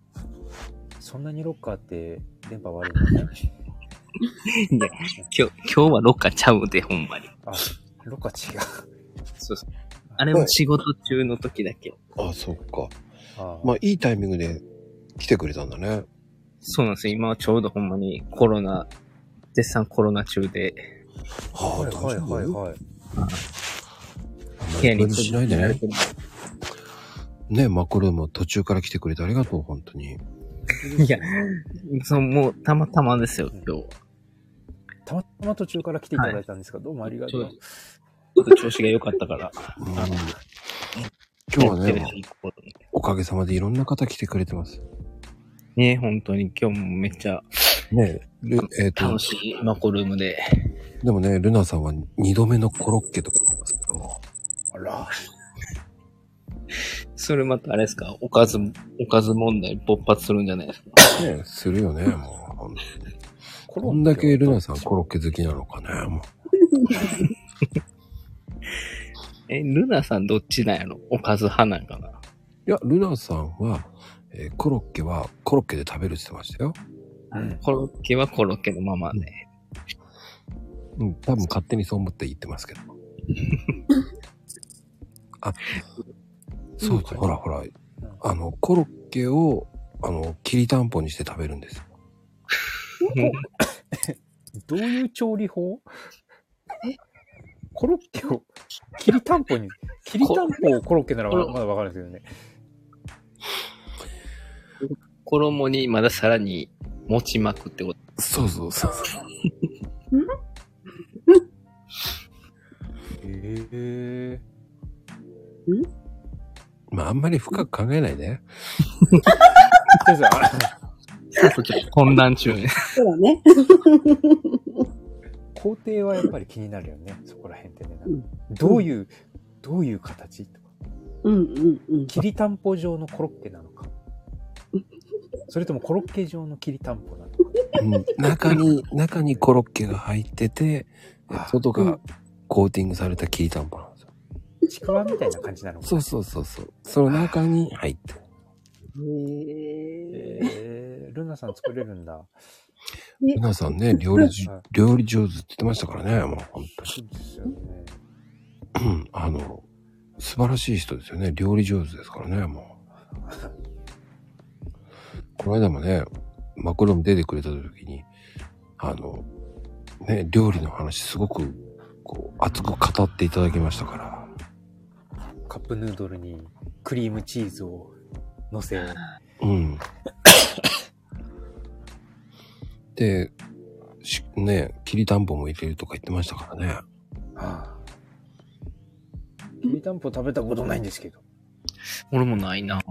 Speaker 2: そんなにロッカーって電波悪いのね。
Speaker 10: え今日、今日はロッカーちゃうで、ほんまに。
Speaker 2: あ、ロッカー違う。
Speaker 10: そうそう。あれも仕事中の時だけ。
Speaker 1: あ、そっか。
Speaker 2: あー
Speaker 1: まあ、いいタイミングで来てくれたんだね。
Speaker 10: そうなんですよ。今はちょうどほんまにコロナ、絶賛コロナ中で、
Speaker 1: は
Speaker 2: はいはいはいはい。
Speaker 10: 部屋に
Speaker 1: 無理しないでね。ねマコルーム途中から来てくれてありがとう、本当に。
Speaker 10: いや、そう、もうたまたまですよ、今日は。
Speaker 2: たまたま途中から来ていただいたんですが、どうもありがとう。
Speaker 10: ちょっと調子が良かったから。
Speaker 1: うん
Speaker 10: あの
Speaker 1: 今日は
Speaker 10: テレ
Speaker 1: ね、
Speaker 10: ビに行こうと思って
Speaker 1: おかげさまでいろんな方来てくれてます。
Speaker 10: ね本当に今日もめっちゃ
Speaker 1: ねルえっ、と
Speaker 10: 楽、しいマコルームで。
Speaker 1: でもね、ルナさんは二度目のコロッケとか言ってますけど、
Speaker 2: あら。
Speaker 10: それまたあれですかおかず、おかず問題勃発するんじゃないですか
Speaker 1: ねするよ ね、もう。
Speaker 2: こ
Speaker 1: こんだけルナさんコロッケ好きなのかね、も
Speaker 10: え、ルナさんどっちなんやろおかず派なんかな
Speaker 1: う。いや、ルナさんは、えーコロッケはコロッケで食べるって言ってましたよ。
Speaker 2: うん
Speaker 10: コロッケはコロッケのままね。
Speaker 1: うん、多分勝手にそう思って言ってますけ ど。あ、そうそう、ほらほら、あの、コロッケを、あの、きりたんぽにして食べるんですよ。
Speaker 2: どういう調理法コロッケを、きりたんぽに、きりたんぽをコロッケなら
Speaker 10: こ
Speaker 2: わまだわかるんですけどね。
Speaker 10: 衣にまださらに持ちまくってこと。
Speaker 1: そうそうそうそう。
Speaker 2: へえ。
Speaker 1: まあ、あんまり深く考えないで。
Speaker 2: 先生、あ
Speaker 10: ちょっとちょっと 混乱中ね。
Speaker 6: そうだね。
Speaker 2: 工程はやっぱり気になるよね。そこら辺ってね。
Speaker 6: うん
Speaker 2: どういう、どういう形とか。
Speaker 6: うんうんうん。
Speaker 2: きりたんぽ状のコロッケなのか。それともコロッケ状のきりたんぽなのか。
Speaker 1: うん、中に、中にコロッケが入ってて、外がコーティングされたきりたんぽなんですよ。
Speaker 2: ちくわみたいな感じなのか。
Speaker 1: そうそうそうそう。その中に入ってる。
Speaker 6: へえ。
Speaker 2: えー、ルナさん作れるんだ。
Speaker 1: 皆さんね、料理じ
Speaker 2: はい、
Speaker 1: 料理上手って言ってましたからね、もう本
Speaker 2: そうですよね。
Speaker 1: 当に。うん あの、素晴らしい人ですよね。料理上手ですからね、もう。 この間もね、マクロム出てくれた時に、あの、ね、料理の話すごく、こう、熱く語っていただきましたから。
Speaker 2: カップヌードルにクリームチーズを乗せ、
Speaker 1: うん。で、しね、きりたんぽも入れるとか言ってましたからね。
Speaker 2: ああ。きりたんぽ食べたことないんですけど。
Speaker 10: 俺もないなぁ。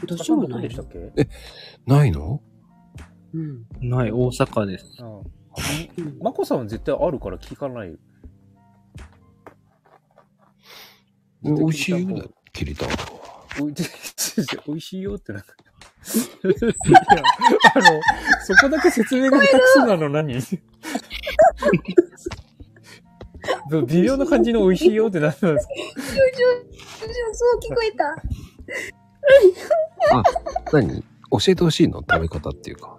Speaker 6: 私もな
Speaker 2: どう
Speaker 6: い
Speaker 2: でし。たっけ
Speaker 1: ないの
Speaker 6: うん。
Speaker 10: ない、大阪です。
Speaker 2: ああ。まこさんは絶対あるから聞かないよ。
Speaker 1: 美味しいよね、きりたんぽは。
Speaker 2: おい美味しいよってなんか。いやあの、そこだけ説明が下手くそなの何 微妙な感じの美味しいよって何なんですか
Speaker 6: そう聞こえた。
Speaker 1: あ、何教えてほしいの食べ方っていうか。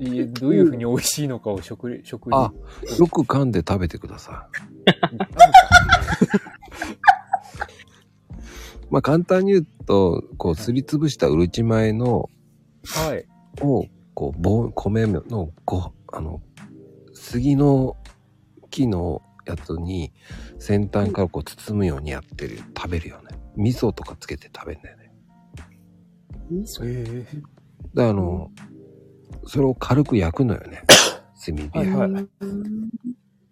Speaker 2: いやどういうふうに美味しいのかを食レ、食レ
Speaker 1: あ、よく噛んで食べてください。まあ簡単に言うと、こう、すりつぶしたうるち米の、
Speaker 2: はい。
Speaker 1: を、こう、棒、米の、こう、あの、杉の木のやつに、先端からこう包むようにやってる、食べるよね。味噌とかつけて食べるんだよね。
Speaker 6: 味噌
Speaker 2: ええ
Speaker 1: で、あの、それを軽く焼くのよね。炭火で。
Speaker 2: はいはい。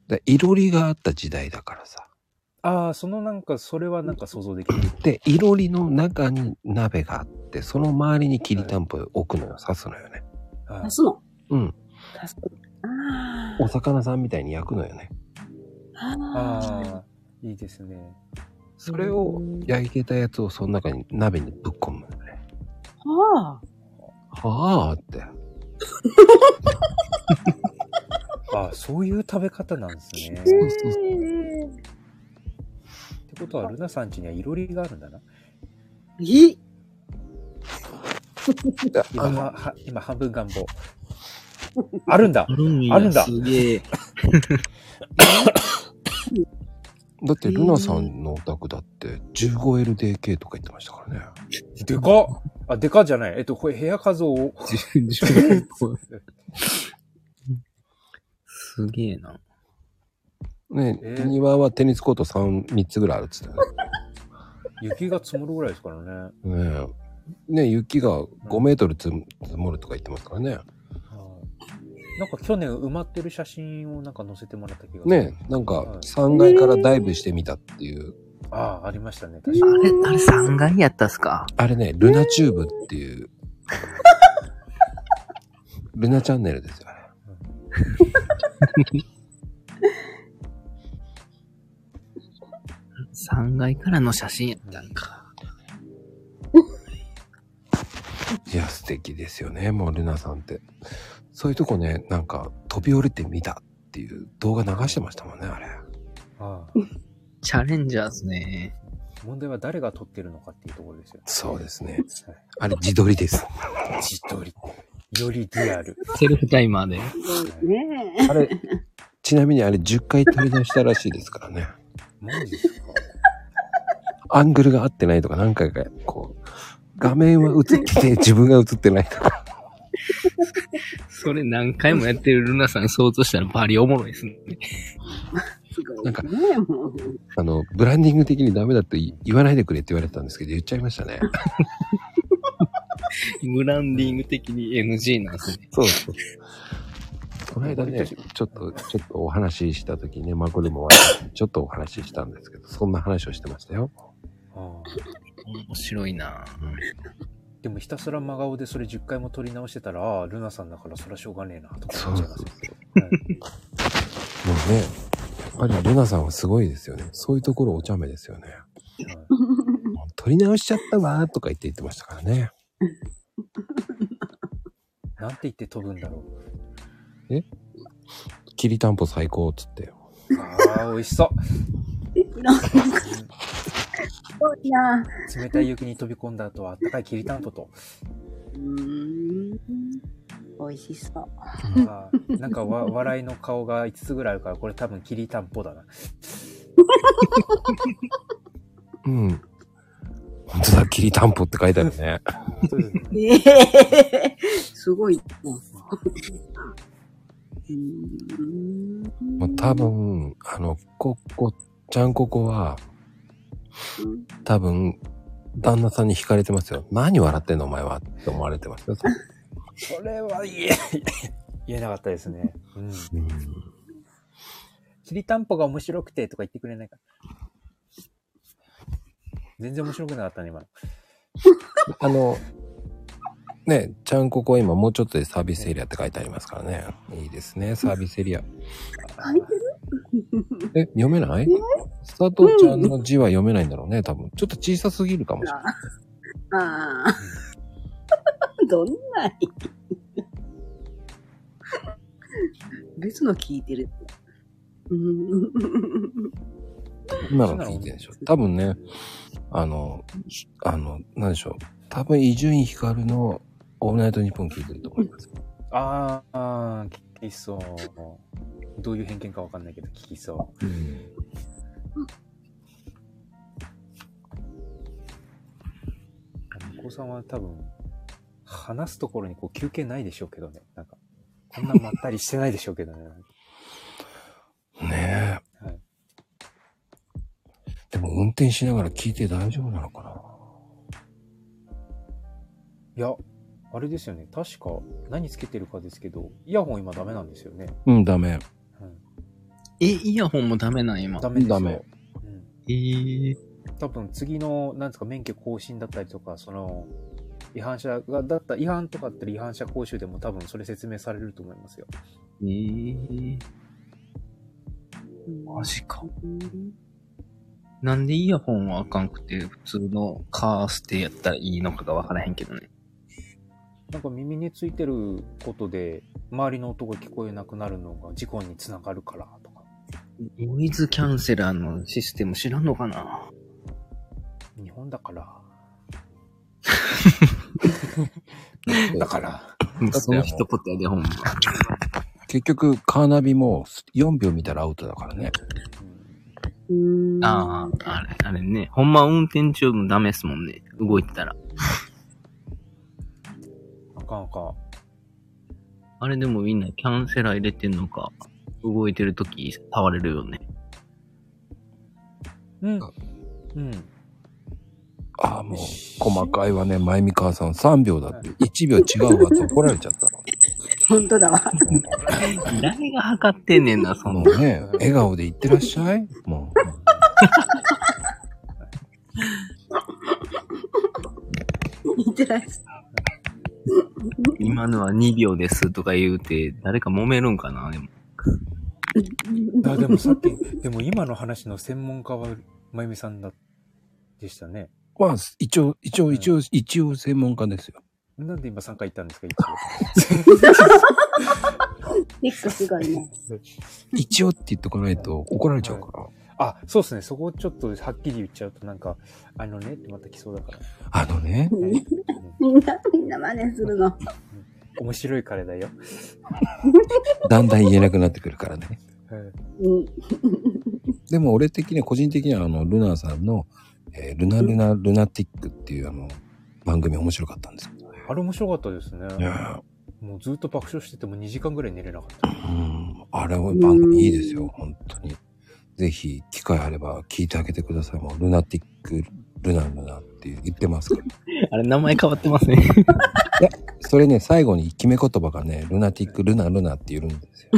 Speaker 1: でいろりがあった時代だからさ。
Speaker 2: ああ、そのなんか、それはなんか想像できる。
Speaker 1: で、いろりの中に鍋があって、その周りにきりたんぽを置くのよ、刺すのよね。
Speaker 2: はい
Speaker 6: 足すの。
Speaker 1: うん。
Speaker 6: 足すあ
Speaker 1: お魚さんみたいに焼くのよね。
Speaker 6: あ。ああ。
Speaker 2: ああ、いいですね。
Speaker 1: それを焼けたやつをその中に鍋にぶっ込むのよね。
Speaker 6: ああ。
Speaker 1: はあって。
Speaker 2: ああ、そういう食べ方なんですね。っ
Speaker 1: そ
Speaker 2: て
Speaker 1: うそうそう
Speaker 2: ことは、ルナさん家にはいろりがあるんだな。
Speaker 6: え
Speaker 2: 今は、は今半分願望。あるんだ
Speaker 10: あるん
Speaker 2: やあるんだ
Speaker 10: すげえ。
Speaker 1: だって、ルナさんのお宅だって、15LDK とか言ってましたからね。
Speaker 2: でかっあ、でかじゃない。えっと、これ部屋数を。
Speaker 10: すげえな。
Speaker 1: ね、
Speaker 2: えー
Speaker 1: 庭はテニスコート3、3つぐらいあるっつって
Speaker 2: 雪が積もるぐらいですからね。
Speaker 1: たよね。ねね雪が5メートル積もるとか言ってますからね。
Speaker 2: なんか去年埋まってる写真をなんか載せてもらった気がする
Speaker 1: ね。なんか
Speaker 2: は、い
Speaker 1: 3階からダイブしてみたっていう、
Speaker 2: ああ、ありましたね。
Speaker 6: う
Speaker 2: 確かに。
Speaker 10: あれ
Speaker 6: ん、
Speaker 10: あれ3階やったっすか
Speaker 1: あれね、ルナチューブって いう、ルナチャンネルですよ、あれ。
Speaker 10: ?3 階からの写真やったんか。
Speaker 1: いや、素敵ですよね、もうルナさんって。そういうとこね、なんか、飛び降りてみたっていう動画流してましたもんね、あれ。
Speaker 2: ああ
Speaker 10: チャレンジャーっすね。
Speaker 2: 問題は誰が撮ってるのかっていうところですよ。
Speaker 1: そうですね。
Speaker 2: はい
Speaker 1: あれ、自撮りです。
Speaker 2: 自撮り。よりリアル。
Speaker 10: セルフタイマーで。
Speaker 6: ね
Speaker 1: あれ、ちなみにあれ10回撮り出したらしいですからね。
Speaker 2: マジですか
Speaker 1: アングルが合ってないとか何回か、こう、画面は映ってて自分が映ってないとか。
Speaker 10: それ何回もやってるルナさん想像したらバリおもろいっすね。
Speaker 6: え。すごい
Speaker 1: なんか
Speaker 6: ねもう。
Speaker 1: あの、ブランディング的にダメだって言言わないでくれって言われたんですけど、言っちゃいましたね。
Speaker 10: ブランディング的に NG なんすね。
Speaker 1: そうそう。この間ね、ちょっと、ちょっとお話しした時にね、マコルもちょっとお話ししたんですけど、そんな話をしてましたよ。
Speaker 2: あ
Speaker 10: 面白いな
Speaker 2: でもひたすら真顔でそれ10回も撮り直してたら、ああルナさんだからそりゃしょうがねえな、とか思っちゃいますよ。は
Speaker 1: も
Speaker 2: い
Speaker 1: うね、やっぱりルナさんはすごいですよね。そういうところお茶目ですよね。取り直しちゃったわーとか言って言ってましたからね。
Speaker 2: なんて言って飛ぶんだろ
Speaker 1: きりたんぽ最高っつって。
Speaker 2: う。ああ、美味しそ
Speaker 6: なんかすごいな。
Speaker 2: う。冷たい雪に飛び込んだ後は、あったかいきりたんぽと。
Speaker 6: うーん。美味しそう。
Speaker 2: あーなんかわ笑いの顔が5つぐらいあるから、これ多分きりたんぽだな。
Speaker 1: うん。本当だ、きりたんぽって書いてあるね。
Speaker 6: ええすごいな。うーん
Speaker 1: もう多分、あの、ここ、ちゃんここは、多分、旦那さんに惹かれてますよ。何笑ってんのお前はって思われてますよ。
Speaker 2: それは言え、言えなかったですね。うん。
Speaker 1: うん
Speaker 2: きりたんぽが面白くてとか言ってくれないか全然面白くなかったね、今の。
Speaker 1: あの、ね、ちゃんここは今もうちょっとでサービスエリアって書いてありますからね。いいですね、サービスエリア。
Speaker 6: 書いて
Speaker 1: え、読めない佐藤ちゃんの字は読めないんだろうね、多分。ちょっと小さすぎるかもしれない。
Speaker 6: るああ。どんなに別の聞いてる。うん
Speaker 1: 今の聞いてるでしょ。多分ね、あの、しあの、なんでしょう。多分、伊集院光のオールナイトニッポン聞いてると思います。
Speaker 2: あーあー、聞きそう。どういう偏見かわかんないけど、聞きそう。向こうさんは多分、話すところにこう休憩ないでしょうけどね。なんか、こんなまったりしてないでしょうけどね。
Speaker 1: ねえ。
Speaker 2: はい
Speaker 1: でも、運転しながら聞いて大丈夫なのかない
Speaker 2: や、あれですよね。確か、何つけてるかですけど、イヤホン今ダメなんですよね。
Speaker 1: うん、ダメ。
Speaker 2: うん、
Speaker 10: え、イヤホンもダメなん今
Speaker 2: ダ。メですよ。
Speaker 1: ダメ
Speaker 2: うん
Speaker 10: えー、
Speaker 2: 多分次の、なんですか、免許更新だったりとか、その、違反者が、だった、違反とかだったら違反者講習でも多分それ説明されると思いますよ。
Speaker 10: えー、
Speaker 6: マ
Speaker 10: マジか。なんでイヤホンはあかんくて、普通のカーステやったらいいのかがわからへんけどね。
Speaker 2: なんか耳についてることで、周りの音が聞こえなくなるのが事故につながるから、とか。
Speaker 10: ノイズキャンセラーのシステム知らんのかな
Speaker 2: 日本だから。
Speaker 1: だ
Speaker 2: だ
Speaker 1: か、
Speaker 2: からら。
Speaker 10: その一言やで、ほんま。
Speaker 1: 結局、カーナビも4秒見たらアウトだからね。
Speaker 2: うん
Speaker 10: ああ、あれ、あれね。ほんま運転中もダメっすもんね。動いてたら。
Speaker 2: あかんあかん。
Speaker 10: あれでもみんなキャンセラー入れてんのか、動いてるとき触れるよね。
Speaker 2: うん
Speaker 1: あ。
Speaker 2: うん。
Speaker 1: ああ、もう、細かいわね、まゆみ母さん。3秒だって。1秒違うわって怒られちゃったの。
Speaker 6: 本当だわ。
Speaker 10: 誰が測ってんねんな、そ
Speaker 1: も
Speaker 10: の。
Speaker 1: うね、笑顔で言ってらっしゃい。も
Speaker 6: 言ってない。
Speaker 10: 今のは2秒ですとか言うて、誰か揉めるんかな、でも。
Speaker 2: あ、でもさっき、 でも今の話の専門家は、まゆみさんだ、でしたね。
Speaker 1: う、まあ、一応、一応、一応、一応専門家ですよ。
Speaker 2: なんで今3回言ったんですか、一
Speaker 6: 結構すごいね。
Speaker 2: 応。
Speaker 1: 一応って言っとかないと怒られちゃうから。
Speaker 2: あ、そうですね。そこをちょっとはっきり言っちゃうとなんか、あのねってまた来そうだから。
Speaker 1: あのね、
Speaker 2: はいうん
Speaker 6: みんな、みんな真似するの。
Speaker 2: 面白い彼だよ。
Speaker 1: だんだん言えなくなってくるからね。
Speaker 2: うん
Speaker 6: うん。
Speaker 1: でも俺的には個人的にはあの、ルナさんの、えールナルナルナティックっていうあの、番組面白かったんですよ。
Speaker 2: あれ面白かったですね。
Speaker 1: いや
Speaker 2: もうずっと爆笑してても2時間ぐらい寝れなかった。
Speaker 1: ーうん、あれは番組いいですよ、本当に。ぜひ、機会あれば聞いてあげてください。もう、ルナティック、ルナルナって言ってますから。
Speaker 10: あれ、名前変わって ますね。
Speaker 1: それね、最後に決め言葉がね、ルナティック、ルナルナって言うんですよ。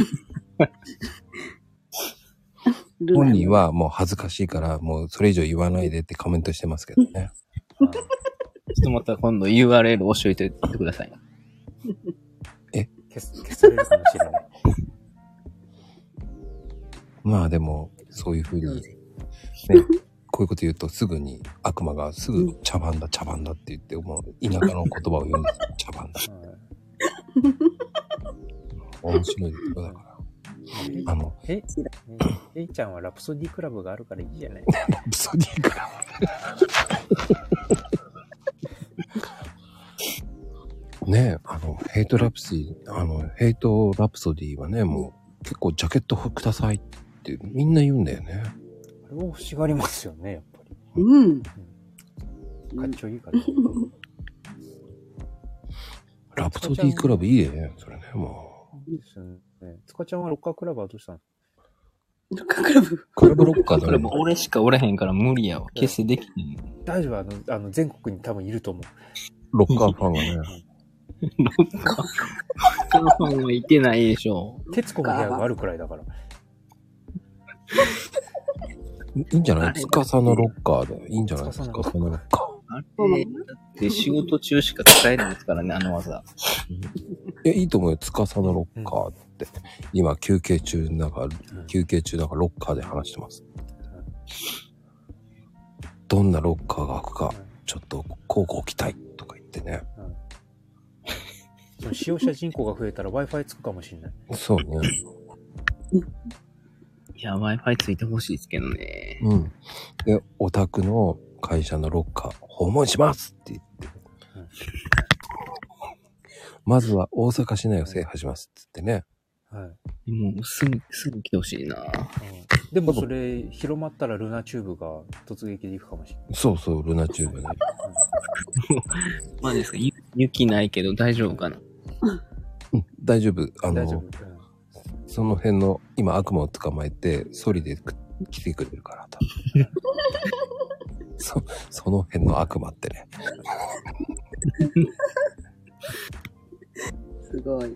Speaker 6: る。
Speaker 1: 本人。はもう恥ずかしいから、もうそれ以上言わないでってコメントしてますけどね。
Speaker 10: ちょっとまた今度 URL 教えてってください。
Speaker 2: 消す消されるかもしれない。
Speaker 1: まあでも、そういうふうに、ね、こういうこと言うとすぐに悪魔がすぐ茶番だ茶番だって言って、もう田舎の言葉を言うんです よ。茶番だ。面白いとこだから。
Speaker 2: うん
Speaker 1: あの、
Speaker 2: え、えいちゃんはラプソディクラブがあるからいいじゃない
Speaker 1: ソニー から。ねえ、あの、ヘイトラプソディ、あの、ヘイトラプソディはね、もう結構ジャケットくださいってみんな言うんだよね。
Speaker 2: あれは欲しがりますよね、やっぱり。
Speaker 6: うん。
Speaker 2: かっちょいいから。
Speaker 1: ラプソディクラブいいね、それね、もう。
Speaker 2: いいですよね。つかちゃんはロッカークラブはどうしたの
Speaker 6: ロッカークラブ。
Speaker 1: クラブロッカー
Speaker 10: こ
Speaker 1: だ
Speaker 10: れ
Speaker 1: ね
Speaker 10: も。俺しかおれへんから無理やわ。決してできへん。
Speaker 2: 大丈夫あの、あの、全国に多分いると思う。
Speaker 1: ロッカーファンがね。
Speaker 10: ロッカー。ロッカーファンはいけないでしょ。
Speaker 2: 徹子の部屋があるくらいだから。
Speaker 1: いいんじゃないつかさのロッカーで。いいんじゃないつ
Speaker 2: 司
Speaker 1: かさの
Speaker 2: のロッカー
Speaker 1: ロッカ
Speaker 10: あれ、だって仕事中しか使えないですからね、あの技。
Speaker 1: ー。いや、いいと思うよ。つかさのロッカーって。今、休憩中、なんか、休憩中、なんかロッカーで話してます。どんなロッカーが開くか、ちょっと、こうご期待とか言ってね。
Speaker 2: その使用者人口が増えたら Wi-Fi つくかもしれない。
Speaker 1: そうね。
Speaker 10: いや、Wi-Fi ついてほしいですけどね。
Speaker 1: うん。で、お宅の会社のロッカー、訪問しますって言って。まずは大阪市内を制覇しますって言ってね。
Speaker 2: はい。
Speaker 10: もう、すぐ、すぐ来てほしいな。
Speaker 2: でもそれ広まったらルナチューブが突撃で行くかもしれない。
Speaker 1: そうそう、ルナチューブね。
Speaker 10: まあですか、ゆ雪ないけど大丈夫かな。
Speaker 1: うん、大丈夫。あ
Speaker 2: 大丈
Speaker 1: の、
Speaker 2: 夫。
Speaker 1: その辺の、今悪魔を捕まえて、ソリでく来てくれるから、 多分そ、その辺の悪魔ってね。
Speaker 6: すごい。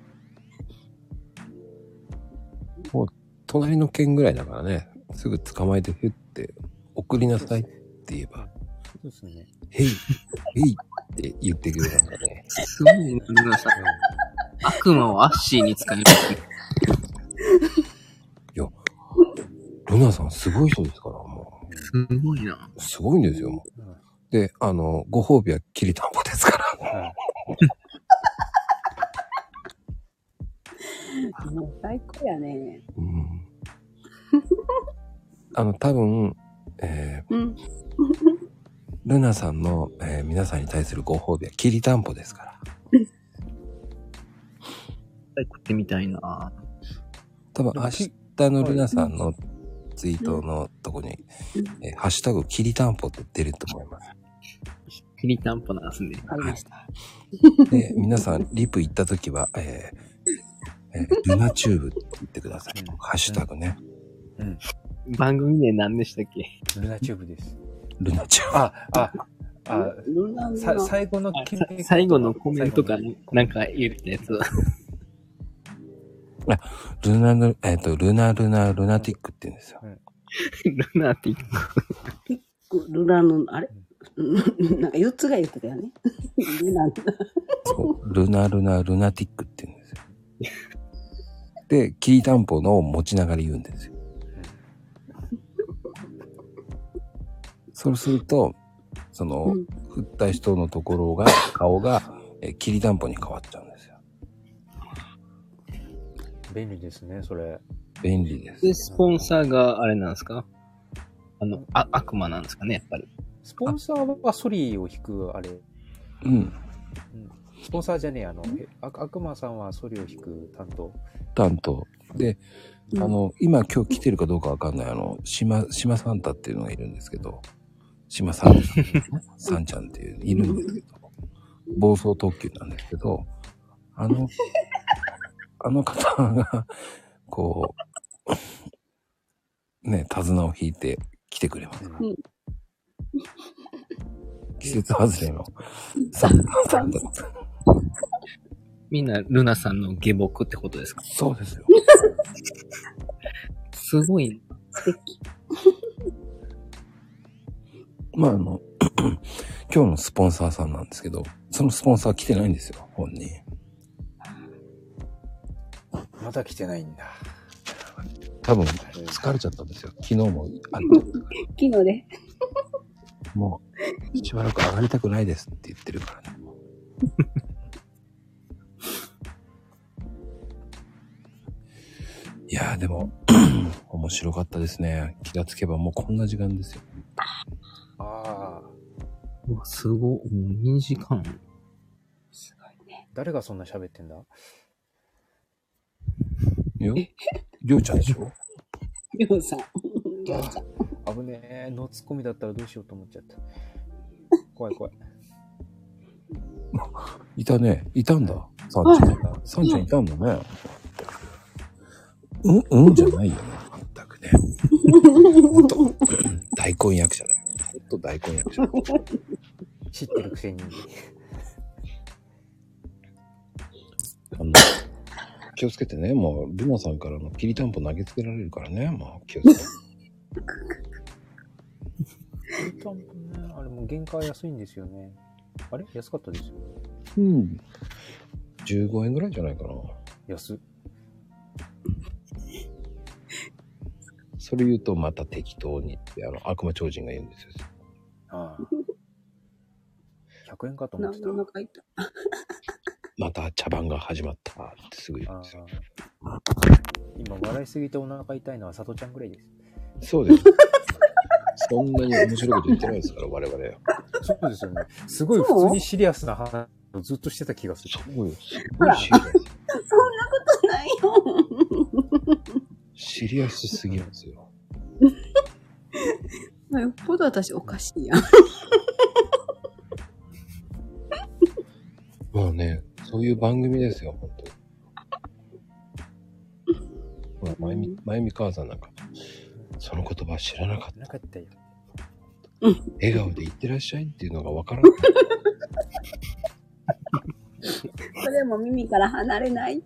Speaker 1: 隣の県ぐらいだからね、すぐ捕まえて、ヒュって、送りなさいって言えば、
Speaker 2: そうですね。
Speaker 1: へい、 へいって言ってくれるからね。
Speaker 10: すごいな、ルナさん。悪魔をアッシーに使える。
Speaker 1: ルナさんすごい人ですから、も
Speaker 10: すごいな。
Speaker 1: う。すごいんですよ、も
Speaker 2: うんうん
Speaker 1: う。で、あの、ご褒美はきりたんぽですから。
Speaker 6: もう最高やね。
Speaker 1: うん。あの、多分、え
Speaker 6: うん。
Speaker 1: ー、ルナさんの、えー皆さんに対するご褒美はきりたんぽですから。
Speaker 10: 食ってみたいな。
Speaker 1: 多分、
Speaker 2: で
Speaker 1: 明
Speaker 2: も
Speaker 1: 日
Speaker 2: き
Speaker 1: のルナさんのツイートのとこに、
Speaker 6: うん
Speaker 1: えーハッシュタグきりたんぽって出ると思います。
Speaker 10: きりたんぽなんすね。
Speaker 6: ありました。
Speaker 1: で、皆さん、リプ行った時は、えーえールナチューブって言ってください。ハッシュタグね。
Speaker 10: 番組名何でしたっけ
Speaker 2: ルナチューブです。
Speaker 1: ルナチューブ。
Speaker 2: あ、あ、あ、
Speaker 6: ルナの
Speaker 2: さ最後の
Speaker 10: あ
Speaker 2: 決
Speaker 10: さ
Speaker 2: め
Speaker 10: 最後のコメントか
Speaker 2: 最後のコメン
Speaker 10: なん
Speaker 2: ト
Speaker 10: か言ったやつ。
Speaker 1: ルナル、えっ、と、ルナルナルナティックって言うんですよ。
Speaker 10: ルナって言って
Speaker 6: ルナの、あれうんなんか4つが言ってたよね。 ルナの。
Speaker 1: そう。ルナルナルナティックって言うんですよ。で、きりたんぽのを持ちながら言うんですよ。そうすると、その、
Speaker 6: うん
Speaker 1: 振った人のところが、顔が、えーきりたんぽに変わっちゃうんですよ。
Speaker 2: 便利ですね、それ。
Speaker 1: 便利です。
Speaker 10: で、スポンサーがあれなんですかあの、あ、悪魔なんですかね、やっぱり。
Speaker 2: スポンサーはソリーを引く、あれ。
Speaker 1: うん。
Speaker 2: スポンサーじゃねえ、あの、えあ悪魔さんはソリーを引く担当。
Speaker 1: 担当。で、
Speaker 6: うん
Speaker 1: あの、今今日来てるかどうかわかんない、あの、島、島サンタっていうのがいるんですけど、島サンタ、 サンちゃんっていう、いるんですけど、暴走特急なんですけど、あ の、あの方が、こう、ね、手綱を引いて来てくれます。
Speaker 6: うん
Speaker 1: 季節外れの サンタさんだった。
Speaker 10: みんな、ルナさんの下僕ってことですか
Speaker 1: そうですよ。
Speaker 10: すごいな。
Speaker 6: 素敵。
Speaker 1: まあ、あの、 今日のスポンサーさんなんですけど、そのスポンサー来てないんですよ、本人。
Speaker 2: まだ来てないんだ。
Speaker 1: 多分、疲れちゃったんですよ。昨日も、あの、
Speaker 6: 昨日で。
Speaker 1: もう、しばらく上がりたくないですって言ってるからね。 いやーでも、 面白かったですね。気がつけばもうこんな時間ですよ。
Speaker 2: ああ、
Speaker 10: うわ、すごい。もう2時間。
Speaker 6: すごいね。
Speaker 2: 誰がそんな喋ってんだ
Speaker 1: いいよ。りょうちゃんでしょ
Speaker 6: りょうさん。りょうちゃん。
Speaker 2: 危ねえ、ノーツッコミだったらどうしようと思っちゃった。怖い怖い。
Speaker 1: いたね。いたんだ。サンちゃん。サンちゃんいたんだね。うん、うんじゃないよね。全くね。ほんと、大根役者だよ。ほんと大根役者。
Speaker 2: 知ってるくせに。
Speaker 1: あの、気をつけてね。もう、ルナさんからのきりたんぽ投げつけられるからね。もう、気をつけて。
Speaker 2: ちゃんとね、あれもう原価安いんですよね。あれ安かったですよね。
Speaker 1: うん。15円ぐらいじゃないかな。
Speaker 2: 安っ。
Speaker 1: それ言うとまた適当にって、あの、悪魔超人が言うんですよ。
Speaker 2: ああ。100円かと思っ
Speaker 6: 何
Speaker 2: て
Speaker 6: の中入 った。
Speaker 1: また茶番が始まったってすぐ言
Speaker 2: た。
Speaker 1: うん
Speaker 2: あ
Speaker 1: ですよ。
Speaker 2: あ。今笑いすぎてお腹痛いのは佐藤ちゃんぐらいです。
Speaker 1: そうです。そんなに面白いこと言ってないですから、我々。
Speaker 2: そうですよね。すごい
Speaker 6: そう
Speaker 2: 普通にシリアスな話をずっとしてた気がする。
Speaker 1: そうよ。す
Speaker 6: ほ
Speaker 1: ごい
Speaker 6: ら
Speaker 1: シリアス。
Speaker 6: そんなことないよ。
Speaker 1: シリアスすぎるんですよ。
Speaker 6: まあよっぽど私おかしいやん。
Speaker 1: まあね、そういう番組ですよ、本当に。ほら、まゆみ、まゆみ母さんなんか、その言葉知らなかっ
Speaker 2: なかったよ。
Speaker 1: た。笑顔で言ってらっしゃいっていうのがわからない。
Speaker 6: それも耳から離れない。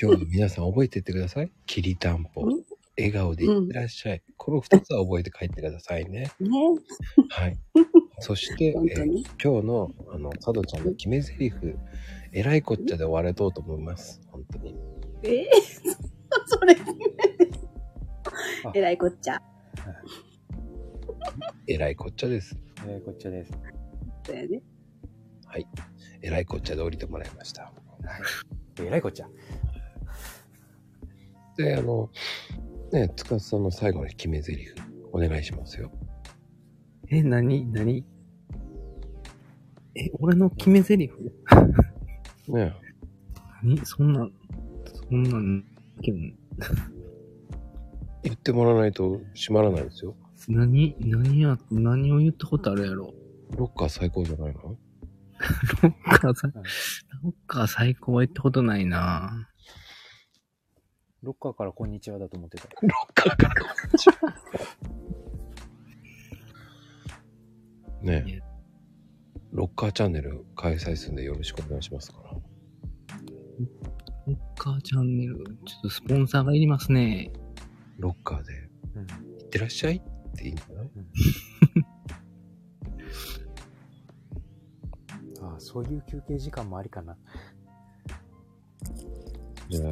Speaker 1: 今日皆さん覚えてってください。きりたんぽ
Speaker 6: うん。
Speaker 1: 笑顔でいってらっしゃい。この二つは覚えて帰ってくださいね。
Speaker 6: ね。
Speaker 1: はい。そして、え
Speaker 6: 本当
Speaker 1: ー
Speaker 6: に。
Speaker 1: 今日の、あの、佐藤ちゃんの決め台詞、えらいこっちゃで終われとうと思います。本当に。
Speaker 6: ええ それ。
Speaker 2: あ
Speaker 6: えらいこっちゃ。
Speaker 1: えらいこっちゃです。
Speaker 2: えー、こっちです。
Speaker 6: そうやね。
Speaker 1: えらいこっちゃで降りてもらいました。
Speaker 2: えらいこっちゃ。
Speaker 1: で、あの、ね、つかさんの最後の決め台詞、お願いしますよ。
Speaker 10: え、なになにえ、俺の決め台詞
Speaker 1: ね
Speaker 10: 何そんな、そんなん、けど
Speaker 1: 言ってもらわないと閉まらないですよ。
Speaker 10: 何、何や、何を言ったことあるやろ
Speaker 1: ロッカー最高じゃないの
Speaker 10: ロッカーさ、ロッカー最高は言ったことないな
Speaker 2: ロッカーからこんにちはだと思ってた。
Speaker 10: い
Speaker 1: ね
Speaker 10: や
Speaker 1: ロッカーチャンネル開催するんでよろしくお願いしますから。
Speaker 10: ロッカーチャンネル、ちょっとスポンサーがいりますね。
Speaker 1: ロッカーで、
Speaker 2: うん
Speaker 1: いってらっしゃいっていいんじゃない
Speaker 2: ああ、そういう休憩時間もありかな。
Speaker 1: じゃあ、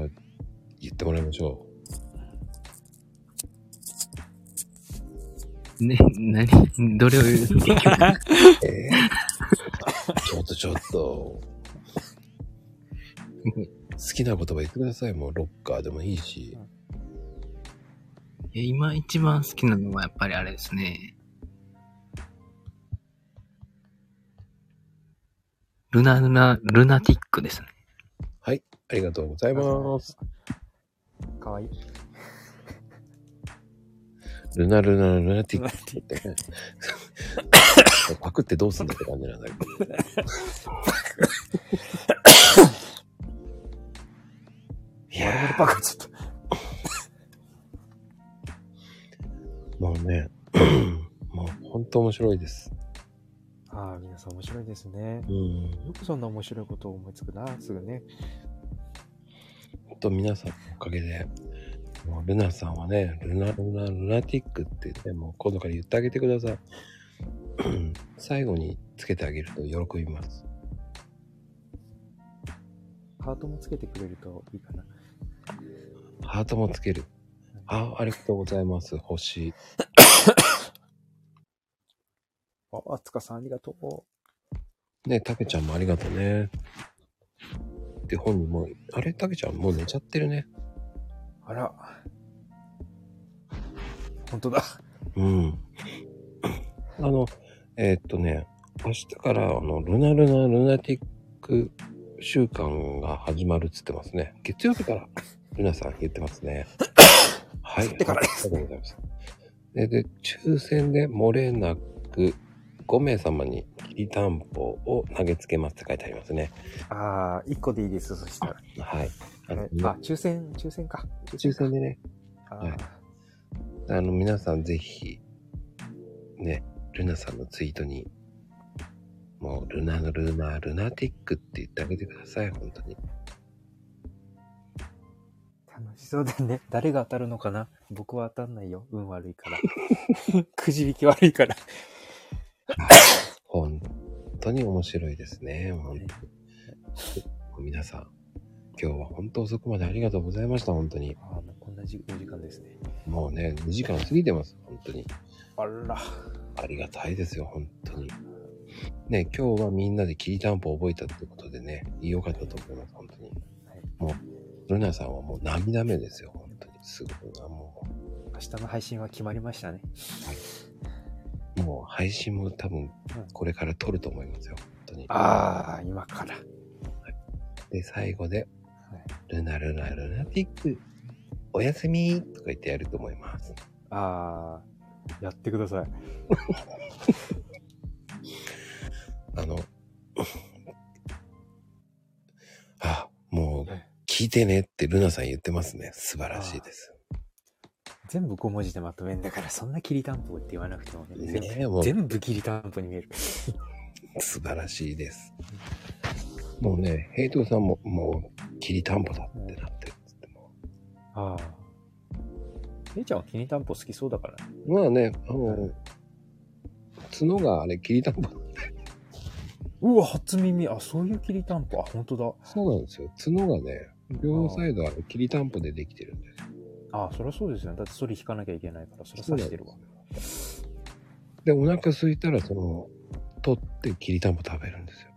Speaker 1: 言ってもらいましょ
Speaker 10: ね、何、どれを言う
Speaker 1: う。えー、ちょっとちょっと。 好きな言葉言ってください。もうロッカーでもいいし。
Speaker 10: いや今一番好きなのはやっぱりあれですね。ルナルナ、ルナティックですね。
Speaker 1: ありがとうございます。
Speaker 2: かわいい。
Speaker 1: ルナルナルナ ティックって ね。パクってどうすんだって感じなんだけど。いや
Speaker 2: 丸
Speaker 1: ー
Speaker 2: 々パクっちゃった。
Speaker 1: もう ね、もうほんと面白いです。
Speaker 2: ああ、皆さん面白いですね。
Speaker 1: うん。
Speaker 2: よくそんな面白いことを思いつくな、すぐね。
Speaker 1: と皆さんのおかげで、もうルナさんはね、ルナ、ルナ、ルナティックって言って、もう今度から言ってあげてください。最後につけてあげると喜びます。
Speaker 2: ハートもつけてくれるといいかな。
Speaker 1: ハートもつける。あ、ありがとうございます。星。
Speaker 4: あ、あつかさんありがとう。
Speaker 1: ねたけちゃんもありがとうね。で、本人も、あれたけちゃんもう寝ちゃってるね。
Speaker 4: あら。本当だ。
Speaker 1: うん。あの、えーっとね、明日から、あの、ルナルナルナティック週間が始まるっつってますね。月曜日から、ルナさん言ってますね。はい。
Speaker 4: ってからです
Speaker 1: ありがとうございます。で、で抽選で漏れなく5名様にきりたんぽを投げつけますって書いてありますね。
Speaker 4: ああ、1個でいいです、そしたら。
Speaker 1: はい。あの、
Speaker 4: あ、抽選、抽選か。
Speaker 1: 抽選でね、
Speaker 4: あ
Speaker 1: はいあの、皆さんぜひ、ね、ルナさんのツイートに、もう、ルナのルナ、ルナティックって言ってあげてください、本当に。
Speaker 2: 楽しそうだね。誰が当たるのかな僕は当たんないよ。運悪いから。
Speaker 4: くじ引き悪いから。
Speaker 1: 本当に面白いですね、本当に。皆さん、今日は本当遅くまでありがとうございました、本当に。
Speaker 2: ああ、もうこんなじお時間ですね。
Speaker 1: もうね、2時間過ぎてます、本当に。
Speaker 4: あら。
Speaker 1: ありがたいですよ、本当に。ね、今日はみんなできりたんぽを覚えたってことでね、良かったと思います、本当に。もう、ルナさんはもう涙目ですよ、本当に。すごいな、も
Speaker 2: 明日の配信は決まりましたね。
Speaker 1: う、もう配信も多分、これから撮ると思いますよ、本当に。
Speaker 2: ああ、今から。
Speaker 1: で、最後で、ルナルナルナティック、おやすみとか言ってやると思います。
Speaker 2: ああ、やってください。
Speaker 1: あの、 あ、もう、聞いてねってルナさん言ってますね。素晴らしいです。
Speaker 2: 全部5文字でまとめんだから、そんなきりたんぽって言わなくてもね。全部
Speaker 1: ねえ、もう、
Speaker 2: 全部きりたんぽに見える。
Speaker 1: 素晴らしいです。もうね、ヘイトさんも、もう、きりたんぽだってなってるっつっても。
Speaker 2: ああ。姉ちゃんはきりたんぽ好きそうだから。
Speaker 1: まあね、あの、角があれ、きりたんぽ。
Speaker 2: うわ、初耳。あ、そういうきりたんぽ。あ、本当だ。
Speaker 1: そうなんですよ。角がね、両サイドあれ、きりたんぽでできてるんですよ。
Speaker 2: あそりゃそうですよね。だってそれ引かなきゃいけないから、それ刺してるわ。
Speaker 1: で、お腹空いたら、その、取ってきりたんぽ食べるんですよ。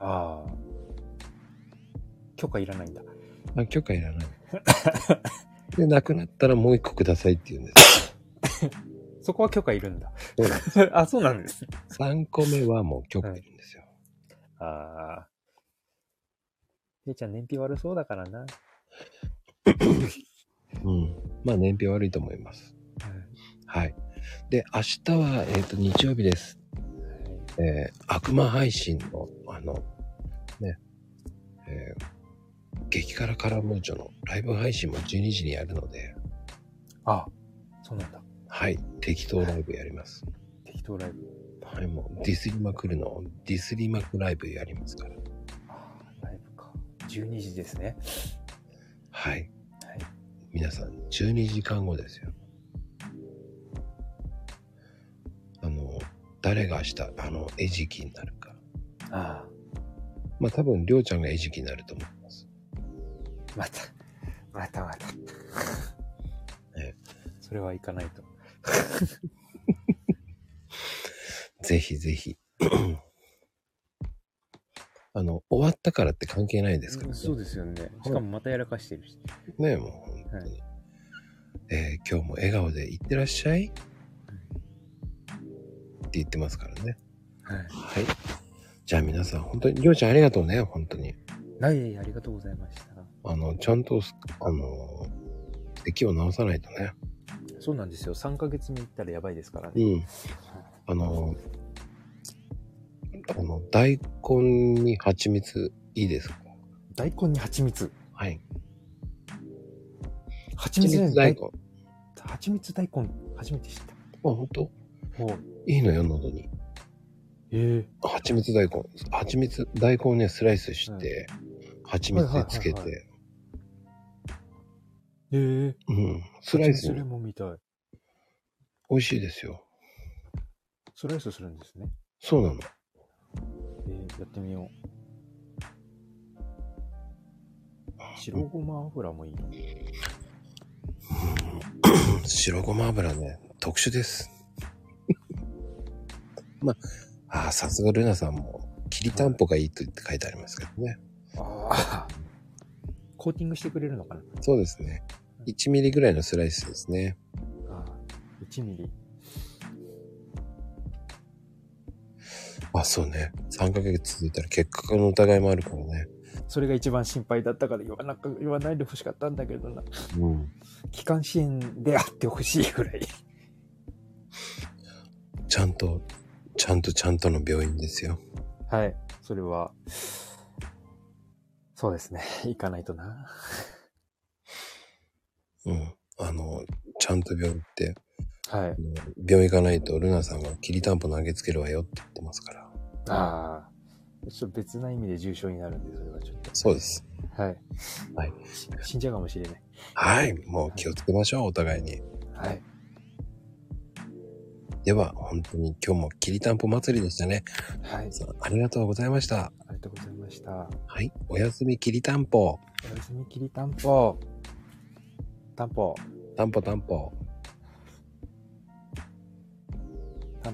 Speaker 2: ああ。許可いらないんだ。
Speaker 1: あ、許可い らない。で、なくなったらもう一個くださいって言うんです
Speaker 2: そこは許可いるんだ
Speaker 1: そうなん。
Speaker 2: あ、そうなんです。
Speaker 1: よ。3個目はもう許可いるんですよ。
Speaker 2: ああ。姉ちゃん燃費悪そうだからな。
Speaker 1: うん。まあ、燃費悪いと思います。はい。で、明日は、えっ、と、日曜日です。えー悪魔配信の、あの、ね、えー激辛カラムーチョのライブ配信も12時にやるので、
Speaker 2: あそうなんだ。
Speaker 1: はい、適当ライブやります。
Speaker 2: 適当ライブ。
Speaker 1: はい、もうディスりまくるの、ディスりまくライブやりますから。
Speaker 2: ああ、ライブか。12時ですね。
Speaker 1: はい。
Speaker 2: はい
Speaker 1: 皆さん、12時間後ですよ。あの、誰が明日、あの、餌食になるか。
Speaker 2: ああ。
Speaker 1: まあ多分、りょうちゃんが餌食になると思います。
Speaker 2: また。またまた。
Speaker 1: え
Speaker 2: それはいかないと。
Speaker 1: ぜひぜひ。 あの、終わったからって関係ないですからね。
Speaker 2: そうですよね。しかもまたやらかしてるし。
Speaker 1: ねえ、もう本当に。えー今日も笑顔でいってらっしゃいって言ってますからね。
Speaker 2: はい。
Speaker 1: はい。じゃあ皆さん、本当に、りょうちゃんありがとうね、本当に。
Speaker 2: ないありがとうございました。
Speaker 1: あの、ちゃんとす、あの、咳を直さないとね。
Speaker 2: そうなんですよ。3ヶ月目行ったらやばいですからね。
Speaker 1: うん。あの、あの、大根に蜂蜜いいですか
Speaker 2: 大根に蜂蜜。
Speaker 1: はい。蜂
Speaker 2: 蜂蜜
Speaker 1: 蜜大根。あ、
Speaker 2: 蜂蜜大根、初めて知った。
Speaker 1: 本当
Speaker 2: ほう。
Speaker 1: いいのよ、喉に。
Speaker 2: え
Speaker 1: 蜂蜜大根。蜂蜜、大根をね、スライスして、蜂蜜でつけて、
Speaker 2: ええ
Speaker 1: うん。スライス
Speaker 2: そ、れも見たい。
Speaker 1: 美味しいですよ。
Speaker 2: スライスするんですね。
Speaker 1: そうなの。
Speaker 2: えー、やってみよう。白ごま油もいいな。
Speaker 1: 白ごま油ね、特殊です。 まあ、ああ、さすがルナさんも、きりたんぽがいいと言って書いてありますけどね。
Speaker 2: ああ。コーティングしてくれるのかな
Speaker 1: そうですね。1ミリぐらいのスライスですね。
Speaker 2: ああ。1ミリ。
Speaker 1: あ、そうね。3ヶ月続いたら結核の疑いもあるからね。
Speaker 2: それが一番心配だったから言わなく言わないでほしかったんだけどな。
Speaker 1: うん。
Speaker 2: 機関支援であってほしいぐらい。
Speaker 1: ちゃんと、ちゃんとちゃんとの病院ですよ。
Speaker 2: はい。それは、そうですね。行かないとな。
Speaker 1: うん。あの、ちゃんと病院って、
Speaker 2: は
Speaker 1: あ。
Speaker 2: い
Speaker 1: の病院行かないとルナさんがきりたんぽ投げつけるわよって言ってますから。
Speaker 2: ああ。ちょっと別な意味で重症になるんで、それはちょっと。
Speaker 1: そうです。
Speaker 2: はい。
Speaker 1: はい
Speaker 2: し。死んじゃうかもしれない。
Speaker 1: はい。もう気をつけましょう、お互いに。
Speaker 2: はい。
Speaker 1: では、本当に今日もきりたんぽ祭りでしたね。
Speaker 2: はい。
Speaker 1: さんありがとうございました。
Speaker 2: ありがとうございました。お
Speaker 1: はい。おやすみきりたんぽ。
Speaker 2: やすみきりたんぽ。たんぽ。
Speaker 1: たんぽたんぽ。